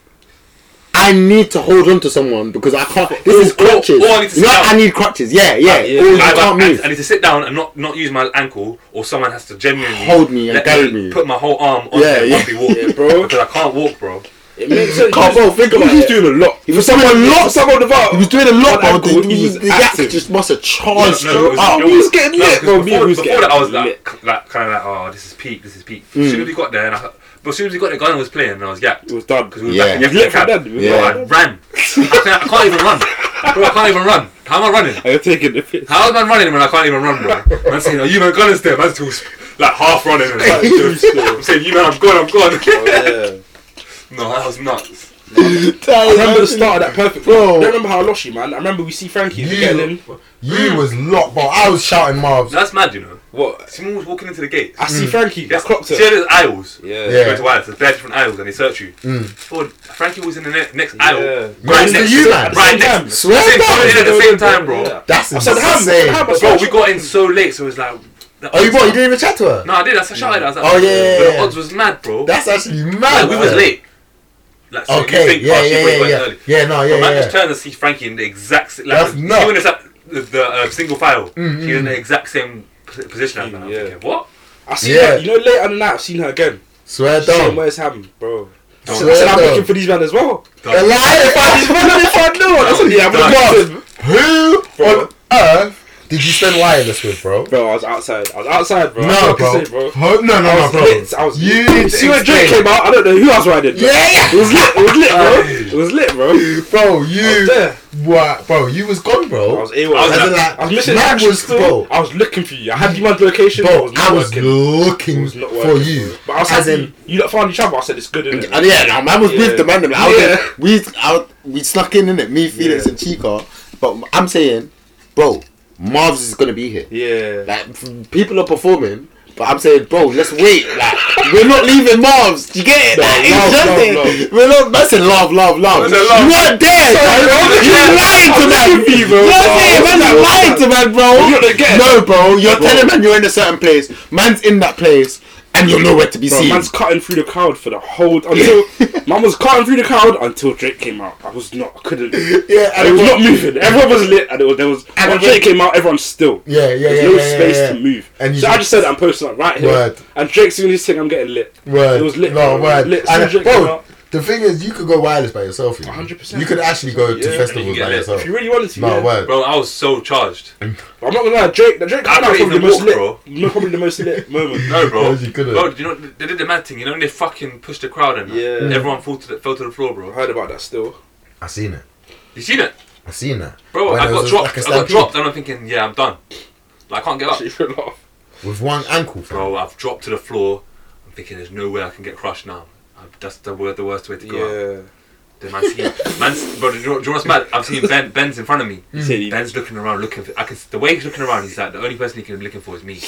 Speaker 6: I need to hold on to someone because I can't. This is
Speaker 4: or-
Speaker 6: crutches.
Speaker 4: or I need to
Speaker 6: you know,
Speaker 4: sit down.
Speaker 6: I need crutches. Yeah, yeah.
Speaker 1: yeah.
Speaker 6: Or you
Speaker 4: I,
Speaker 6: can't
Speaker 4: I-
Speaker 6: move.
Speaker 4: I need to sit down and not, not use my ankle, or someone has to genuinely
Speaker 6: Hold me and
Speaker 4: let
Speaker 6: carry me.
Speaker 4: Put my whole arm on
Speaker 6: Yeah,
Speaker 4: yeah,
Speaker 6: yeah.
Speaker 4: yeah. me walk,
Speaker 1: Yeah, bro.
Speaker 4: Because I can't walk, bro.
Speaker 1: It makes sense.
Speaker 6: Can't both think about
Speaker 1: He's
Speaker 6: it.
Speaker 1: doing a lot.
Speaker 6: He was doing a lot.
Speaker 1: Some of the
Speaker 6: He was doing a lot,
Speaker 1: One
Speaker 6: but the,
Speaker 1: ankle, he was
Speaker 6: the yak
Speaker 1: active.
Speaker 6: just must have charged
Speaker 4: No, no, it
Speaker 6: him
Speaker 4: was-
Speaker 6: up.
Speaker 4: it was- no, 'cause
Speaker 1: bro, me,
Speaker 4: Before,
Speaker 1: he was
Speaker 4: before that, I was
Speaker 1: getting
Speaker 4: like, c- like kind of like, oh, this is peak, this is peak.
Speaker 1: Mm.
Speaker 4: As soon as we got there, and I, but as soon as we got there, Gun was playing, and I was yapped.
Speaker 1: It
Speaker 5: [LAUGHS]
Speaker 1: was done.
Speaker 4: Because we were
Speaker 6: Yeah.
Speaker 4: back in
Speaker 1: You've
Speaker 4: the
Speaker 1: lit for
Speaker 4: cab.
Speaker 1: dead, you
Speaker 4: Bro,
Speaker 6: know?
Speaker 4: I ran. I can't, I can't even run. Bro, I can't even run. How am I running?
Speaker 1: I'm taking the [LAUGHS] piss.
Speaker 4: How am I running when I can't even run, bro? I'm saying, oh, you man, Gunner's there. Man's still like half running. And like,
Speaker 5: [LAUGHS]
Speaker 4: [LAUGHS] I'm saying, you man, I'm gone, I'm gone. [LAUGHS]
Speaker 1: Yeah.
Speaker 4: no, that was nuts.
Speaker 1: I remember the start of that perfect. Bro.
Speaker 6: Bro.
Speaker 1: I don't remember how I lost you, man. I remember we see Frankie
Speaker 3: You-
Speaker 1: getting in.
Speaker 3: You was locked, bro. I was shouting mobs.
Speaker 4: That's mad, you know.
Speaker 1: What?
Speaker 4: Someone was walking into the gate.
Speaker 3: Mm.
Speaker 1: I see Frankie. I
Speaker 4: Yes,
Speaker 1: clocked
Speaker 4: see
Speaker 1: her.
Speaker 4: how there's aisles?
Speaker 1: Yeah.
Speaker 3: Yeah. Mm.
Speaker 4: Go to aisles. There's bare different aisles, and they search you. Bro, Frankie was in the ne- next aisle.
Speaker 1: Yeah.
Speaker 3: Right
Speaker 4: Right
Speaker 3: next
Speaker 4: next
Speaker 3: to you, man.
Speaker 4: Right
Speaker 1: Same
Speaker 4: next.
Speaker 6: Swear
Speaker 4: Same
Speaker 6: down.
Speaker 4: time, at the same time, bro.
Speaker 1: Yeah.
Speaker 3: That's
Speaker 1: I said, how?
Speaker 3: insane.
Speaker 1: How?
Speaker 4: Bro, we got in so late, so it was like. the
Speaker 6: Oh, you
Speaker 4: odds-
Speaker 6: bought-
Speaker 3: You didn't even chat to her.
Speaker 4: No, I did. That's a shout out. I was like,
Speaker 6: Oh, yeah, yeah,
Speaker 4: But
Speaker 6: yeah.
Speaker 4: the odds was mad, bro.
Speaker 3: That's actually mad.
Speaker 4: like, we was
Speaker 3: bro.
Speaker 4: late. Like, so
Speaker 3: Okay,
Speaker 4: you think,
Speaker 3: yeah,
Speaker 4: oh, she
Speaker 3: yeah,
Speaker 4: probably
Speaker 3: yeah,
Speaker 4: went
Speaker 3: yeah.
Speaker 4: early.
Speaker 3: Yeah, no, yeah,
Speaker 4: But man
Speaker 3: yeah.
Speaker 4: just turned to see Frankie in the exact same. Like,
Speaker 3: That's
Speaker 4: see
Speaker 3: nuts. Mm,
Speaker 4: when it's at the, the uh, single file, she was in the exact same p- position as me. I'm
Speaker 1: Yeah.
Speaker 4: thinking, what?
Speaker 1: I seen
Speaker 3: Yeah.
Speaker 1: her. You know, later on the night, I've seen her again.
Speaker 3: Swear
Speaker 1: Same
Speaker 3: down.
Speaker 1: where's Ham, bro. I
Speaker 3: Swear
Speaker 1: said, I'm
Speaker 3: down.
Speaker 1: looking for these men as
Speaker 3: [LAUGHS]
Speaker 1: well.
Speaker 3: A
Speaker 1: [LAUGHS]
Speaker 3: lie.
Speaker 1: I said, yeah, I'm
Speaker 4: Done.
Speaker 1: looking for them.
Speaker 3: Who
Speaker 1: Bro.
Speaker 3: on earth did you spend wireless with, bro?
Speaker 1: Bro, I was outside. I was outside, bro.
Speaker 3: No,
Speaker 1: That's all I
Speaker 3: bro.
Speaker 1: can say, bro.
Speaker 3: Ho- No, no,
Speaker 1: I
Speaker 3: no,
Speaker 1: was
Speaker 3: bro.
Speaker 1: lit. I was
Speaker 3: You
Speaker 1: lit.
Speaker 3: need to
Speaker 1: See when drink
Speaker 3: explain.
Speaker 1: came out, I don't know who else riding. bro.
Speaker 3: Yeah,
Speaker 1: It was lit. It was lit,
Speaker 3: [LAUGHS]
Speaker 1: bro. It was lit, bro.
Speaker 3: bro,
Speaker 1: I was
Speaker 3: you
Speaker 1: there.
Speaker 3: what, bro? You was gone, bro.
Speaker 1: I was AWOL.
Speaker 4: I was
Speaker 1: I,
Speaker 4: like-
Speaker 1: was like, I was missing
Speaker 3: Man
Speaker 1: action
Speaker 3: was-
Speaker 1: still.
Speaker 3: bro.
Speaker 1: I was looking for you. I had you man's location. but
Speaker 3: bro, I was
Speaker 1: working.
Speaker 3: looking
Speaker 1: was not
Speaker 3: for
Speaker 1: working,
Speaker 3: you.
Speaker 1: But I was
Speaker 6: As
Speaker 1: happy
Speaker 6: in-
Speaker 1: you lot found each other. I said it's good, innit?
Speaker 6: And yeah, now man was
Speaker 1: Yeah.
Speaker 6: with the man. them, Like, I was
Speaker 1: Yeah.
Speaker 6: like, we, I, we snuck in in it. Me, Felix,
Speaker 1: Yeah.
Speaker 6: and Chica. But I'm saying, bro, Marv's is gonna be here.
Speaker 1: Yeah.
Speaker 6: Like f- people are performing, but I'm saying, bro, let's wait. Like we're not leaving Marv's. Do you get it?
Speaker 1: No,
Speaker 6: like,
Speaker 1: love,
Speaker 6: it's just
Speaker 1: love,
Speaker 6: it.
Speaker 1: love.
Speaker 6: We're not. That's a love, love, love.
Speaker 4: That's a love.
Speaker 6: You weren't there. bro. You lying to man. You know what I'm saying?
Speaker 1: That's
Speaker 6: Man's
Speaker 1: a love,
Speaker 6: lying to man, bro.
Speaker 1: You're not there.
Speaker 6: No, bro. You're telling man you're in a certain place. Man's in that place, and you're nowhere to be
Speaker 1: Bro,
Speaker 6: seen.
Speaker 1: man's cutting through the crowd for the whole
Speaker 3: [LAUGHS]
Speaker 1: until man was cutting through the crowd until Drake came out. I was not, I couldn't.
Speaker 3: [LAUGHS] Yeah,
Speaker 1: and it was not moving. Everyone was lit, and it was there was.
Speaker 3: And
Speaker 1: when
Speaker 3: it was-
Speaker 1: Drake came out, everyone's still.
Speaker 3: Yeah, yeah,
Speaker 1: There's
Speaker 3: yeah,
Speaker 1: no
Speaker 3: yeah, yeah,
Speaker 1: space
Speaker 3: yeah.
Speaker 1: to move.
Speaker 3: And you
Speaker 1: so I
Speaker 3: just-
Speaker 1: just said, I'm posting up right here.
Speaker 3: Word.
Speaker 1: And Drake's doing his thing. I'm getting lit.
Speaker 3: Word.
Speaker 1: It was lit.
Speaker 3: No,
Speaker 1: bro.
Speaker 3: word.
Speaker 1: Lit. As soon as
Speaker 3: And,
Speaker 1: Drake came
Speaker 3: bro,
Speaker 1: out,
Speaker 3: the thing is, you could go wireless by yourself. You know?
Speaker 1: 100%.
Speaker 3: You could actually go
Speaker 1: Yeah.
Speaker 3: to festivals
Speaker 4: get
Speaker 3: by
Speaker 4: lit.
Speaker 3: yourself.
Speaker 1: if you really wanted to,
Speaker 3: No,
Speaker 1: yeah.
Speaker 3: word.
Speaker 4: Bro, I was so charged.
Speaker 1: But I'm not gonna lie, Drake. The Drake
Speaker 4: I
Speaker 1: came out probably
Speaker 4: couldn't
Speaker 1: the
Speaker 4: even
Speaker 1: most
Speaker 4: walk,
Speaker 1: lit.
Speaker 4: bro.
Speaker 1: no, Probably the most lit moment.
Speaker 4: No, bro.
Speaker 3: Because you couldn't.
Speaker 4: Bro, you know they did the mad thing. You know when they fucking pushed the crowd in.
Speaker 1: Yeah.
Speaker 4: Yeah. Everyone fell to the, fell to the floor,
Speaker 1: I [LAUGHS]
Speaker 4: bro.
Speaker 1: heard about that still.
Speaker 3: I seen it.
Speaker 4: You seen it,
Speaker 3: I seen that.
Speaker 4: bro?
Speaker 3: When
Speaker 4: I
Speaker 3: it
Speaker 4: got
Speaker 3: was like
Speaker 4: dropped.
Speaker 3: a
Speaker 4: I got
Speaker 3: stampede.
Speaker 4: dropped, and I'm thinking, yeah, I'm done. Like, I can't get up,
Speaker 1: Actually, for a laugh.
Speaker 3: With one ankle, fam.
Speaker 4: bro. I've dropped to the floor. I'm thinking, there's no way I can get crushed now. I, that's the wor- the worst way to go. Out.
Speaker 1: Yeah.
Speaker 4: Then man, see, man's, bro, do you know do you know what's mad? I've seen Ben, Ben's in front of me. Ben's looking around, looking. For, I can the way he's looking around. He's like the only person he can be looking for is me. He's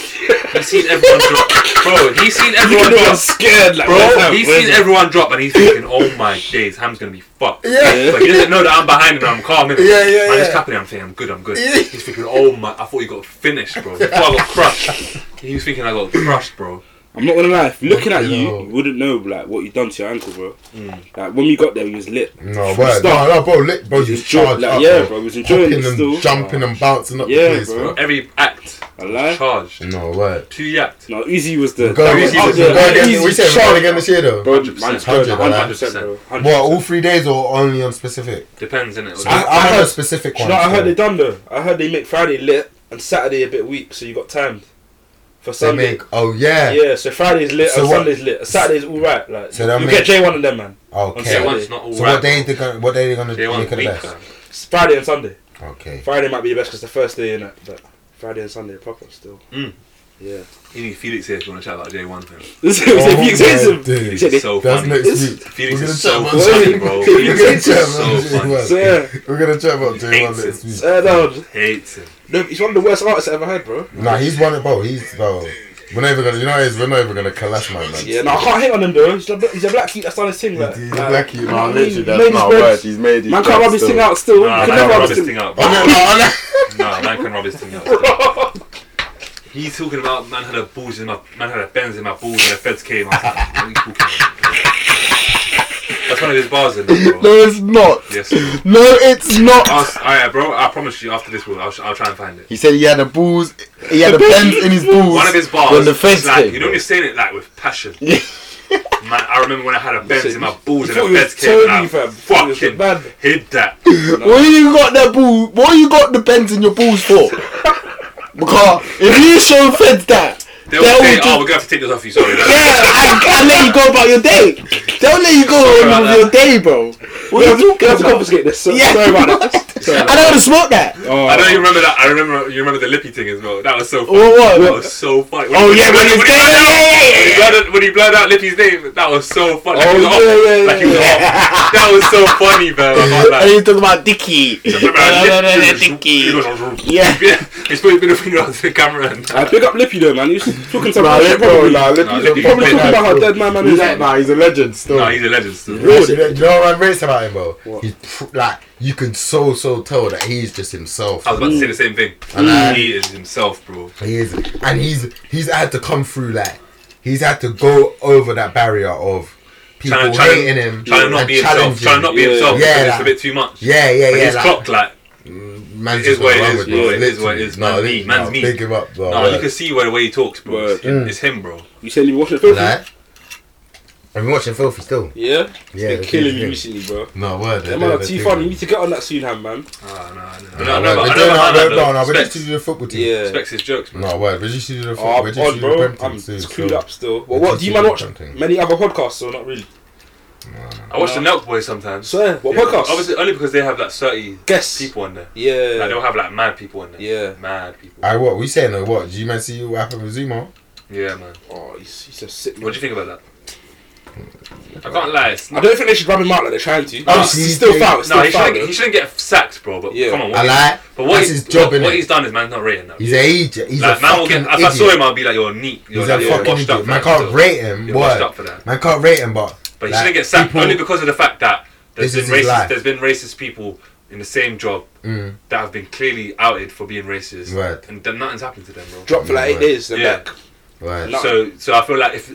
Speaker 4: seen everyone drop, bro. He's seen
Speaker 1: [LAUGHS]
Speaker 4: everyone
Speaker 1: Everyone
Speaker 4: drop.
Speaker 1: was scared, like, where's
Speaker 4: Bro,
Speaker 1: Ham?
Speaker 4: he's
Speaker 1: Where's
Speaker 4: seen
Speaker 1: Ham?
Speaker 4: everyone drop and he's thinking, oh my days, Ham's gonna be fucked.
Speaker 3: Yeah.
Speaker 4: But he doesn't know that I'm behind him and I'm calm. innit?
Speaker 3: Yeah, yeah,
Speaker 4: Man, he's
Speaker 3: yeah.
Speaker 4: tapping it, I'm thinking, I'm good, I'm good. He's thinking, oh my, I thought you got finished, bro. Before I got crushed. He was thinking I got crushed, bro.
Speaker 1: I'm not gonna lie. If looking at
Speaker 3: Fucking
Speaker 1: you,
Speaker 3: hell.
Speaker 1: you wouldn't know like what you done to your ankle, bro.
Speaker 4: Mm.
Speaker 1: Like when we got there, we was lit. From
Speaker 3: No,
Speaker 1: the
Speaker 3: word. No,
Speaker 1: start.
Speaker 3: no, bro. Lit, bro, you
Speaker 1: was enjoying-
Speaker 3: charged
Speaker 1: like,
Speaker 3: up.
Speaker 1: yeah, bro, I was enjoying
Speaker 3: Hopping
Speaker 1: it
Speaker 3: and
Speaker 1: still.
Speaker 3: jumping and bouncing up
Speaker 1: Yeah,
Speaker 3: the place,
Speaker 1: bro.
Speaker 3: bro.
Speaker 4: Every act,
Speaker 1: I lie.
Speaker 4: charged.
Speaker 3: No, word.
Speaker 4: Two yacked.
Speaker 1: No, Uzi was the.
Speaker 3: Go
Speaker 1: that
Speaker 3: again,
Speaker 1: was
Speaker 4: Uzi
Speaker 1: up
Speaker 4: was
Speaker 1: there.
Speaker 4: the-
Speaker 3: go again.
Speaker 1: Uzi
Speaker 3: We said
Speaker 1: shot.
Speaker 3: go again this year, though.
Speaker 1: Bro,
Speaker 4: 100%.
Speaker 1: man's good,
Speaker 3: 100%,
Speaker 1: 100%, bro. 100%.
Speaker 3: What, all three days or only on specific?
Speaker 4: Depends, innit?
Speaker 3: I,
Speaker 1: I-
Speaker 3: I,
Speaker 1: I
Speaker 3: had a
Speaker 1: heard-
Speaker 3: specific
Speaker 1: Do you
Speaker 3: one.
Speaker 1: know what I heard
Speaker 3: so
Speaker 1: they done though? I heard they make Friday lit and Saturday a bit weak, so you got timed for
Speaker 3: they
Speaker 1: Sunday.
Speaker 3: make. Oh, yeah.
Speaker 1: yeah, so Friday's lit
Speaker 3: So
Speaker 1: and
Speaker 3: what-
Speaker 1: Sunday's lit. Saturday's all right. Like
Speaker 3: So they'll
Speaker 1: you
Speaker 3: make-
Speaker 1: get J one of them, man.
Speaker 3: Okay.
Speaker 4: J1's
Speaker 1: J1's
Speaker 3: So,
Speaker 4: one's not all
Speaker 3: what
Speaker 4: right.
Speaker 3: day they gonna? What day they gonna
Speaker 4: J1's
Speaker 3: make it the
Speaker 4: weak,
Speaker 3: best?
Speaker 4: man.
Speaker 1: It's Friday and Sunday.
Speaker 3: Okay.
Speaker 1: Friday might be the best because the first day in it, but Friday and Sunday are proper still.
Speaker 5: Yeah.
Speaker 4: You need Felix here if you want to chat about J1 thing.
Speaker 5: This is Felix hates him.
Speaker 3: dude.
Speaker 5: He said
Speaker 4: He's
Speaker 5: it.
Speaker 4: so
Speaker 3: That's
Speaker 4: funny.
Speaker 3: next week.
Speaker 4: Felix
Speaker 3: We're gonna
Speaker 4: is so
Speaker 3: chat about
Speaker 4: funny,
Speaker 3: J1. [LAUGHS]
Speaker 4: bro.
Speaker 3: We're
Speaker 4: Felix
Speaker 3: gonna
Speaker 4: is
Speaker 3: chat
Speaker 4: so
Speaker 3: about
Speaker 4: funny.
Speaker 3: J1.
Speaker 5: Sir,
Speaker 3: We're gonna chat about J1
Speaker 4: Hates
Speaker 3: next week.
Speaker 5: sir, no.
Speaker 4: Hates him.
Speaker 1: Uh, No, he's one of the worst artists I ever had, bro.
Speaker 3: Nah, he's one of bro. He's bro. We're not even gonna. You know, what it is? we're not even gonna collapse my man.
Speaker 1: Yeah, no, I can't hate on him though. He's a, bla- he's a black kid that's done his thing, like.
Speaker 3: He's
Speaker 1: like,
Speaker 3: black, you
Speaker 6: No,
Speaker 3: know.
Speaker 6: literally, that's
Speaker 1: Made his
Speaker 6: not
Speaker 1: bread.
Speaker 6: words. He's made his
Speaker 1: Man can't
Speaker 6: job
Speaker 1: rub his
Speaker 6: still.
Speaker 1: thing
Speaker 4: [LAUGHS]
Speaker 1: out still.
Speaker 4: Nah,
Speaker 1: You can
Speaker 4: I can't
Speaker 1: never
Speaker 4: rub
Speaker 1: rub
Speaker 4: this
Speaker 1: his
Speaker 4: thing
Speaker 1: thing
Speaker 4: out.
Speaker 3: Oh, no,
Speaker 4: bro.
Speaker 3: no, no.
Speaker 4: Nah, man can rub his
Speaker 3: [LAUGHS]
Speaker 4: thing out.
Speaker 1: [LAUGHS]
Speaker 4: He's talking about man had a balls in my man had a Benz in my balls and the feds came. I was like, what are you talking about? That's one of his bars in there, bro.
Speaker 6: No, it's not.
Speaker 4: Yes. Bro.
Speaker 6: No, it's not.
Speaker 4: I'll, alright, bro. I promise you, after this, will I'll, I'll try and find it.
Speaker 6: He said he had a balls. He had a bend in his balls.
Speaker 4: One of his bars.
Speaker 6: When the
Speaker 4: is
Speaker 6: fence
Speaker 4: like,
Speaker 6: came.
Speaker 4: You know, when you're saying it like with
Speaker 6: [LAUGHS]
Speaker 4: passion. man, I remember when I had a Benz in my balls and
Speaker 1: thought
Speaker 4: the
Speaker 1: he was
Speaker 4: feds came. and I
Speaker 1: Tony, fam. He was the
Speaker 4: fucking
Speaker 1: man.
Speaker 4: hid
Speaker 6: [LAUGHS]
Speaker 4: that.
Speaker 6: What you got that ball? What you got the bends in your balls for? because if you show feds that,
Speaker 4: They
Speaker 6: they'll
Speaker 4: were saying,
Speaker 6: just,
Speaker 4: "Oh, we're gonna have to take this off you."
Speaker 6: [LAUGHS]
Speaker 4: Sorry.
Speaker 6: yeah, and, and let you go about your day. They'll let you go
Speaker 4: about
Speaker 6: on with
Speaker 4: that.
Speaker 6: your day, bro. What are you
Speaker 1: You have
Speaker 6: talking
Speaker 1: to
Speaker 6: about?
Speaker 1: confiscate this. So,
Speaker 6: Yeah.
Speaker 1: Sorry about that.
Speaker 6: I don't want to smoke that.
Speaker 1: Oh,
Speaker 4: I don't even remember that. I remember you remember the lippy thing as well. That was so funny.
Speaker 6: What, what?
Speaker 4: That was so funny. When
Speaker 6: Oh,
Speaker 4: he-
Speaker 6: yeah, when
Speaker 4: he
Speaker 6: he's
Speaker 4: blurred
Speaker 6: going,
Speaker 4: out-
Speaker 6: yeah, yeah,
Speaker 4: when
Speaker 6: yeah,
Speaker 4: he
Speaker 6: yeah.
Speaker 4: blurred out- When he blurred out Lippy's name, that was so funny. Like
Speaker 1: Oh,
Speaker 4: he was
Speaker 1: yeah,
Speaker 4: off.
Speaker 1: yeah,
Speaker 4: Like he was
Speaker 1: yeah,
Speaker 4: off. That was so funny, man. I'm not
Speaker 6: And
Speaker 4: like,
Speaker 6: you talking about Dicky.
Speaker 4: [LAUGHS] He
Speaker 6: Dicky.
Speaker 4: goes,
Speaker 6: Yeah.
Speaker 4: [LAUGHS] yeah, he's putting middle finger onto the camera. And,
Speaker 1: [LAUGHS] I big up Lippy though, man. He was talking
Speaker 6: Nah,
Speaker 1: something.
Speaker 6: Lippy,
Speaker 1: probably,
Speaker 6: nah,
Speaker 1: probably
Speaker 4: Nah,
Speaker 6: Lippy.
Speaker 4: Lippy-
Speaker 1: talking
Speaker 4: Lippy-
Speaker 1: about how dead my man
Speaker 6: He's
Speaker 1: is. Like,
Speaker 6: like, nah, he's a legend still.
Speaker 4: Nah, he's a legend. Still.
Speaker 3: Actually, you know what I'm raised about him, bro? He's pr- like you can so so tell that he's just himself.
Speaker 4: I was about to say the same thing. He is himself, bro.
Speaker 3: He is, and he's he's had to come through like he's had to go over that barrier of people
Speaker 4: Trying to, trying
Speaker 3: hating
Speaker 4: to,
Speaker 3: him,
Speaker 4: trying to not
Speaker 3: and
Speaker 4: be himself.
Speaker 3: challenging.
Speaker 4: Trying to not be
Speaker 1: Yeah.
Speaker 3: Yeah,
Speaker 4: himself. because it's
Speaker 3: like-
Speaker 4: a bit too much.
Speaker 3: Yeah, yeah,
Speaker 4: But
Speaker 3: yeah.
Speaker 4: he's
Speaker 3: like,
Speaker 4: clocked like
Speaker 3: man's
Speaker 4: It is
Speaker 3: just
Speaker 4: what it
Speaker 3: gone
Speaker 4: is,
Speaker 3: with
Speaker 4: bro. It is what it
Speaker 3: literally.
Speaker 4: is. Man's me,
Speaker 3: literally,
Speaker 4: man's me.
Speaker 3: Big him up, bro.
Speaker 4: No, you
Speaker 3: yeah.
Speaker 4: can see by the way he talks, bro. It's
Speaker 1: Word.
Speaker 4: him, it's him, bro.
Speaker 1: you said you watching the film?
Speaker 3: Like, I've been watching Filthy still.
Speaker 1: Yeah.
Speaker 3: Yeah,
Speaker 1: Been
Speaker 3: it's
Speaker 1: killing
Speaker 3: been
Speaker 1: me
Speaker 3: good.
Speaker 1: recently, bro.
Speaker 3: No word.
Speaker 1: That man are too funny. You need to get on that soon, ham, man.
Speaker 4: Ah, no, no,
Speaker 3: No, no,
Speaker 4: no, no,
Speaker 3: no,
Speaker 4: but I know about
Speaker 3: no,
Speaker 4: that,
Speaker 3: no, no.
Speaker 4: though.
Speaker 3: We're just to
Speaker 4: Specs-
Speaker 3: do the football team.
Speaker 1: Yeah.
Speaker 4: Specs his jokes, man.
Speaker 3: No, wait, we're just to do the
Speaker 1: Oh,
Speaker 3: football.
Speaker 1: I'm
Speaker 3: We're
Speaker 1: on,
Speaker 3: just
Speaker 1: bro.
Speaker 3: to
Speaker 1: I'm screwed up still. Well, what do you man watch? Many other podcasts or not really?
Speaker 4: I watch the Nelk Boys sometimes.
Speaker 1: Swear, what
Speaker 4: Yeah,
Speaker 1: podcast?
Speaker 4: Obviously, only because they have like 30
Speaker 1: Guess.
Speaker 4: people on there. Like,
Speaker 1: Yeah.
Speaker 4: they'll have like mad people on there.
Speaker 1: Yeah.
Speaker 4: Mad people.
Speaker 3: I what? We saying uh, what? Do you man see what happened with Zuma?
Speaker 4: Yeah, man.
Speaker 1: Oh, he's, he's a sick.
Speaker 4: What do you
Speaker 1: man.
Speaker 4: think about that? I can't lie. It's
Speaker 1: I
Speaker 4: not,
Speaker 1: don't think they should grab him out like they're trying to.
Speaker 3: Oh,
Speaker 1: he's,
Speaker 3: see,
Speaker 1: he's still
Speaker 3: they-
Speaker 1: foul. It's
Speaker 4: no,
Speaker 1: still
Speaker 4: he
Speaker 1: foul.
Speaker 4: shouldn't,
Speaker 1: though.
Speaker 4: he shouldn't get sacked, bro. But
Speaker 1: Yeah.
Speaker 4: come on. What
Speaker 3: I lie.
Speaker 4: but what,
Speaker 3: That's
Speaker 4: he-
Speaker 3: his job,
Speaker 4: what, what
Speaker 3: innit?
Speaker 4: he's done is man's not rating that.
Speaker 3: He's a idiot. He's
Speaker 4: like,
Speaker 3: a
Speaker 4: man will
Speaker 3: fucking
Speaker 4: get, if I
Speaker 3: idiot.
Speaker 4: saw him, I'd be like, you're neat. You're,
Speaker 3: He's
Speaker 4: like,
Speaker 3: a
Speaker 4: you're
Speaker 3: fucking
Speaker 4: washed up.
Speaker 3: idiot. Man
Speaker 4: for that
Speaker 3: can't
Speaker 4: still.
Speaker 3: rate him.
Speaker 4: You're washed up
Speaker 3: What?
Speaker 4: for that.
Speaker 3: Man can't rate him, but
Speaker 4: But he
Speaker 3: like,
Speaker 4: shouldn't get sacked
Speaker 3: people-
Speaker 4: only because of the fact that there's
Speaker 3: This
Speaker 4: been
Speaker 3: is his
Speaker 4: racist,
Speaker 3: life.
Speaker 4: there's been racist people in the same job
Speaker 3: Mm.
Speaker 4: that have been clearly outed for being racist,
Speaker 3: Right.
Speaker 4: and then nothing's happened to them, bro.
Speaker 1: Dropped for like eight
Speaker 3: Yeah.
Speaker 1: days. Then
Speaker 4: Yeah.
Speaker 1: back.
Speaker 3: Right.
Speaker 1: No.
Speaker 4: So, so I feel like if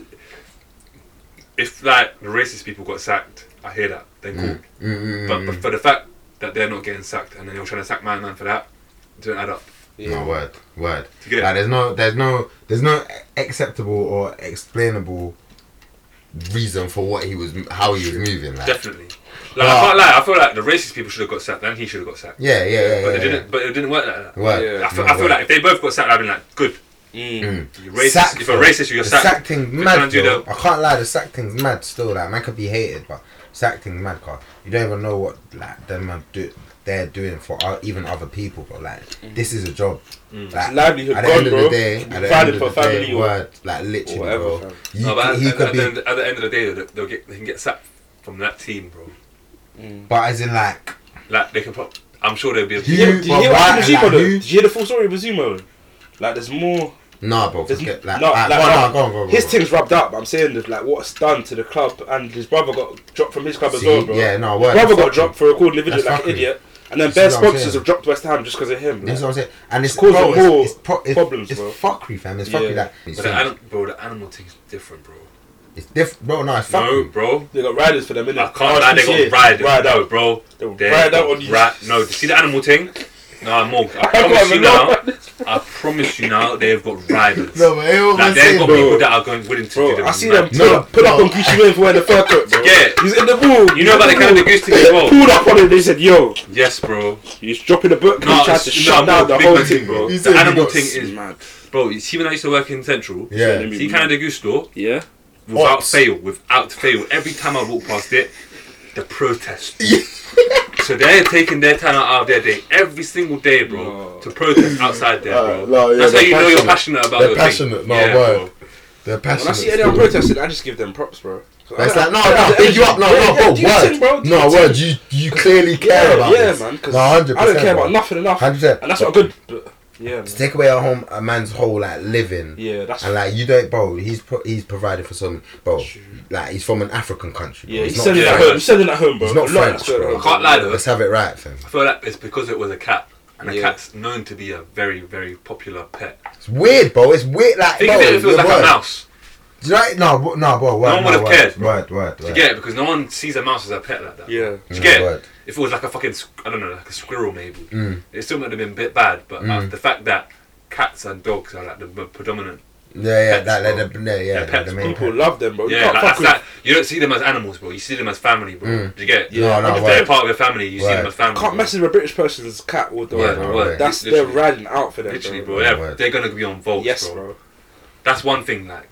Speaker 4: if like the racist people got sacked, I hear that, then cool.
Speaker 3: Mm, mm,
Speaker 4: But, but for the fact that they're not getting sacked, and then you're trying to sack my man for that, it don't add up.
Speaker 3: mm. No word, word.
Speaker 4: Do you get it?
Speaker 3: Like, there's no, there's no, there's no acceptable or explainable reason for what he was, how he was moving. Like,
Speaker 4: Definitely. Like I
Speaker 3: Nah.
Speaker 4: can't lie, I feel like the racist people should have got sacked, then he should have got sacked.
Speaker 3: Ah. yeah, yeah, yeah, yeah.
Speaker 4: But it
Speaker 3: yeah.
Speaker 4: didn't. But it didn't work like that.
Speaker 3: Word.
Speaker 1: Yeah.
Speaker 4: I feel,
Speaker 3: No
Speaker 4: I feel
Speaker 3: word.
Speaker 4: like if they both got sacked, I'd been like, good.
Speaker 1: Mm.
Speaker 4: You're racist.
Speaker 3: Sacked,
Speaker 4: if you're
Speaker 3: though.
Speaker 4: racist, you're
Speaker 3: The
Speaker 4: sacked.
Speaker 3: sack thing's
Speaker 4: They're
Speaker 3: mad.
Speaker 4: trying to do
Speaker 3: though.
Speaker 4: the-
Speaker 3: I can't lie, the sack thing's mad still. Like man could be hated, but sack thing's mad. Cause you don't even know what like them man do. They're doing for o- even other people, but like this is a job. Like,
Speaker 1: Mm.
Speaker 4: Mm.
Speaker 1: It's livelihood
Speaker 3: At the
Speaker 1: gone,
Speaker 3: end of
Speaker 1: bro.
Speaker 3: the day, at the end
Speaker 1: Provided
Speaker 3: of
Speaker 1: for
Speaker 3: the day,
Speaker 1: family or-
Speaker 3: word, like literally,
Speaker 1: whatever,
Speaker 3: bro.
Speaker 1: fam.
Speaker 3: You,
Speaker 4: No, Oh, but at,
Speaker 3: he
Speaker 4: at-
Speaker 3: could
Speaker 4: at
Speaker 3: be,
Speaker 4: the end, at the end of the day, they'll, they'll get they can get sacked from that team, bro.
Speaker 3: but as in like
Speaker 4: Like they can, pro- I'm sure there'll be a.
Speaker 1: Did you,
Speaker 3: You-
Speaker 1: did you
Speaker 3: but
Speaker 1: hear what
Speaker 3: why-
Speaker 1: happened with Zumo
Speaker 3: like,
Speaker 1: though?
Speaker 3: you-
Speaker 1: Did you hear the full story of Zumo? Like, there's more.
Speaker 3: nah, bro.
Speaker 1: There's
Speaker 3: Forget,
Speaker 1: no-
Speaker 3: like,
Speaker 1: no,
Speaker 3: like,
Speaker 1: like,
Speaker 3: go on,
Speaker 1: no,
Speaker 3: no, go on, go on, go
Speaker 1: His
Speaker 3: on.
Speaker 1: team's rubbed up. but I'm saying that, like what's done to the club, and his brother got dropped from his club as
Speaker 3: See?
Speaker 1: well, bro.
Speaker 3: Yeah, no,
Speaker 1: his
Speaker 3: word,
Speaker 1: brother
Speaker 3: that's
Speaker 1: got dropped for recording a video
Speaker 3: That's
Speaker 1: like an
Speaker 3: fuckery.
Speaker 1: idiot, and then
Speaker 3: You see
Speaker 1: bare
Speaker 3: what I'm
Speaker 1: sponsors
Speaker 3: saying?
Speaker 1: have dropped West Ham just because of him.
Speaker 3: This
Speaker 1: like.
Speaker 3: is what I'm saying, and it's,
Speaker 1: It's causing
Speaker 3: bro,
Speaker 1: more
Speaker 3: it's, it's, pro- it's
Speaker 1: problems,
Speaker 3: It's
Speaker 1: bro.
Speaker 3: fuckery, fam. It's
Speaker 1: Yeah.
Speaker 3: fuckery. Like,
Speaker 4: But the anim- bro, the animal thing's different, bro.
Speaker 3: it's different, bro. No, it's
Speaker 4: No,
Speaker 3: fuckery.
Speaker 4: bro.
Speaker 1: They got riders for them, innit?
Speaker 4: I can't lie, they got ride,
Speaker 1: Ride
Speaker 4: no,
Speaker 1: out.
Speaker 4: bro.
Speaker 1: They will
Speaker 4: They
Speaker 1: ride out
Speaker 4: got
Speaker 1: on you.
Speaker 4: rat- No, see the animal thing? No,
Speaker 3: [LAUGHS]
Speaker 4: I'm more. I
Speaker 1: got
Speaker 4: promise you
Speaker 1: a
Speaker 4: now.
Speaker 1: lot.
Speaker 4: I promise you now, they've got riders.
Speaker 3: [LAUGHS] No, but hey, what am I
Speaker 4: like, they've
Speaker 3: saying,
Speaker 4: got
Speaker 3: bro?
Speaker 4: people that are going willing to do
Speaker 1: Bro,
Speaker 4: them.
Speaker 1: I see them
Speaker 4: mad-
Speaker 1: pull, up, pull up
Speaker 3: no.
Speaker 1: on Gucci Mane for wearing the fur coat, bro.
Speaker 4: Yeah.
Speaker 1: He's in the ball.
Speaker 4: You know about the kind of the goose thing as well?
Speaker 1: Pulled up on him, they said, yo,
Speaker 4: Yes, bro.
Speaker 1: he's dropping the book.
Speaker 4: No,
Speaker 1: he tried
Speaker 4: it's-
Speaker 1: to
Speaker 4: no,
Speaker 1: shut
Speaker 4: I'm
Speaker 1: down
Speaker 4: not a
Speaker 1: the
Speaker 4: big
Speaker 1: whole
Speaker 4: man
Speaker 1: thing,
Speaker 4: thing,
Speaker 1: bro.
Speaker 4: bro.
Speaker 3: He
Speaker 4: The
Speaker 3: said he
Speaker 4: animal
Speaker 3: got
Speaker 4: thing
Speaker 3: s-
Speaker 4: is,
Speaker 5: mad.
Speaker 4: bro. You see, when I used to work in Central,
Speaker 3: Yeah.
Speaker 4: see Canada Goose store
Speaker 5: Yeah.
Speaker 4: without
Speaker 3: Ops.
Speaker 4: fail, without fail. Every time I walk past it, the
Speaker 6: [LAUGHS]
Speaker 4: protest. so they're taking their time out of their day every single day, bro,
Speaker 1: No.
Speaker 4: to protest outside there, bro.
Speaker 6: Uh, no, yeah,
Speaker 4: That's how
Speaker 6: they're
Speaker 4: you know you're
Speaker 6: passionate.
Speaker 4: passionate about
Speaker 6: They're
Speaker 4: your thing.
Speaker 6: passionate, no,
Speaker 4: yeah,
Speaker 6: word.
Speaker 4: bro.
Speaker 6: They're
Speaker 1: When I see
Speaker 6: passionate.
Speaker 1: anyone protesting, I just give them props, bro. So I
Speaker 6: It's
Speaker 1: don't-
Speaker 6: like,
Speaker 1: [LAUGHS]
Speaker 6: no, no, big you up, no,
Speaker 1: Yeah,
Speaker 6: no,
Speaker 1: yeah,
Speaker 6: bro,
Speaker 1: do your
Speaker 6: word.
Speaker 1: thing, bro, do
Speaker 6: no,
Speaker 1: your
Speaker 6: word, you, you clearly care
Speaker 1: yeah,
Speaker 6: about
Speaker 1: yeah,
Speaker 6: this.
Speaker 1: man. Cause
Speaker 6: No, 100%,
Speaker 1: I don't care
Speaker 6: bro.
Speaker 1: about nothing enough,
Speaker 6: 100%.
Speaker 1: and that's not good. But yeah, man.
Speaker 3: To take away a home a man's whole like living.
Speaker 1: yeah, that's
Speaker 3: And like you don't, bro. He's pro- he's provided for some, bro. Like he's from an African country. bro.
Speaker 1: yeah.
Speaker 3: He's
Speaker 1: He's
Speaker 3: not
Speaker 1: sending that
Speaker 3: French.
Speaker 1: home. He's sending that home, bro.
Speaker 3: He's
Speaker 1: A lot
Speaker 3: not
Speaker 1: of
Speaker 3: French,
Speaker 1: that's going
Speaker 3: bro.
Speaker 1: on.
Speaker 4: Can't lie though.
Speaker 3: Let's have it right, fam.
Speaker 4: I feel like it's because it was a cat, and a
Speaker 1: Yeah.
Speaker 4: cat's known to be a very, very popular pet.
Speaker 3: It's weird, bro. It's weird, like
Speaker 4: Think
Speaker 3: bro,
Speaker 4: of it if it was
Speaker 3: the
Speaker 4: like
Speaker 3: word.
Speaker 4: a mouse.
Speaker 3: Do you know? No, w- no, bro. Word,
Speaker 4: one would've
Speaker 3: word,
Speaker 4: cared, bro.
Speaker 3: Word, word,
Speaker 4: Do
Speaker 3: word.
Speaker 4: you get it? Because no one sees a mouse as a pet like that.
Speaker 1: Yeah,
Speaker 4: Do
Speaker 3: No,
Speaker 4: you get it?
Speaker 3: word.
Speaker 4: If it was like a fucking, squ- I don't know, like a squirrel maybe,
Speaker 3: Mm.
Speaker 4: it still might have been a bit bad. But uh, the fact that cats and dogs are like the m- predominant,
Speaker 3: Yeah, yeah,
Speaker 4: Pets,
Speaker 3: that,
Speaker 4: bro.
Speaker 3: that, that, yeah, yeah,
Speaker 4: Yeah,
Speaker 3: the,
Speaker 4: pets,
Speaker 3: the main
Speaker 1: people
Speaker 3: point.
Speaker 1: love them, bro. You
Speaker 4: yeah,
Speaker 1: can't
Speaker 4: like,
Speaker 1: fuck
Speaker 4: that's
Speaker 1: with.
Speaker 4: that. You don't see them as animals, bro. You see them as family, bro. Do you get it?
Speaker 3: Mm. No, no,
Speaker 4: if
Speaker 3: word.
Speaker 4: they're part of your family, you see
Speaker 3: Word.
Speaker 4: them as family.
Speaker 1: Can't
Speaker 4: bro.
Speaker 1: mess with a British person's cat all the
Speaker 4: Yeah,
Speaker 1: way,
Speaker 4: no,
Speaker 1: bro.
Speaker 4: word.
Speaker 1: That's
Speaker 4: Literally.
Speaker 1: they're riding out for them,
Speaker 4: Literally,
Speaker 1: bro.
Speaker 4: bro. Yeah,
Speaker 3: Word.
Speaker 4: they're gonna be on Volks,
Speaker 1: Yes,
Speaker 4: bro.
Speaker 1: bro.
Speaker 4: That's one thing, like,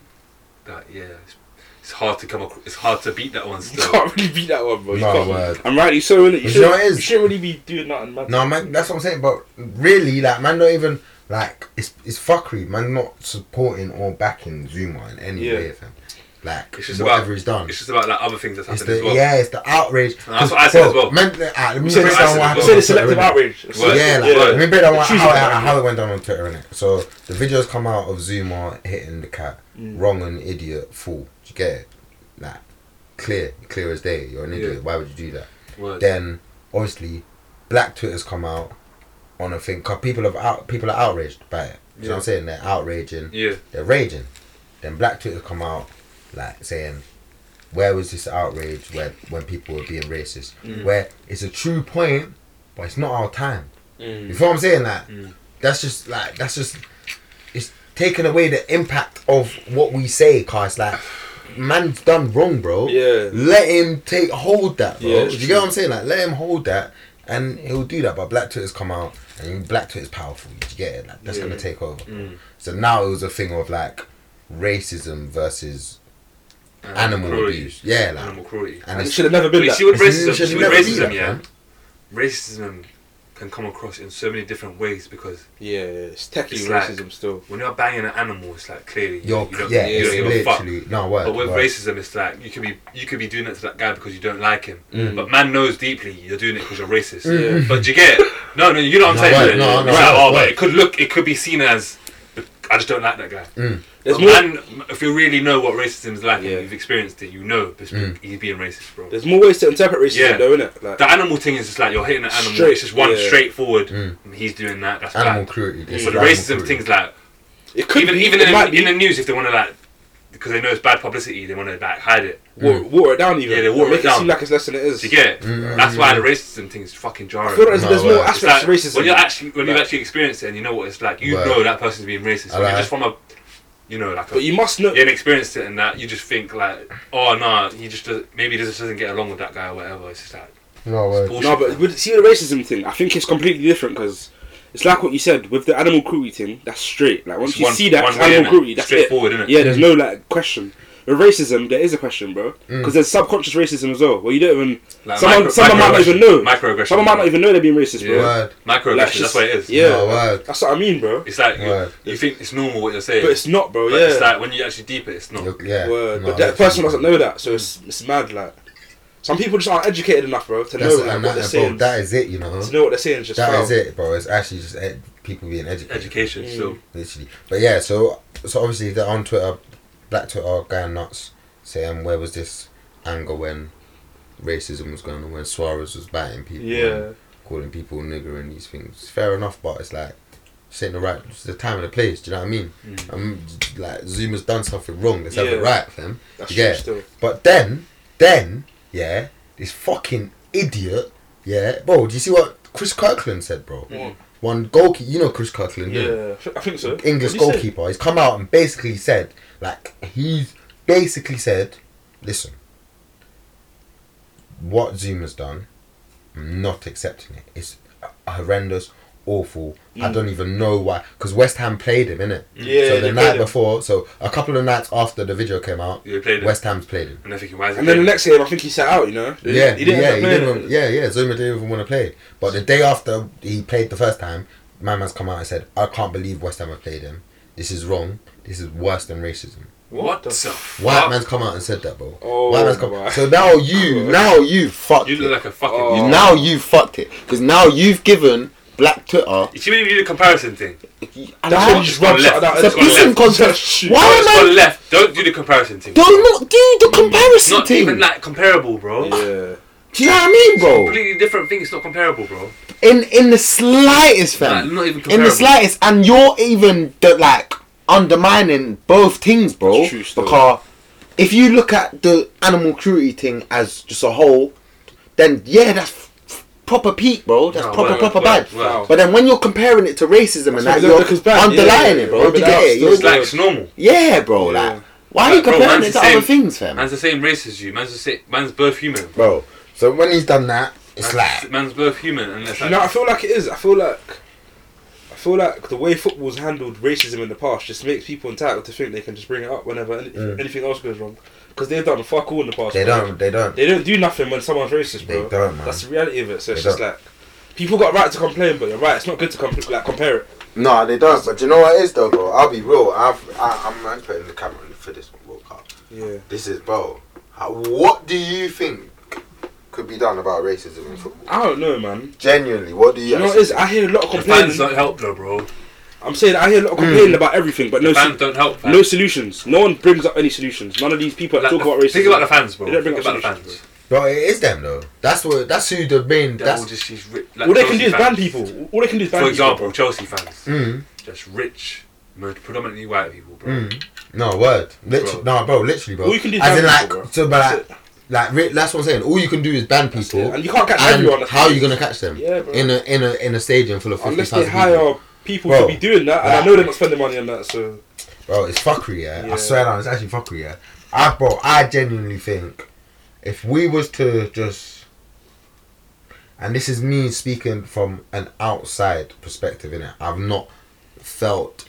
Speaker 4: that. Yeah, it's, it's hard to come. Across, it's hard to beat that one.
Speaker 1: You
Speaker 4: Still.
Speaker 1: can't really beat that one, bro. You
Speaker 3: No,
Speaker 1: can't.
Speaker 3: word.
Speaker 1: I'm rightly so in it. You
Speaker 3: But you know
Speaker 1: shouldn't
Speaker 3: what it is?
Speaker 1: you shouldn't really be doing nothing, man.
Speaker 3: No, man, that's what I'm saying. But really, like, man, not even like it's it's fuckery. Man, not supporting or backing Zuma in any
Speaker 1: Yeah.
Speaker 3: way, fam. Like
Speaker 4: It's just
Speaker 3: whatever
Speaker 4: about-
Speaker 3: he's done.
Speaker 4: It's just about like other things that's
Speaker 3: It's
Speaker 4: happened
Speaker 3: the
Speaker 4: as well.
Speaker 3: yeah, it's the outrage.
Speaker 4: No, that's what I said as well.
Speaker 3: Man, uh, let me
Speaker 1: said
Speaker 3: break
Speaker 4: what I
Speaker 3: down
Speaker 4: said
Speaker 3: what
Speaker 4: as
Speaker 1: You
Speaker 3: happened.
Speaker 4: well. Well,
Speaker 1: said it's selective outrage. It's
Speaker 4: Well,
Speaker 1: like-
Speaker 3: Yeah, like,
Speaker 1: yeah.
Speaker 3: let me break down what,
Speaker 1: Choose
Speaker 3: how,
Speaker 1: it.
Speaker 3: how, how it went down on Twitter, innit? So, the videos come out of Zuma hitting the cat.
Speaker 4: Mm.
Speaker 3: Wrong and idiot, fool. Do you get it? Like, clear, clear as day. You're an idiot.
Speaker 4: Yeah.
Speaker 3: Why would you do that?
Speaker 4: Word.
Speaker 3: Then, obviously, black Twitter's come out on a thing. Cause people, have out, people are outraged by it. Do you know what I'm saying? They're outraging
Speaker 4: Yeah.
Speaker 3: they're raging. Then Black Twitter come out like saying, "Where was this outrage where when people were being racist? Where it's a true point, but it's not our time." You feel what I'm saying? That that's just like that's just it's taking away the impact of what we say. Cause like man's done wrong,
Speaker 8: Oh.
Speaker 3: bro.
Speaker 1: Yeah.
Speaker 3: Let him take hold that, bro.
Speaker 1: Yeah,
Speaker 3: Do
Speaker 1: it's
Speaker 3: you get what I'm saying? Like let him hold that. And he'll do that, but Black Twitter's come out, and Black Twitter's powerful. Do you get it? Like, that's gonna take over.
Speaker 4: Mm.
Speaker 3: So now it was a thing of like racism versus
Speaker 4: Animal
Speaker 3: animal
Speaker 4: cruelty.
Speaker 3: abuse. Yeah, like
Speaker 4: Animal cruelty.
Speaker 3: and
Speaker 1: It
Speaker 3: it's
Speaker 1: should have never
Speaker 4: But
Speaker 1: been
Speaker 4: you
Speaker 1: that.
Speaker 4: see with
Speaker 3: It's- it
Speaker 4: racism,
Speaker 3: should
Speaker 4: see with
Speaker 3: never be
Speaker 4: racism,
Speaker 3: that,
Speaker 4: yeah.
Speaker 3: man.
Speaker 4: Racism can come across in so many different ways because
Speaker 1: Yeah, it's techie
Speaker 4: It's like-
Speaker 1: racism still.
Speaker 4: when you're banging an animal, it's like clearly you,
Speaker 3: you're
Speaker 4: you don't,
Speaker 3: yeah,
Speaker 4: you don't
Speaker 3: it's
Speaker 4: give a fuck.
Speaker 3: literally no word.
Speaker 4: But with
Speaker 3: word.
Speaker 4: racism, it's like you could be you could be doing that to that guy because you don't like him.
Speaker 3: Mm.
Speaker 4: But man knows deeply you're doing it because you're racist. But do you get it? No, no, you know what I'm
Speaker 3: No,
Speaker 4: saying.
Speaker 3: right,
Speaker 4: innit?
Speaker 3: no, no,
Speaker 4: It's like,
Speaker 3: right,
Speaker 4: oh, but
Speaker 3: right.
Speaker 4: it could look, it could be seen as I just don't like that guy.
Speaker 1: There's
Speaker 4: But
Speaker 1: more.
Speaker 4: man, if you really know what racism is like
Speaker 1: Yeah.
Speaker 4: and you've experienced it, you know it's be-
Speaker 3: Mm.
Speaker 4: he's being racist, bro.
Speaker 1: There's more ways to interpret racism,
Speaker 4: Yeah.
Speaker 1: though, innit? Like,
Speaker 4: The animal thing is just like you're hitting an animal.
Speaker 1: Straight,
Speaker 4: it's just one
Speaker 1: yeah.
Speaker 4: straightforward. He's doing that. That's
Speaker 3: Mm. animal
Speaker 4: bad.
Speaker 3: cruelty. this
Speaker 4: But
Speaker 3: is
Speaker 4: the
Speaker 3: animal
Speaker 4: racism
Speaker 3: cruelty.
Speaker 4: things like
Speaker 1: it could
Speaker 4: even
Speaker 1: be,
Speaker 4: even
Speaker 1: it
Speaker 4: in,
Speaker 1: might be
Speaker 4: in the news if they want to like because they know it's bad publicity, they want to like hide it.
Speaker 1: water, water it down, even.
Speaker 4: mm. Yeah, they water
Speaker 1: make
Speaker 4: it down.
Speaker 1: seem like it's less than it is.
Speaker 4: Do you get
Speaker 3: Mm,
Speaker 4: it? That's why the racism thing is fucking jarring.
Speaker 1: I feel like there's,
Speaker 3: No,
Speaker 1: there's
Speaker 3: well,
Speaker 1: more
Speaker 3: it's
Speaker 4: It's
Speaker 1: aspects
Speaker 4: like,
Speaker 1: of racism.
Speaker 4: when you actually when you've
Speaker 1: Like-
Speaker 4: actually experienced it and you know what it's like, you
Speaker 3: Well,
Speaker 4: know that person's being racist. When
Speaker 3: alright.
Speaker 4: you're just from a, you know, like a,
Speaker 1: but you must know.
Speaker 4: you ain't experienced it and that you just think like, oh no, he just does, maybe he just doesn't get along with that guy or whatever. It's just like
Speaker 3: No word.
Speaker 4: bullshit.
Speaker 8: No, but with, see the racism thing. I think it's completely different because it's like what you said with the animal cruelty thing. That's straight. Like once
Speaker 4: It's
Speaker 8: you
Speaker 4: one-
Speaker 8: see that
Speaker 4: one
Speaker 8: it's
Speaker 4: way, innit?
Speaker 8: animal cruelty, that's it.
Speaker 4: Straightforward, innit?
Speaker 8: Yeah, there's no like question. With racism, there is a question, bro, because there's subconscious racism as well. Where you don't even
Speaker 4: Like
Speaker 8: someone,
Speaker 4: micro-
Speaker 8: someone might not even know.
Speaker 4: microaggression.
Speaker 8: Someone might not even know they're being racist, bro.
Speaker 4: Yeah.
Speaker 3: Word.
Speaker 4: microaggression.
Speaker 8: Like,
Speaker 4: that's
Speaker 8: just-
Speaker 4: what it is.
Speaker 1: Yeah.
Speaker 3: No word.
Speaker 1: That's what I mean, bro.
Speaker 4: It's like you,
Speaker 3: Word.
Speaker 4: you think it's normal what you're saying,
Speaker 1: But it's not, bro.
Speaker 4: but
Speaker 1: yeah.
Speaker 4: it's like when you actually deep it, it's not.
Speaker 3: Look, yeah.
Speaker 1: Word.
Speaker 3: No,
Speaker 1: but that
Speaker 3: that's-
Speaker 1: person doesn't know that, so it's, it's mad. Like some people just aren't educated enough, bro, to know
Speaker 3: That's
Speaker 1: like, what
Speaker 3: and that,
Speaker 1: they're
Speaker 3: bro,
Speaker 1: saying.
Speaker 3: that is it, you know.
Speaker 1: to know what they're saying is just
Speaker 3: That
Speaker 1: foul.
Speaker 3: is it, bro. It's actually just ed- people being educated.
Speaker 4: Education, so
Speaker 3: literally. But yeah, so so obviously they're on Twitter, Black Twitter are going nuts, saying where was this anger when racism was going on, when Suarez was biting people,
Speaker 1: Yeah.
Speaker 3: and calling people nigger and these things. Fair enough, but it's like it's ain't the right, it's the time and the place. Do you know what I mean? Um, like Zuma's done something wrong. Let's have it
Speaker 1: Mm. Yeah.
Speaker 3: right, fam.
Speaker 1: That's
Speaker 3: You get
Speaker 1: true still.
Speaker 3: it? But then, then, yeah, this fucking idiot, yeah, bro. Do you see what Chris Kirkland said, bro? One goalkeeper, you know Chris Kirkland,
Speaker 1: Yeah.
Speaker 3: yeah.
Speaker 1: I think so.
Speaker 3: English
Speaker 1: What'd you say?
Speaker 3: goalkeeper. He's come out and basically said, like, he's basically said, listen, what Zoom has done, I'm not accepting it. It's horrendous. awful. I don't even know why, because West Ham played him, innit?
Speaker 1: Mm. Yeah,
Speaker 3: So
Speaker 1: they
Speaker 3: the night
Speaker 1: played him.
Speaker 3: before, so a couple of nights after the video came out,
Speaker 4: Yeah, they played him.
Speaker 3: West Ham's played him.
Speaker 4: And they're thinking, why is he
Speaker 1: And then the
Speaker 4: playing?
Speaker 1: next game, I think he sat out. You know, He-
Speaker 3: Yeah,
Speaker 1: he didn't
Speaker 3: yeah,
Speaker 1: end
Speaker 3: he
Speaker 1: up playing.
Speaker 3: didn't, yeah, yeah. Zuma didn't even want to play. But the day after he played the first time, my man's come out and said, "I can't believe West Ham have played him. This is wrong. This is worse than racism."
Speaker 4: What the
Speaker 3: White
Speaker 4: fuck?
Speaker 3: man's come out and said that, bro.
Speaker 1: Oh,
Speaker 3: White man's come.
Speaker 1: my.
Speaker 3: So now you, now you fucked
Speaker 4: You
Speaker 3: it.
Speaker 4: look like a fucking.
Speaker 1: Oh.
Speaker 4: You-
Speaker 6: Now you fucked it because now you've given Black Twitter.
Speaker 4: You see when you do the comparison thing?
Speaker 1: That's when you just rubbed
Speaker 4: It's
Speaker 1: out
Speaker 4: gone
Speaker 1: that.
Speaker 4: left.
Speaker 6: It's a
Speaker 4: gone
Speaker 1: [LAUGHS]
Speaker 6: pushing
Speaker 4: left.
Speaker 6: contest.
Speaker 1: Shit.
Speaker 6: Why
Speaker 4: Oh, it's
Speaker 6: am I?
Speaker 4: gone left. Don't do the comparison thing.
Speaker 6: Don't not do the comparison
Speaker 4: Not
Speaker 6: thing.
Speaker 4: even like comparable, bro.
Speaker 1: Yeah.
Speaker 6: do you know what I mean, bro?
Speaker 4: Completely different thing. It's not comparable, bro.
Speaker 6: In in the slightest, fam.
Speaker 4: Like, not even
Speaker 6: in the
Speaker 4: comparable.
Speaker 6: slightest, and you're even the, like undermining both things, bro.
Speaker 5: It's true still.
Speaker 6: because if you look at the animal cruelty thing as just a whole, then yeah, that's f- proper peak, bro. That's
Speaker 4: No,
Speaker 6: proper
Speaker 4: word,
Speaker 6: proper
Speaker 4: word,
Speaker 6: bad.
Speaker 4: word.
Speaker 6: But then when you're comparing it to racism and
Speaker 1: That's what-
Speaker 6: that, you're
Speaker 1: because bad,
Speaker 6: underlying
Speaker 1: yeah,
Speaker 6: it, bro. Do you
Speaker 1: yeah,
Speaker 6: get it?
Speaker 1: yeah.
Speaker 6: You're-
Speaker 4: It's like it's normal.
Speaker 6: yeah, bro.
Speaker 1: Yeah.
Speaker 6: Like, why are you
Speaker 4: Like, bro,
Speaker 6: comparing
Speaker 4: man's
Speaker 6: it to
Speaker 4: the
Speaker 6: other
Speaker 4: same.
Speaker 6: things, fam?
Speaker 4: Man's the same race as you. Man's the same. Man's both human.
Speaker 3: bro. So when he's done that, it's
Speaker 4: Man's,
Speaker 3: like
Speaker 4: man's both human, and it's
Speaker 1: You
Speaker 4: like,
Speaker 1: know, I feel like it is. I feel like. I feel like the way football's handled racism in the past just makes people entitled to think they can just bring it up whenever any,
Speaker 3: Mm.
Speaker 1: anything else goes wrong. Because they've done fuck all in the past.
Speaker 3: they
Speaker 1: bro.
Speaker 3: don't, they don't,
Speaker 1: They don't do nothing when someone's racist,
Speaker 3: they
Speaker 1: bro.
Speaker 3: don't, man.
Speaker 1: That's the reality of it. So it's
Speaker 3: They
Speaker 1: just like people got right to complain, but you're right. It's not good to comp- like compare it.
Speaker 3: No, they don't. But you know what it is though, bro. I'll be real. I've, I, I'm not putting the camera in for this one, World Cup.
Speaker 1: Yeah.
Speaker 3: This is, bro. How, what do you think could be done about racism in football?
Speaker 1: I don't know, man.
Speaker 3: Genuinely, what do you?
Speaker 1: You know what it is? I hear a lot of
Speaker 4: the fans
Speaker 1: complaining.
Speaker 4: don't help, though, bro.
Speaker 1: I'm saying I hear a
Speaker 3: Mm.
Speaker 1: lot of complaining about everything, but no,
Speaker 4: The
Speaker 1: sol-
Speaker 4: fans don't help. Fans.
Speaker 1: no solutions. No one brings up any solutions. None of these people that
Speaker 4: Like,
Speaker 1: talk about
Speaker 4: the-
Speaker 1: racism.
Speaker 4: Think about the fans, bro.
Speaker 1: They don't bring
Speaker 4: Think
Speaker 1: up
Speaker 4: about the
Speaker 1: solutions,
Speaker 4: fans.
Speaker 3: bro, it is them though. That's what. That's who the main.
Speaker 4: They're all
Speaker 3: That's
Speaker 4: just these ri- like
Speaker 1: all they can do is
Speaker 4: Chelsea
Speaker 1: ban
Speaker 4: fans.
Speaker 1: people. All they can do is ban
Speaker 4: For
Speaker 1: people.
Speaker 4: example, Chelsea fans,
Speaker 3: Mm.
Speaker 4: just rich, mo- predominantly white people, bro.
Speaker 3: Mm. no word. Literally,
Speaker 4: Bro.
Speaker 3: no, bro. Literally, bro.
Speaker 1: All you can do is
Speaker 3: As
Speaker 1: ban
Speaker 3: in, like,
Speaker 1: people, bro.
Speaker 3: so, but like, like, re- that's what I'm saying. All you can do is ban people.
Speaker 1: and you can't catch
Speaker 3: And
Speaker 1: everyone.
Speaker 3: how are you gonna catch them?
Speaker 1: Yeah, bro.
Speaker 3: In a in a in a stadium full of fifty
Speaker 1: Unless they
Speaker 3: thousand
Speaker 1: hire
Speaker 3: people.
Speaker 1: people,
Speaker 3: Bro.
Speaker 1: to be doing that, and I know they're not spending money on that. So
Speaker 3: Bro, it's fuckery, yeah.
Speaker 1: Yeah.
Speaker 3: I swear down, it's actually fuckery, yeah. I bro, I genuinely think if we was to just and this is me speaking from an outside perspective, innit? I've not felt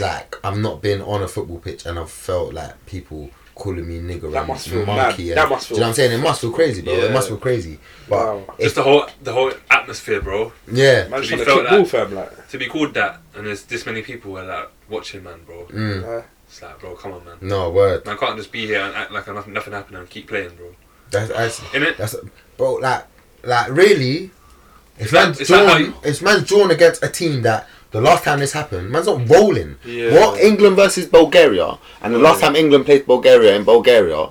Speaker 3: like I've not been on a football pitch and I've felt like people calling me nigger
Speaker 1: That
Speaker 3: and
Speaker 1: must feel mad.
Speaker 3: monkey and-
Speaker 1: That must
Speaker 3: Do you know what
Speaker 1: feel-
Speaker 3: I'm saying? It must feel crazy, bro. It
Speaker 1: Yeah.
Speaker 3: must feel crazy. But
Speaker 1: Wow.
Speaker 3: if-
Speaker 4: Just the whole the whole atmosphere, bro.
Speaker 3: yeah.
Speaker 1: man,
Speaker 4: To
Speaker 1: just
Speaker 4: be
Speaker 1: trying to
Speaker 4: felt
Speaker 1: kick
Speaker 4: that-
Speaker 1: ball, fam. Like,
Speaker 4: To be called that, and there's this many people are like watching, man, bro.
Speaker 3: Mm.
Speaker 1: uh,
Speaker 4: It's like, bro, come on, man.
Speaker 3: No word.
Speaker 4: And I can't just be here and act like nothing, nothing happened and keep playing, bro.
Speaker 3: That's, that's
Speaker 4: In it,
Speaker 3: That's bro, like, like really, if man's
Speaker 4: It's like
Speaker 3: drawn,
Speaker 4: how you-
Speaker 3: if man's drawn against a team that the last time this happened, man's not rolling.
Speaker 1: yeah.
Speaker 6: What England versus Bulgaria, and the
Speaker 4: Mm.
Speaker 6: last time England played Bulgaria in Bulgaria,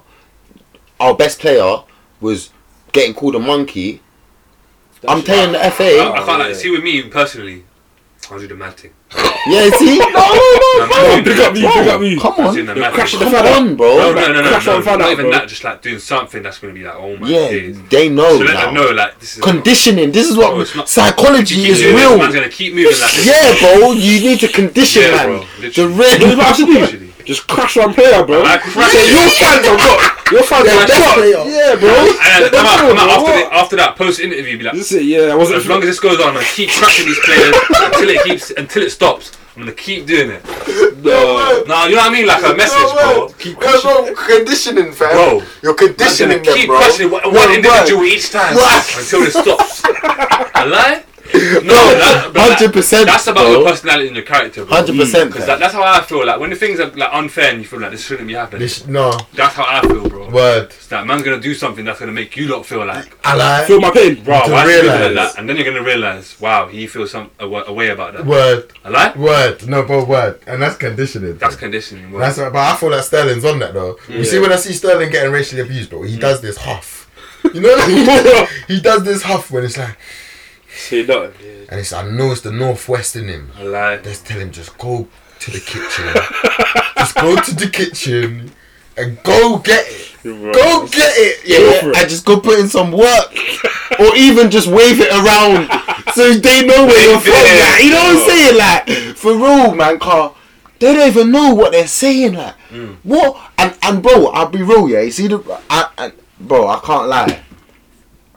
Speaker 6: our best player was getting called a monkey. I'm telling the
Speaker 4: I,
Speaker 6: FA.
Speaker 4: I can't like
Speaker 1: yeah.
Speaker 4: see with me personally. I'll do the mad thing.
Speaker 6: Yeah,
Speaker 4: [LAUGHS]
Speaker 6: see, no, no, no,
Speaker 4: I'm doing
Speaker 1: big up me,
Speaker 6: bro,
Speaker 1: big up me.
Speaker 6: Come
Speaker 4: I'll
Speaker 6: on,
Speaker 4: do the
Speaker 1: You're
Speaker 4: mad
Speaker 1: crashing
Speaker 4: thing.
Speaker 1: the
Speaker 6: come
Speaker 1: fan
Speaker 6: on, bro.
Speaker 4: No, no, no, no,
Speaker 1: Crash
Speaker 4: no,
Speaker 1: on fan
Speaker 4: Not
Speaker 1: out,
Speaker 4: even
Speaker 1: bro.
Speaker 4: that. Just like doing something that's gonna be like, oh my
Speaker 6: yeah,
Speaker 4: days.
Speaker 6: they know
Speaker 4: So let
Speaker 6: now.
Speaker 4: them know, like this is
Speaker 6: Conditioning. This is
Speaker 4: Bro,
Speaker 6: what
Speaker 4: it's not-
Speaker 6: psychology
Speaker 4: Keep
Speaker 6: is
Speaker 4: doing this,
Speaker 6: real.
Speaker 4: Man's gonna keep moving like this.
Speaker 6: Yeah, bro, you need to condition,
Speaker 4: Yeah,
Speaker 6: man.
Speaker 4: bro,
Speaker 6: the
Speaker 4: literally.
Speaker 1: You know
Speaker 6: red.
Speaker 1: what I have to do?
Speaker 4: Literally.
Speaker 1: Just crash one player, bro.
Speaker 4: Like, crash
Speaker 1: You say
Speaker 4: it.
Speaker 1: your fans are what? Your fans
Speaker 3: Yeah,
Speaker 1: are
Speaker 3: best
Speaker 1: what?
Speaker 3: player.
Speaker 1: Yeah, bro.
Speaker 4: And
Speaker 1: They're
Speaker 4: then come out,
Speaker 1: terrible,
Speaker 4: come out after,
Speaker 1: what?
Speaker 4: the, after that post interview, be like,
Speaker 1: This is it, yeah, I wasn't.
Speaker 4: as long as this goes on, I keep crashing these players until it keeps until it stops. I'm gonna keep doing it.
Speaker 1: no.
Speaker 4: No, you know what I mean, like a message, bro.
Speaker 3: Keep conditioning, fam.
Speaker 4: Bro.
Speaker 3: you're
Speaker 4: I'm gonna
Speaker 3: conditioning them,
Speaker 4: keep
Speaker 3: bro.
Speaker 4: crushing one,
Speaker 3: No
Speaker 4: one
Speaker 3: word.
Speaker 4: individual each time
Speaker 3: What?
Speaker 4: until it stops. A lie? No, that, but that-
Speaker 6: 100%,
Speaker 4: That's about
Speaker 6: bro.
Speaker 4: your personality and your character, bro.
Speaker 6: Hundred percent.
Speaker 4: Because that, that's how I feel. Like when the things are like unfair and you feel like this shouldn't be happening.
Speaker 3: This- no
Speaker 4: that's how I feel, bro.
Speaker 3: word.
Speaker 4: It's like man's gonna do something that's gonna make you lot feel like
Speaker 1: Feel
Speaker 3: Ally.
Speaker 1: my pain, bro.
Speaker 4: Wow,
Speaker 3: To
Speaker 4: why is he
Speaker 3: realise.
Speaker 4: feeling like that? And then you're gonna realize, wow, he feels some a, wa- a way about that.
Speaker 3: Word.
Speaker 4: A lie?
Speaker 3: Word. No, bro. Word. And that's conditioning.
Speaker 4: That's
Speaker 3: bro.
Speaker 4: conditioning. bro.
Speaker 3: That's right, but I feel like Sterling's on that though. You see, when I see Sterling getting racially abused, bro, he does this huff. You know, he does this huff when it's like,
Speaker 1: Say no.
Speaker 3: and it's I know it's the northwest in him.
Speaker 4: a lie.
Speaker 3: Let's tell him just go to the
Speaker 4: [LAUGHS]
Speaker 3: kitchen. just go to the kitchen and go get it. Go get it.
Speaker 6: Yeah,
Speaker 1: Go for it.
Speaker 6: and just go put in some work, or even just wave it around so they know where you're from.
Speaker 4: Yeah.
Speaker 6: like, you know what I'm saying? Like for real, man, car. They don't even know what they're saying. Like
Speaker 1: Mm.
Speaker 6: what? And and bro, I'll be real. Yeah, you see the I, I, bro, I can't lie.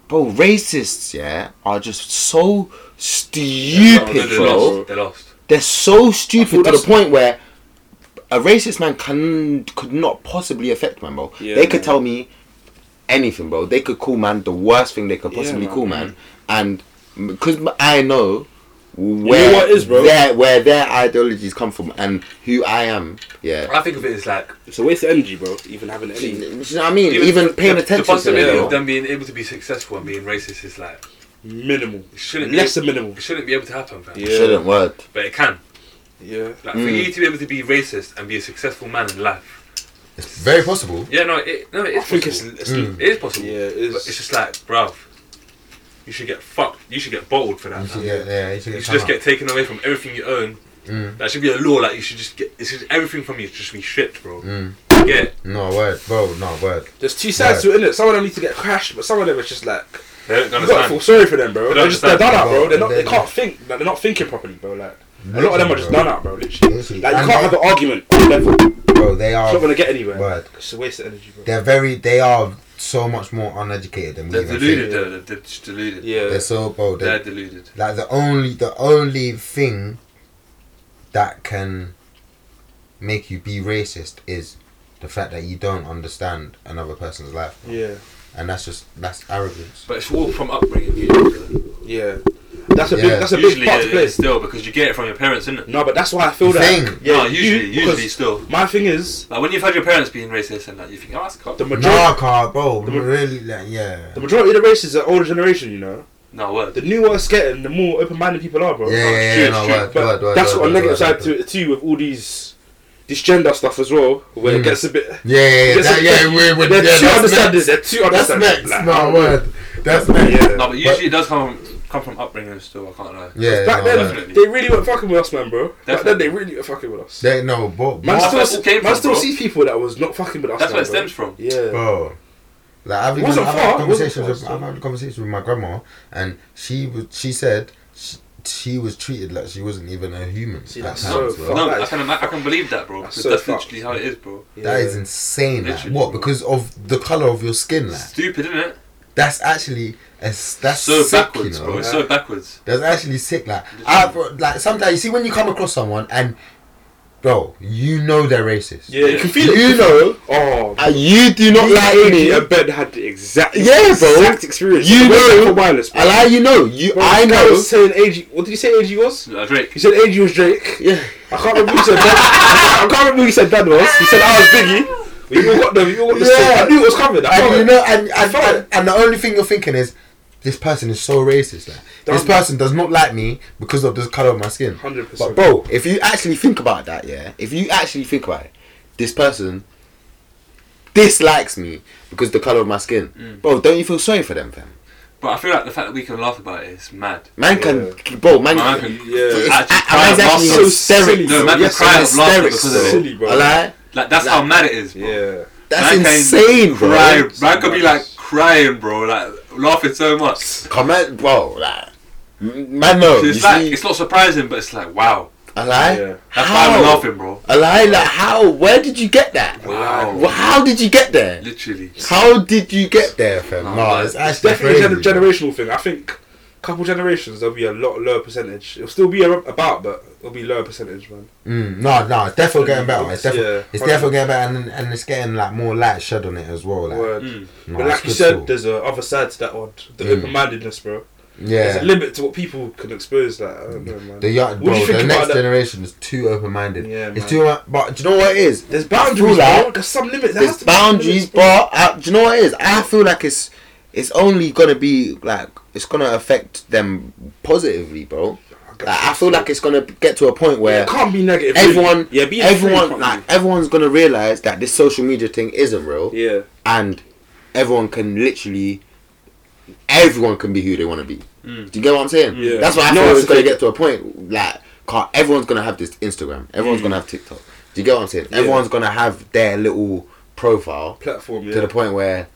Speaker 6: Bro, racists, yeah, are just so
Speaker 4: No, no,
Speaker 6: stupid,
Speaker 4: they
Speaker 6: bro.
Speaker 4: lost. They lost.
Speaker 6: They're so
Speaker 5: I
Speaker 6: stupid
Speaker 5: thought
Speaker 6: to the
Speaker 5: that's-
Speaker 6: point where a racist man can could not possibly affect man, bro.
Speaker 5: Yeah,
Speaker 6: they could
Speaker 5: man.
Speaker 6: tell me anything, bro. They could call man the worst thing they could
Speaker 5: Yeah,
Speaker 6: possibly
Speaker 5: man.
Speaker 6: call man, and because I know where
Speaker 5: what it is, bro?
Speaker 6: their where their ideologies come from and who I am, yeah.
Speaker 4: I think of it as like
Speaker 5: It's a waste of energy, bro. Even having
Speaker 6: Do
Speaker 5: any.
Speaker 6: you know what I mean? Even, paying
Speaker 4: the,
Speaker 6: attention
Speaker 4: The possibility
Speaker 6: to
Speaker 4: of
Speaker 6: it, bro.
Speaker 4: them being able to be successful and being racist is like
Speaker 1: Minimal.
Speaker 4: it shouldn't
Speaker 1: Less
Speaker 4: be,
Speaker 1: than minimal.
Speaker 4: It shouldn't be able to happen, fam.
Speaker 1: Yeah.
Speaker 6: Shouldn't work.
Speaker 4: But it can.
Speaker 1: Yeah.
Speaker 4: Like for
Speaker 6: Mm.
Speaker 4: you to be able to be racist and be a successful man in life.
Speaker 3: It's very possible.
Speaker 4: Yeah, no, it no, it is
Speaker 1: I think it's,
Speaker 4: possible.
Speaker 1: it's
Speaker 3: Mm.
Speaker 4: it is possible.
Speaker 1: Yeah, it is.
Speaker 4: But it's just like, bruv, you should get fucked. You should get bottled for that.
Speaker 3: You
Speaker 4: fam.
Speaker 3: should get, yeah, you should
Speaker 4: You
Speaker 3: get
Speaker 4: should just
Speaker 3: time
Speaker 4: get taken away from everything you own.
Speaker 3: Mm.
Speaker 4: That should be a law. Like you should just get. It's just everything from you should just be stripped, bro.
Speaker 3: Mm.
Speaker 4: Yeah.
Speaker 3: out. No word, bro. No word.
Speaker 1: There's two sides to it, innit? Some of them need to get crashed, but some of them are just like
Speaker 4: They don't
Speaker 1: you gotta feel
Speaker 4: understand.
Speaker 1: sorry for them, bro.
Speaker 4: They
Speaker 1: They're
Speaker 4: don't
Speaker 1: just they're done
Speaker 4: understand.
Speaker 1: out, bro. They're
Speaker 3: Bro,
Speaker 1: not they
Speaker 3: they're
Speaker 1: can't think. Like, they're not thinking properly, bro. Like a lot of them are just
Speaker 3: Literally,
Speaker 1: done out, bro. Literally,
Speaker 3: Literally.
Speaker 1: like you
Speaker 3: And
Speaker 1: can't have an argument. on level. It's
Speaker 3: bro. Bro, they are.
Speaker 1: not gonna get anywhere.
Speaker 3: Word.
Speaker 1: It's a waste of energy, bro.
Speaker 3: They're very. They are so much more uneducated than we
Speaker 4: They're
Speaker 3: even
Speaker 4: deluded.
Speaker 3: think.
Speaker 4: Though. They're, they're just deluded.
Speaker 3: They're
Speaker 1: Yeah,
Speaker 3: so bro. They're,
Speaker 4: They're deluded.
Speaker 3: like the only the only thing that can make you be racist is the fact that you don't understand another person's life,
Speaker 1: yeah,
Speaker 3: and that's just that's arrogance.
Speaker 4: But it's all from upbringing. Usually,
Speaker 1: yeah. That's a
Speaker 3: Yeah.
Speaker 1: big. That's a big
Speaker 4: usually
Speaker 1: part to
Speaker 4: yeah,
Speaker 1: play.
Speaker 4: it's still because you get it from your parents, isn't it?
Speaker 1: No, but that's why I feel
Speaker 3: The
Speaker 1: that.
Speaker 3: thing.
Speaker 1: Yeah,
Speaker 4: no, usually,
Speaker 1: you-
Speaker 4: usually
Speaker 1: because
Speaker 4: still.
Speaker 1: My thing is
Speaker 4: Like when you've had your parents being racist and that, you think, oh, that's cool.
Speaker 1: the majority.
Speaker 3: Nah, car, bro.
Speaker 1: The-
Speaker 3: really, like, yeah.
Speaker 1: The majority of the races are older generation, you know.
Speaker 4: No word.
Speaker 1: The newer it's getting, the more open-minded people are, bro.
Speaker 3: Yeah, yeah,
Speaker 4: true,
Speaker 3: yeah,
Speaker 4: it's
Speaker 3: no,
Speaker 4: true.
Speaker 3: word,
Speaker 1: But
Speaker 3: word, word,
Speaker 1: that's got
Speaker 3: word,
Speaker 1: a
Speaker 3: word,
Speaker 1: negative
Speaker 3: word,
Speaker 1: side
Speaker 3: word.
Speaker 1: to it too with all these this gender stuff as well, where
Speaker 3: Mm.
Speaker 1: it gets a bit.
Speaker 3: Yeah, yeah, yeah.
Speaker 1: Yes,
Speaker 3: That,
Speaker 1: yeah.
Speaker 3: yeah, we're, we're,
Speaker 1: They're
Speaker 3: yeah,
Speaker 1: too
Speaker 3: that's
Speaker 1: understanding.
Speaker 3: next.
Speaker 1: They're too
Speaker 3: That's
Speaker 1: understanding.
Speaker 3: next.
Speaker 1: Like,
Speaker 3: No word. That's next.
Speaker 1: Yeah.
Speaker 4: No, but usually it does come come from upbringing still. I can't lie.
Speaker 3: Yeah,
Speaker 1: Back
Speaker 3: no,
Speaker 1: then,
Speaker 3: word.
Speaker 4: definitely.
Speaker 1: they really weren't fucking with us, man, bro. Back then, they
Speaker 4: Definitely.
Speaker 1: really weren't fucking with us.
Speaker 3: They no, bro.
Speaker 1: Man,
Speaker 4: That's
Speaker 3: bro,
Speaker 4: where it
Speaker 1: still,
Speaker 4: all came
Speaker 1: man
Speaker 4: from,
Speaker 1: still
Speaker 4: bro.
Speaker 1: sees people that was not fucking with us.
Speaker 4: That's
Speaker 1: man,
Speaker 4: where it stems from.
Speaker 1: bro. Yeah.
Speaker 3: bro. Like I've even
Speaker 1: Oh. Wasn't
Speaker 3: I've
Speaker 1: far,
Speaker 3: had
Speaker 1: wasn't
Speaker 3: conversations with
Speaker 1: far,
Speaker 3: I've had conversations with my grandma, and she was she said she, she was treated like she wasn't even a human.
Speaker 1: See,
Speaker 3: at
Speaker 1: that's
Speaker 3: times,
Speaker 1: so
Speaker 3: bro.
Speaker 1: fucked.
Speaker 4: No,
Speaker 1: that
Speaker 4: I
Speaker 1: is
Speaker 4: can ima- I can believe that, bro.
Speaker 1: That's
Speaker 4: That's,
Speaker 1: so
Speaker 4: that's
Speaker 1: fucked.
Speaker 4: literally how it is, bro.
Speaker 3: That
Speaker 1: Yeah.
Speaker 3: is insane. Like.
Speaker 4: Literally.
Speaker 3: What? Because of the color of your skin. Like.
Speaker 4: Stupid, isn't it?
Speaker 3: That's actually a, s- that's
Speaker 4: So
Speaker 3: sick,
Speaker 4: backwards,
Speaker 3: you know?
Speaker 4: bro. It's so backwards.
Speaker 3: That's actually sick. Like, I, bro, like sometimes you see when you come across someone and, bro, you know they're racist.
Speaker 1: Yeah, you can feel it.
Speaker 6: You know,
Speaker 1: Oh,
Speaker 6: uh, you do not
Speaker 5: Not
Speaker 6: like me.
Speaker 5: and Ben had the exact,
Speaker 6: Yeah, bro.
Speaker 5: exact experience.
Speaker 6: You
Speaker 5: I went
Speaker 6: know-
Speaker 5: back for wireless, bro.
Speaker 6: I like you know. You,
Speaker 1: Bro,
Speaker 6: I
Speaker 1: this guy
Speaker 6: know.
Speaker 1: Was saying AG. What did he say? AG was?
Speaker 4: Like Drake.
Speaker 1: He said AG was Drake.
Speaker 6: Yeah.
Speaker 1: I can't remember who he said. Dan, I can't remember who he said. Dan was. He said I was Biggie. We all got them. We all got the same.
Speaker 3: Yeah.
Speaker 1: I knew it was coming. I
Speaker 3: And
Speaker 1: felt
Speaker 3: you
Speaker 1: it.
Speaker 3: know, and and,
Speaker 1: Fuck.
Speaker 3: and and the only thing you're thinking is, this person is so racist. Like, this
Speaker 1: Don't-
Speaker 3: person does not like me because of the color of my skin.
Speaker 1: 100%.
Speaker 3: But bro,
Speaker 6: Bro, if you actually think about that, yeah, if you actually think about it, this person dislikes me because the color of my skin.
Speaker 4: Mm.
Speaker 6: Bro, don't you feel sorry for them, fam?
Speaker 4: But I feel like the fact that we can laugh about it is mad.
Speaker 6: Man can, bro, man,
Speaker 4: Man
Speaker 6: can,
Speaker 4: can
Speaker 1: yeah.
Speaker 6: it's,
Speaker 4: actually
Speaker 6: I,
Speaker 4: cry
Speaker 6: man's
Speaker 4: of
Speaker 6: actually
Speaker 4: laughter.
Speaker 1: silly.
Speaker 6: hysterics.
Speaker 4: No, man
Speaker 1: Yes,
Speaker 4: can cry out of laughter
Speaker 6: hysterics,
Speaker 4: because of
Speaker 1: Silly,
Speaker 4: it.
Speaker 1: bro.
Speaker 6: I lie.
Speaker 4: Like that's how mad it is, bro.
Speaker 1: Yeah.
Speaker 6: That's
Speaker 4: Man can
Speaker 6: insane, bro.
Speaker 4: Cry, man
Speaker 1: That's
Speaker 4: could be
Speaker 1: mad.
Speaker 4: like crying, bro, like laughing so much.
Speaker 6: Come on, bro, like, man, no,
Speaker 4: So
Speaker 6: you
Speaker 4: it's like
Speaker 6: see,
Speaker 4: it's not surprising, but it's like wow,
Speaker 6: I lie.
Speaker 1: Yeah.
Speaker 4: that's
Speaker 6: how?
Speaker 4: why I'm laughing, bro.
Speaker 6: I lie, like, how? Where did you get that?
Speaker 4: Wow,
Speaker 6: Well, How did you get there?
Speaker 4: literally.
Speaker 6: How did you get there?
Speaker 3: there, fam.
Speaker 4: No,
Speaker 3: Nah,
Speaker 4: no,
Speaker 3: it's
Speaker 1: It's
Speaker 3: actually
Speaker 1: definitely a
Speaker 3: crazy.
Speaker 1: gener- generational thing. I think a couple generations there'll be a lot lower percentage. It'll still be ar- about, but it'll be lower percentage, man.
Speaker 3: Mm, no, no, it's definitely getting better. It's
Speaker 1: Yeah.
Speaker 3: definitely, it's definitely getting better, and and it's getting like more light shed on it as well. Like,
Speaker 1: Word.
Speaker 4: Mm.
Speaker 3: no,
Speaker 1: but
Speaker 3: it's
Speaker 1: like you
Speaker 3: good
Speaker 1: said,
Speaker 3: still.
Speaker 1: there's a other side to that one. The
Speaker 3: Mm.
Speaker 1: open-mindedness, bro. There's a
Speaker 3: yeah,
Speaker 1: limit to what people can expose. That I don't know, man.
Speaker 3: the young,
Speaker 1: What do
Speaker 3: bro,
Speaker 1: you think
Speaker 3: the
Speaker 1: about
Speaker 3: next
Speaker 1: that?
Speaker 3: generation is too open minded.
Speaker 1: Yeah,
Speaker 3: it's
Speaker 1: man.
Speaker 3: too. mu- But do you know what it is?
Speaker 1: There's
Speaker 6: I feel
Speaker 1: boundaries,
Speaker 6: like
Speaker 1: bro. There's some limits. There has
Speaker 6: There's
Speaker 1: to be some
Speaker 6: boundaries,
Speaker 1: limits, bro.
Speaker 6: but I, do you know what it is? I feel like it's it's only gonna be like it's gonna affect them positively, bro. Like, I feel like it's gonna get to a point where
Speaker 1: it can't be negative. really.
Speaker 6: everyone,
Speaker 5: Yeah, being free
Speaker 6: everyone,
Speaker 5: can't
Speaker 6: like everyone's gonna realize that this social media thing isn't real,
Speaker 5: Yeah.
Speaker 6: and everyone can literally, everyone can be who they want to be.
Speaker 4: Mm.
Speaker 6: Do you get what I'm saying?
Speaker 5: Yeah.
Speaker 6: That's why I
Speaker 5: No
Speaker 6: feel
Speaker 5: one's
Speaker 6: it's gonna
Speaker 5: taking-
Speaker 6: get to a point like can't, everyone's gonna have this Instagram, everyone's
Speaker 5: Mm.
Speaker 6: gonna have TikTok. Do you get what I'm saying? Everyone's gonna have their little profile
Speaker 1: platform. Yeah.
Speaker 6: to the point where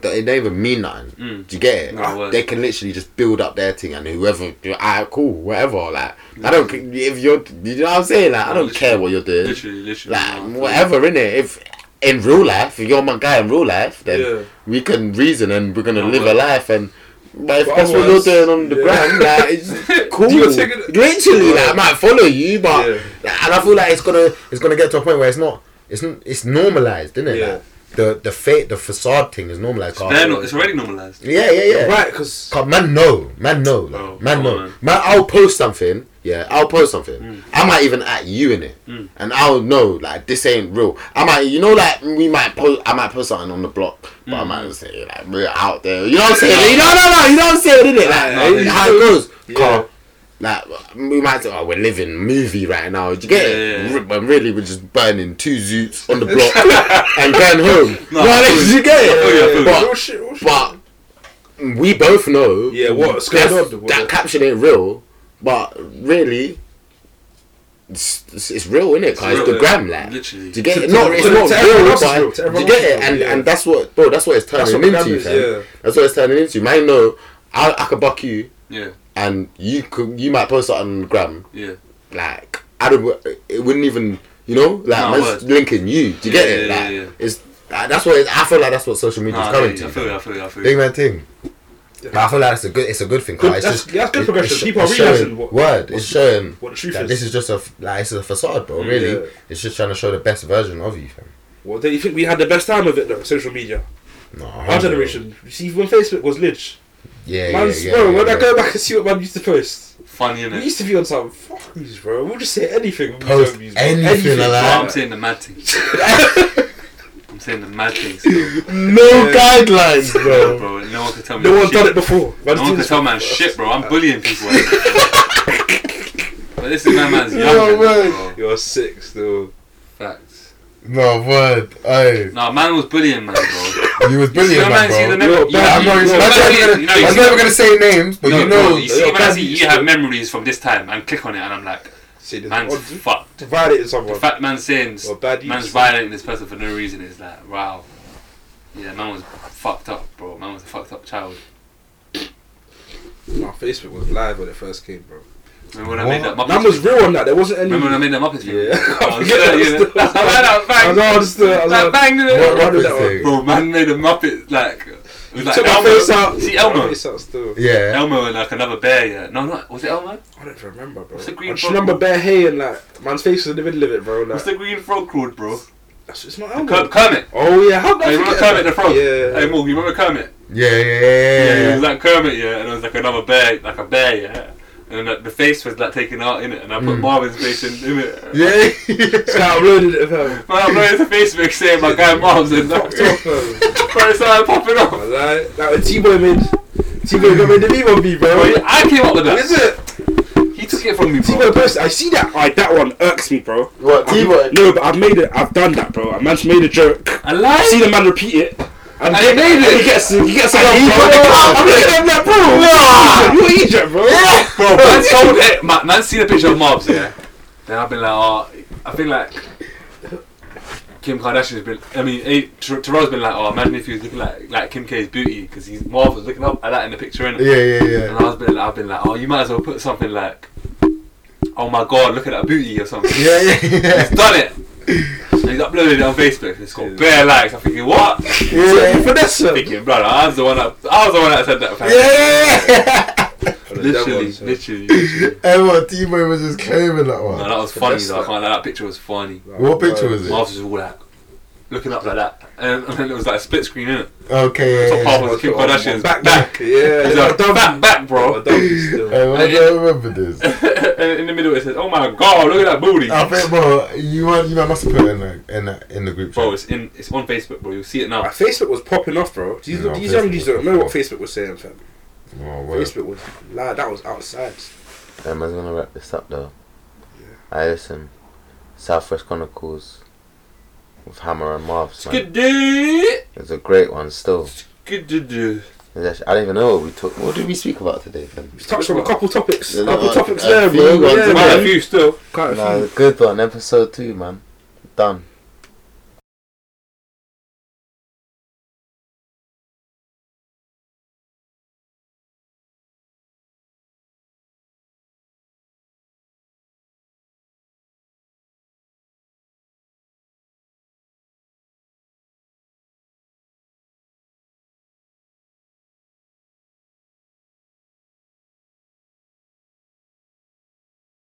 Speaker 6: they don't even mean nothing.
Speaker 4: Mm.
Speaker 6: Do you get it?
Speaker 4: No, I won't.
Speaker 6: they can literally just build up their thing, and whoever, ah, cool, whatever. Like, I don't c- if you're, you know what I'm saying? Like, I
Speaker 4: Mm. No,
Speaker 6: don't care
Speaker 4: literally.
Speaker 6: what you're doing.
Speaker 4: Literally, literally.
Speaker 6: Like,
Speaker 4: no.
Speaker 6: whatever, innit? If in real life, if you're my guy in real life, then
Speaker 1: Yeah.
Speaker 6: we can reason and we're gonna
Speaker 4: No,
Speaker 6: live
Speaker 4: I
Speaker 6: a life and
Speaker 9: But if that's what you're
Speaker 1: otherwise,
Speaker 9: doing on the
Speaker 1: yeah. [LAUGHS]
Speaker 9: ground, like it's cool.
Speaker 1: You're taking it-
Speaker 9: Literally, like, I might follow you, but
Speaker 1: Yeah.
Speaker 9: and
Speaker 6: and I feel like it's gonna it's gonna get to a point where it's not it's n- it's normalized, isn't it?
Speaker 1: Yeah.
Speaker 6: Like, the the fa- the facade thing is normalized.
Speaker 4: They're not. It's already normalised.
Speaker 6: yeah, yeah, yeah.
Speaker 1: Right, because
Speaker 6: Cause man, no, man, no, like,
Speaker 4: Oh,
Speaker 6: man,
Speaker 4: come
Speaker 6: no,
Speaker 4: on.
Speaker 6: man. I'll post something. Yeah, I'll post something. I might even at you in it, and I'll know like this ain't real. I might, you know, like we might post. I might post something on the block, but I might just say like real out there. You know what I'm saying? You know, no, no, you know what I'm saying, innit? Like
Speaker 1: Nah, nah,
Speaker 6: how it goes.
Speaker 1: Yeah.
Speaker 6: Carl, like we might say, oh, we're living movie right now. Do you get
Speaker 4: Yeah,
Speaker 6: it?
Speaker 4: yeah, yeah.
Speaker 6: Re- But really, we're just burning two zoots on the block and going home.
Speaker 4: Nah,
Speaker 6: No, like, do you get
Speaker 4: I feel you, I feel
Speaker 6: it?
Speaker 4: you.
Speaker 6: But-
Speaker 1: real shit, real shit.
Speaker 6: but we both know.
Speaker 1: Yeah, what's
Speaker 6: that's-
Speaker 1: going on, what-
Speaker 6: That caption ain't real, but really, it's, it's, it's real, innit? it? Cause
Speaker 4: real,
Speaker 6: it's the
Speaker 4: yeah.
Speaker 6: gram, like.
Speaker 4: Literally.
Speaker 6: Do you get
Speaker 1: To-
Speaker 6: it?
Speaker 1: to-
Speaker 6: No, it's
Speaker 1: to-
Speaker 6: not
Speaker 1: to everyone
Speaker 6: real,
Speaker 1: else it's real, to
Speaker 6: but do you
Speaker 1: everyone
Speaker 6: get
Speaker 1: else
Speaker 6: it?
Speaker 1: it's
Speaker 6: And
Speaker 1: real,
Speaker 6: and that's what, bro. That's what it's
Speaker 1: That's
Speaker 6: turning
Speaker 1: what gram
Speaker 6: into,
Speaker 1: is,
Speaker 6: fam.
Speaker 1: yeah.
Speaker 6: That's what it's turning into. Man, know I, I could buck you,
Speaker 4: Yeah,
Speaker 6: and you could, you might post something on the gram,
Speaker 4: yeah.
Speaker 6: like I don't, it wouldn't even, you know, like
Speaker 4: No, word.
Speaker 6: man's linking you. Do you
Speaker 4: Yeah,
Speaker 6: get it?
Speaker 4: yeah,
Speaker 6: like,
Speaker 4: yeah, yeah.
Speaker 6: It's like, that's what it, I feel like. That's what social media
Speaker 4: Nah,
Speaker 6: is
Speaker 4: I feel
Speaker 6: coming
Speaker 4: you,
Speaker 6: to.
Speaker 4: I feel you. I feel you. I feel
Speaker 6: Big
Speaker 4: you.
Speaker 6: man thing. But I feel like it's a good, it's a good thing.
Speaker 1: Good-
Speaker 6: Good, it's
Speaker 1: that's-
Speaker 6: just,
Speaker 1: that's good
Speaker 6: it-
Speaker 1: progression.
Speaker 6: it's
Speaker 1: People are
Speaker 6: it's
Speaker 1: realising
Speaker 6: showing-
Speaker 1: what-
Speaker 6: word. It's showing
Speaker 1: what the truth
Speaker 6: that
Speaker 1: is.
Speaker 6: this is just a f- like it's a facade, bro. Really,
Speaker 1: yeah.
Speaker 6: it's just trying to show the best version of you, fam.
Speaker 1: Well, do you think we had the best time of it though? Social media,
Speaker 6: No,
Speaker 1: our generation. You see, when Facebook was lich,
Speaker 6: Yeah, yeah,
Speaker 1: man's
Speaker 6: yeah.
Speaker 1: bro.
Speaker 6: yeah,
Speaker 1: when I
Speaker 6: yeah.
Speaker 1: go back and see what man used to post,
Speaker 4: Funny,
Speaker 1: we
Speaker 4: innit?
Speaker 1: used to be on some fuck news, bro. We'll just say anything. when we
Speaker 6: Post
Speaker 1: don't use-
Speaker 6: anything like
Speaker 4: No,
Speaker 6: that.
Speaker 4: I'm saying the mad things. I'm saying the mad things. still,
Speaker 6: no guidelines, bro.
Speaker 4: bro. No one can tell
Speaker 1: [LAUGHS]
Speaker 4: me.
Speaker 1: No
Speaker 4: that
Speaker 1: one's
Speaker 4: shit.
Speaker 1: done it before. Man's
Speaker 4: No one
Speaker 1: doing
Speaker 4: can
Speaker 1: this-
Speaker 4: tell
Speaker 6: [LAUGHS]
Speaker 4: man shit, bro. I'm bullying people. but this is my man's young.
Speaker 6: No, man.
Speaker 4: bro.
Speaker 1: You're sick still.
Speaker 4: Facts.
Speaker 6: no word. Hey,
Speaker 4: No, man was bullying
Speaker 6: [LAUGHS]
Speaker 4: man, bro.
Speaker 6: you was
Speaker 4: You see
Speaker 6: brilliant,
Speaker 4: when
Speaker 6: man,
Speaker 4: man
Speaker 6: bro.
Speaker 4: see the memory.
Speaker 1: Yeah,
Speaker 6: I'm not.
Speaker 1: you-
Speaker 6: even-
Speaker 1: no,
Speaker 6: man's
Speaker 1: you
Speaker 6: never gonna-
Speaker 4: you know, you
Speaker 6: man's
Speaker 4: see-
Speaker 6: never gonna say names, but
Speaker 4: No,
Speaker 6: you
Speaker 4: no,
Speaker 6: know.
Speaker 4: you see, when I
Speaker 1: man,
Speaker 4: see
Speaker 1: you
Speaker 4: you have
Speaker 1: should-
Speaker 4: memories from this time and click on it, and I'm like,
Speaker 1: See, this
Speaker 4: man's
Speaker 1: on-
Speaker 4: fucked.
Speaker 1: violated
Speaker 4: The
Speaker 1: someone.
Speaker 4: fact man's saying
Speaker 1: Or bad use.
Speaker 4: man's violating this person for no reason is like, wow. Yeah, man was fucked up, bro. Man was a fucked up child.
Speaker 1: Nah, Facebook was live when it first came, bro.
Speaker 4: Remember when I
Speaker 6: What?
Speaker 4: made that Muppet?
Speaker 1: Man was
Speaker 4: video?
Speaker 1: real on that. There wasn't any.
Speaker 4: Remember when I made that
Speaker 1: [LAUGHS]
Speaker 4: Muppet? video?
Speaker 1: Yeah.
Speaker 4: I was
Speaker 1: Yeah,
Speaker 4: there,
Speaker 1: that's
Speaker 4: yeah.
Speaker 1: the-
Speaker 4: That's how [LAUGHS] I was
Speaker 1: I
Speaker 4: banged.
Speaker 1: know, I just, uh, I was
Speaker 4: Like,
Speaker 1: like,
Speaker 4: banged in
Speaker 6: What
Speaker 4: it.
Speaker 1: Right,
Speaker 4: [LAUGHS]
Speaker 1: that
Speaker 6: reference thing?
Speaker 4: Bro, man made a Muppet like. It was like
Speaker 1: took my
Speaker 4: Elmo.
Speaker 1: face out.
Speaker 4: See
Speaker 1: Took my
Speaker 4: Elmo.
Speaker 1: face out still.
Speaker 6: Yeah.
Speaker 4: Elmo and like another bear. Yeah. No, no. Was it Elmo?
Speaker 1: I don't remember, bro.
Speaker 4: What's the green
Speaker 1: I just
Speaker 4: frog
Speaker 1: remember
Speaker 4: called?
Speaker 1: bare hay and like man's face was in the middle of it, bro. Like,
Speaker 4: What's the green frog called, bro?
Speaker 1: that's- it's not
Speaker 4: Kerm-
Speaker 1: Elmo.
Speaker 4: Kermit.
Speaker 1: Oh yeah, how did I
Speaker 4: Hey, remember
Speaker 1: forget that?
Speaker 4: Kermit the frog? Hey,
Speaker 1: Yeah.
Speaker 4: Morgan, you remember Kermit?
Speaker 6: Yeah, yeah, yeah, yeah,
Speaker 4: Yeah,
Speaker 6: yeah,
Speaker 4: it
Speaker 6: yeah.
Speaker 4: was like Kermit, yeah, and it was like another bear, like a bear, yeah. And like, the face was like taken out in it, and I
Speaker 1: Mm.
Speaker 4: put Marvin's face in, in it.
Speaker 6: Yeah.
Speaker 1: This guy uploaded it, fam.
Speaker 4: Man, I'm running to Facebook saying my guy Marvin's in that.
Speaker 1: Fucked off, fam. [LAUGHS]
Speaker 4: First time popping
Speaker 1: I
Speaker 4: up.
Speaker 1: lied. Like when T-Boy made, T-Boy got made the meme on me, bro.
Speaker 4: Bro, I came up with
Speaker 1: Is
Speaker 4: that.
Speaker 1: it?
Speaker 4: He took it from me,
Speaker 3: T-Boy
Speaker 4: bro.
Speaker 3: post, I see that. Alright, that one irks me, bro.
Speaker 6: What
Speaker 3: I've-
Speaker 6: T-boy?
Speaker 3: No, but I've made it. I've done that, bro. A man's made a joke.
Speaker 4: I
Speaker 3: I've seen
Speaker 4: lied.
Speaker 3: a man repeat it. And,
Speaker 4: I made
Speaker 3: and
Speaker 4: it.
Speaker 3: he gets, he gets a
Speaker 6: he
Speaker 3: laugh,
Speaker 6: [LAUGHS] put
Speaker 3: bro.
Speaker 6: it up.
Speaker 3: I'm looking at him like, bro, you're Egypt, you're Egypt, bro.
Speaker 4: Bro, man, [LAUGHS] sold it. Man, man seen a picture of Marv's, yeah. [LAUGHS] Then I've been like, oh, I feel like Kim Kardashian's been. I mean, eh, Ter- Terrell's been like, oh, imagine if he was looking like like Kim K's booty because he's Marv was looking up at that in the picture, innit?
Speaker 6: [LAUGHS] Yeah, yeah, yeah.
Speaker 4: And I've been, I've been like, oh, you might as well put something like, oh my god, look at that booty or something.
Speaker 6: Yeah, yeah, yeah.
Speaker 4: He's done it. And he's uploaded it on Facebook. and It's got bare likes. I'm thinking, what? I'm
Speaker 6: Yeah.
Speaker 1: Finesse. him.
Speaker 4: thinking, brother, I was the one that, I was the one that said that. fam."
Speaker 6: Yeah. [LAUGHS]
Speaker 4: Literally,
Speaker 1: That one,
Speaker 4: literally,
Speaker 3: [LAUGHS]
Speaker 4: literally.
Speaker 6: Everyone, T-Boy was just claiming that
Speaker 4: No,
Speaker 6: one.
Speaker 4: that was funny.
Speaker 1: best
Speaker 4: Though. I
Speaker 1: though.
Speaker 4: can't lie, that picture was funny.
Speaker 6: What picture was it?
Speaker 4: Marv was all that, looking up like that, Um, [LAUGHS] and, and then it was like a split screen in it.
Speaker 6: Okay,
Speaker 4: Top
Speaker 6: yeah,
Speaker 4: half
Speaker 6: yeah.
Speaker 4: was Kim
Speaker 1: Oh, my
Speaker 4: Kardashian's
Speaker 1: back,
Speaker 4: back,
Speaker 1: back. Yeah,
Speaker 4: He's
Speaker 1: yeah,
Speaker 4: like, back, back,
Speaker 1: Oh,
Speaker 4: bro.
Speaker 1: that was still.
Speaker 6: Hey, I don't remember this.
Speaker 4: [LAUGHS] and in the middle it says, "Oh my god, look at that booty."
Speaker 6: I think, bro, you want you must have put it in the in the, in the group
Speaker 4: Bro,
Speaker 6: chat.
Speaker 4: it's in, it's on Facebook, bro. You'll see it now.
Speaker 1: Like, Facebook was popping off, bro. These,
Speaker 6: Yeah,
Speaker 1: these
Speaker 6: Facebook
Speaker 1: young dudes
Speaker 6: was-
Speaker 1: don't know what Facebook was saying, fam.
Speaker 6: Oh, word.
Speaker 1: Facebook was like that was outside.
Speaker 9: Um, I was gonna wrap this up though. I listen, Southwest Chronicles with Hammer and Marv's. Man.
Speaker 4: Skidoo,
Speaker 9: It's a great one still.
Speaker 4: skidoo.
Speaker 9: It's actually- I don't even know what we talked. What did we speek about today? Then?
Speaker 1: We touched on a couple topics.
Speaker 9: Yeah,
Speaker 1: A couple
Speaker 9: like,
Speaker 1: topics
Speaker 9: a
Speaker 1: there,
Speaker 9: few
Speaker 1: bro.
Speaker 9: ones,
Speaker 1: Yeah,
Speaker 9: innit?
Speaker 1: man.
Speaker 4: Quite a few still.
Speaker 1: Quite a
Speaker 9: Nah,
Speaker 1: few.
Speaker 9: it's a good one. Episode two, man. Done.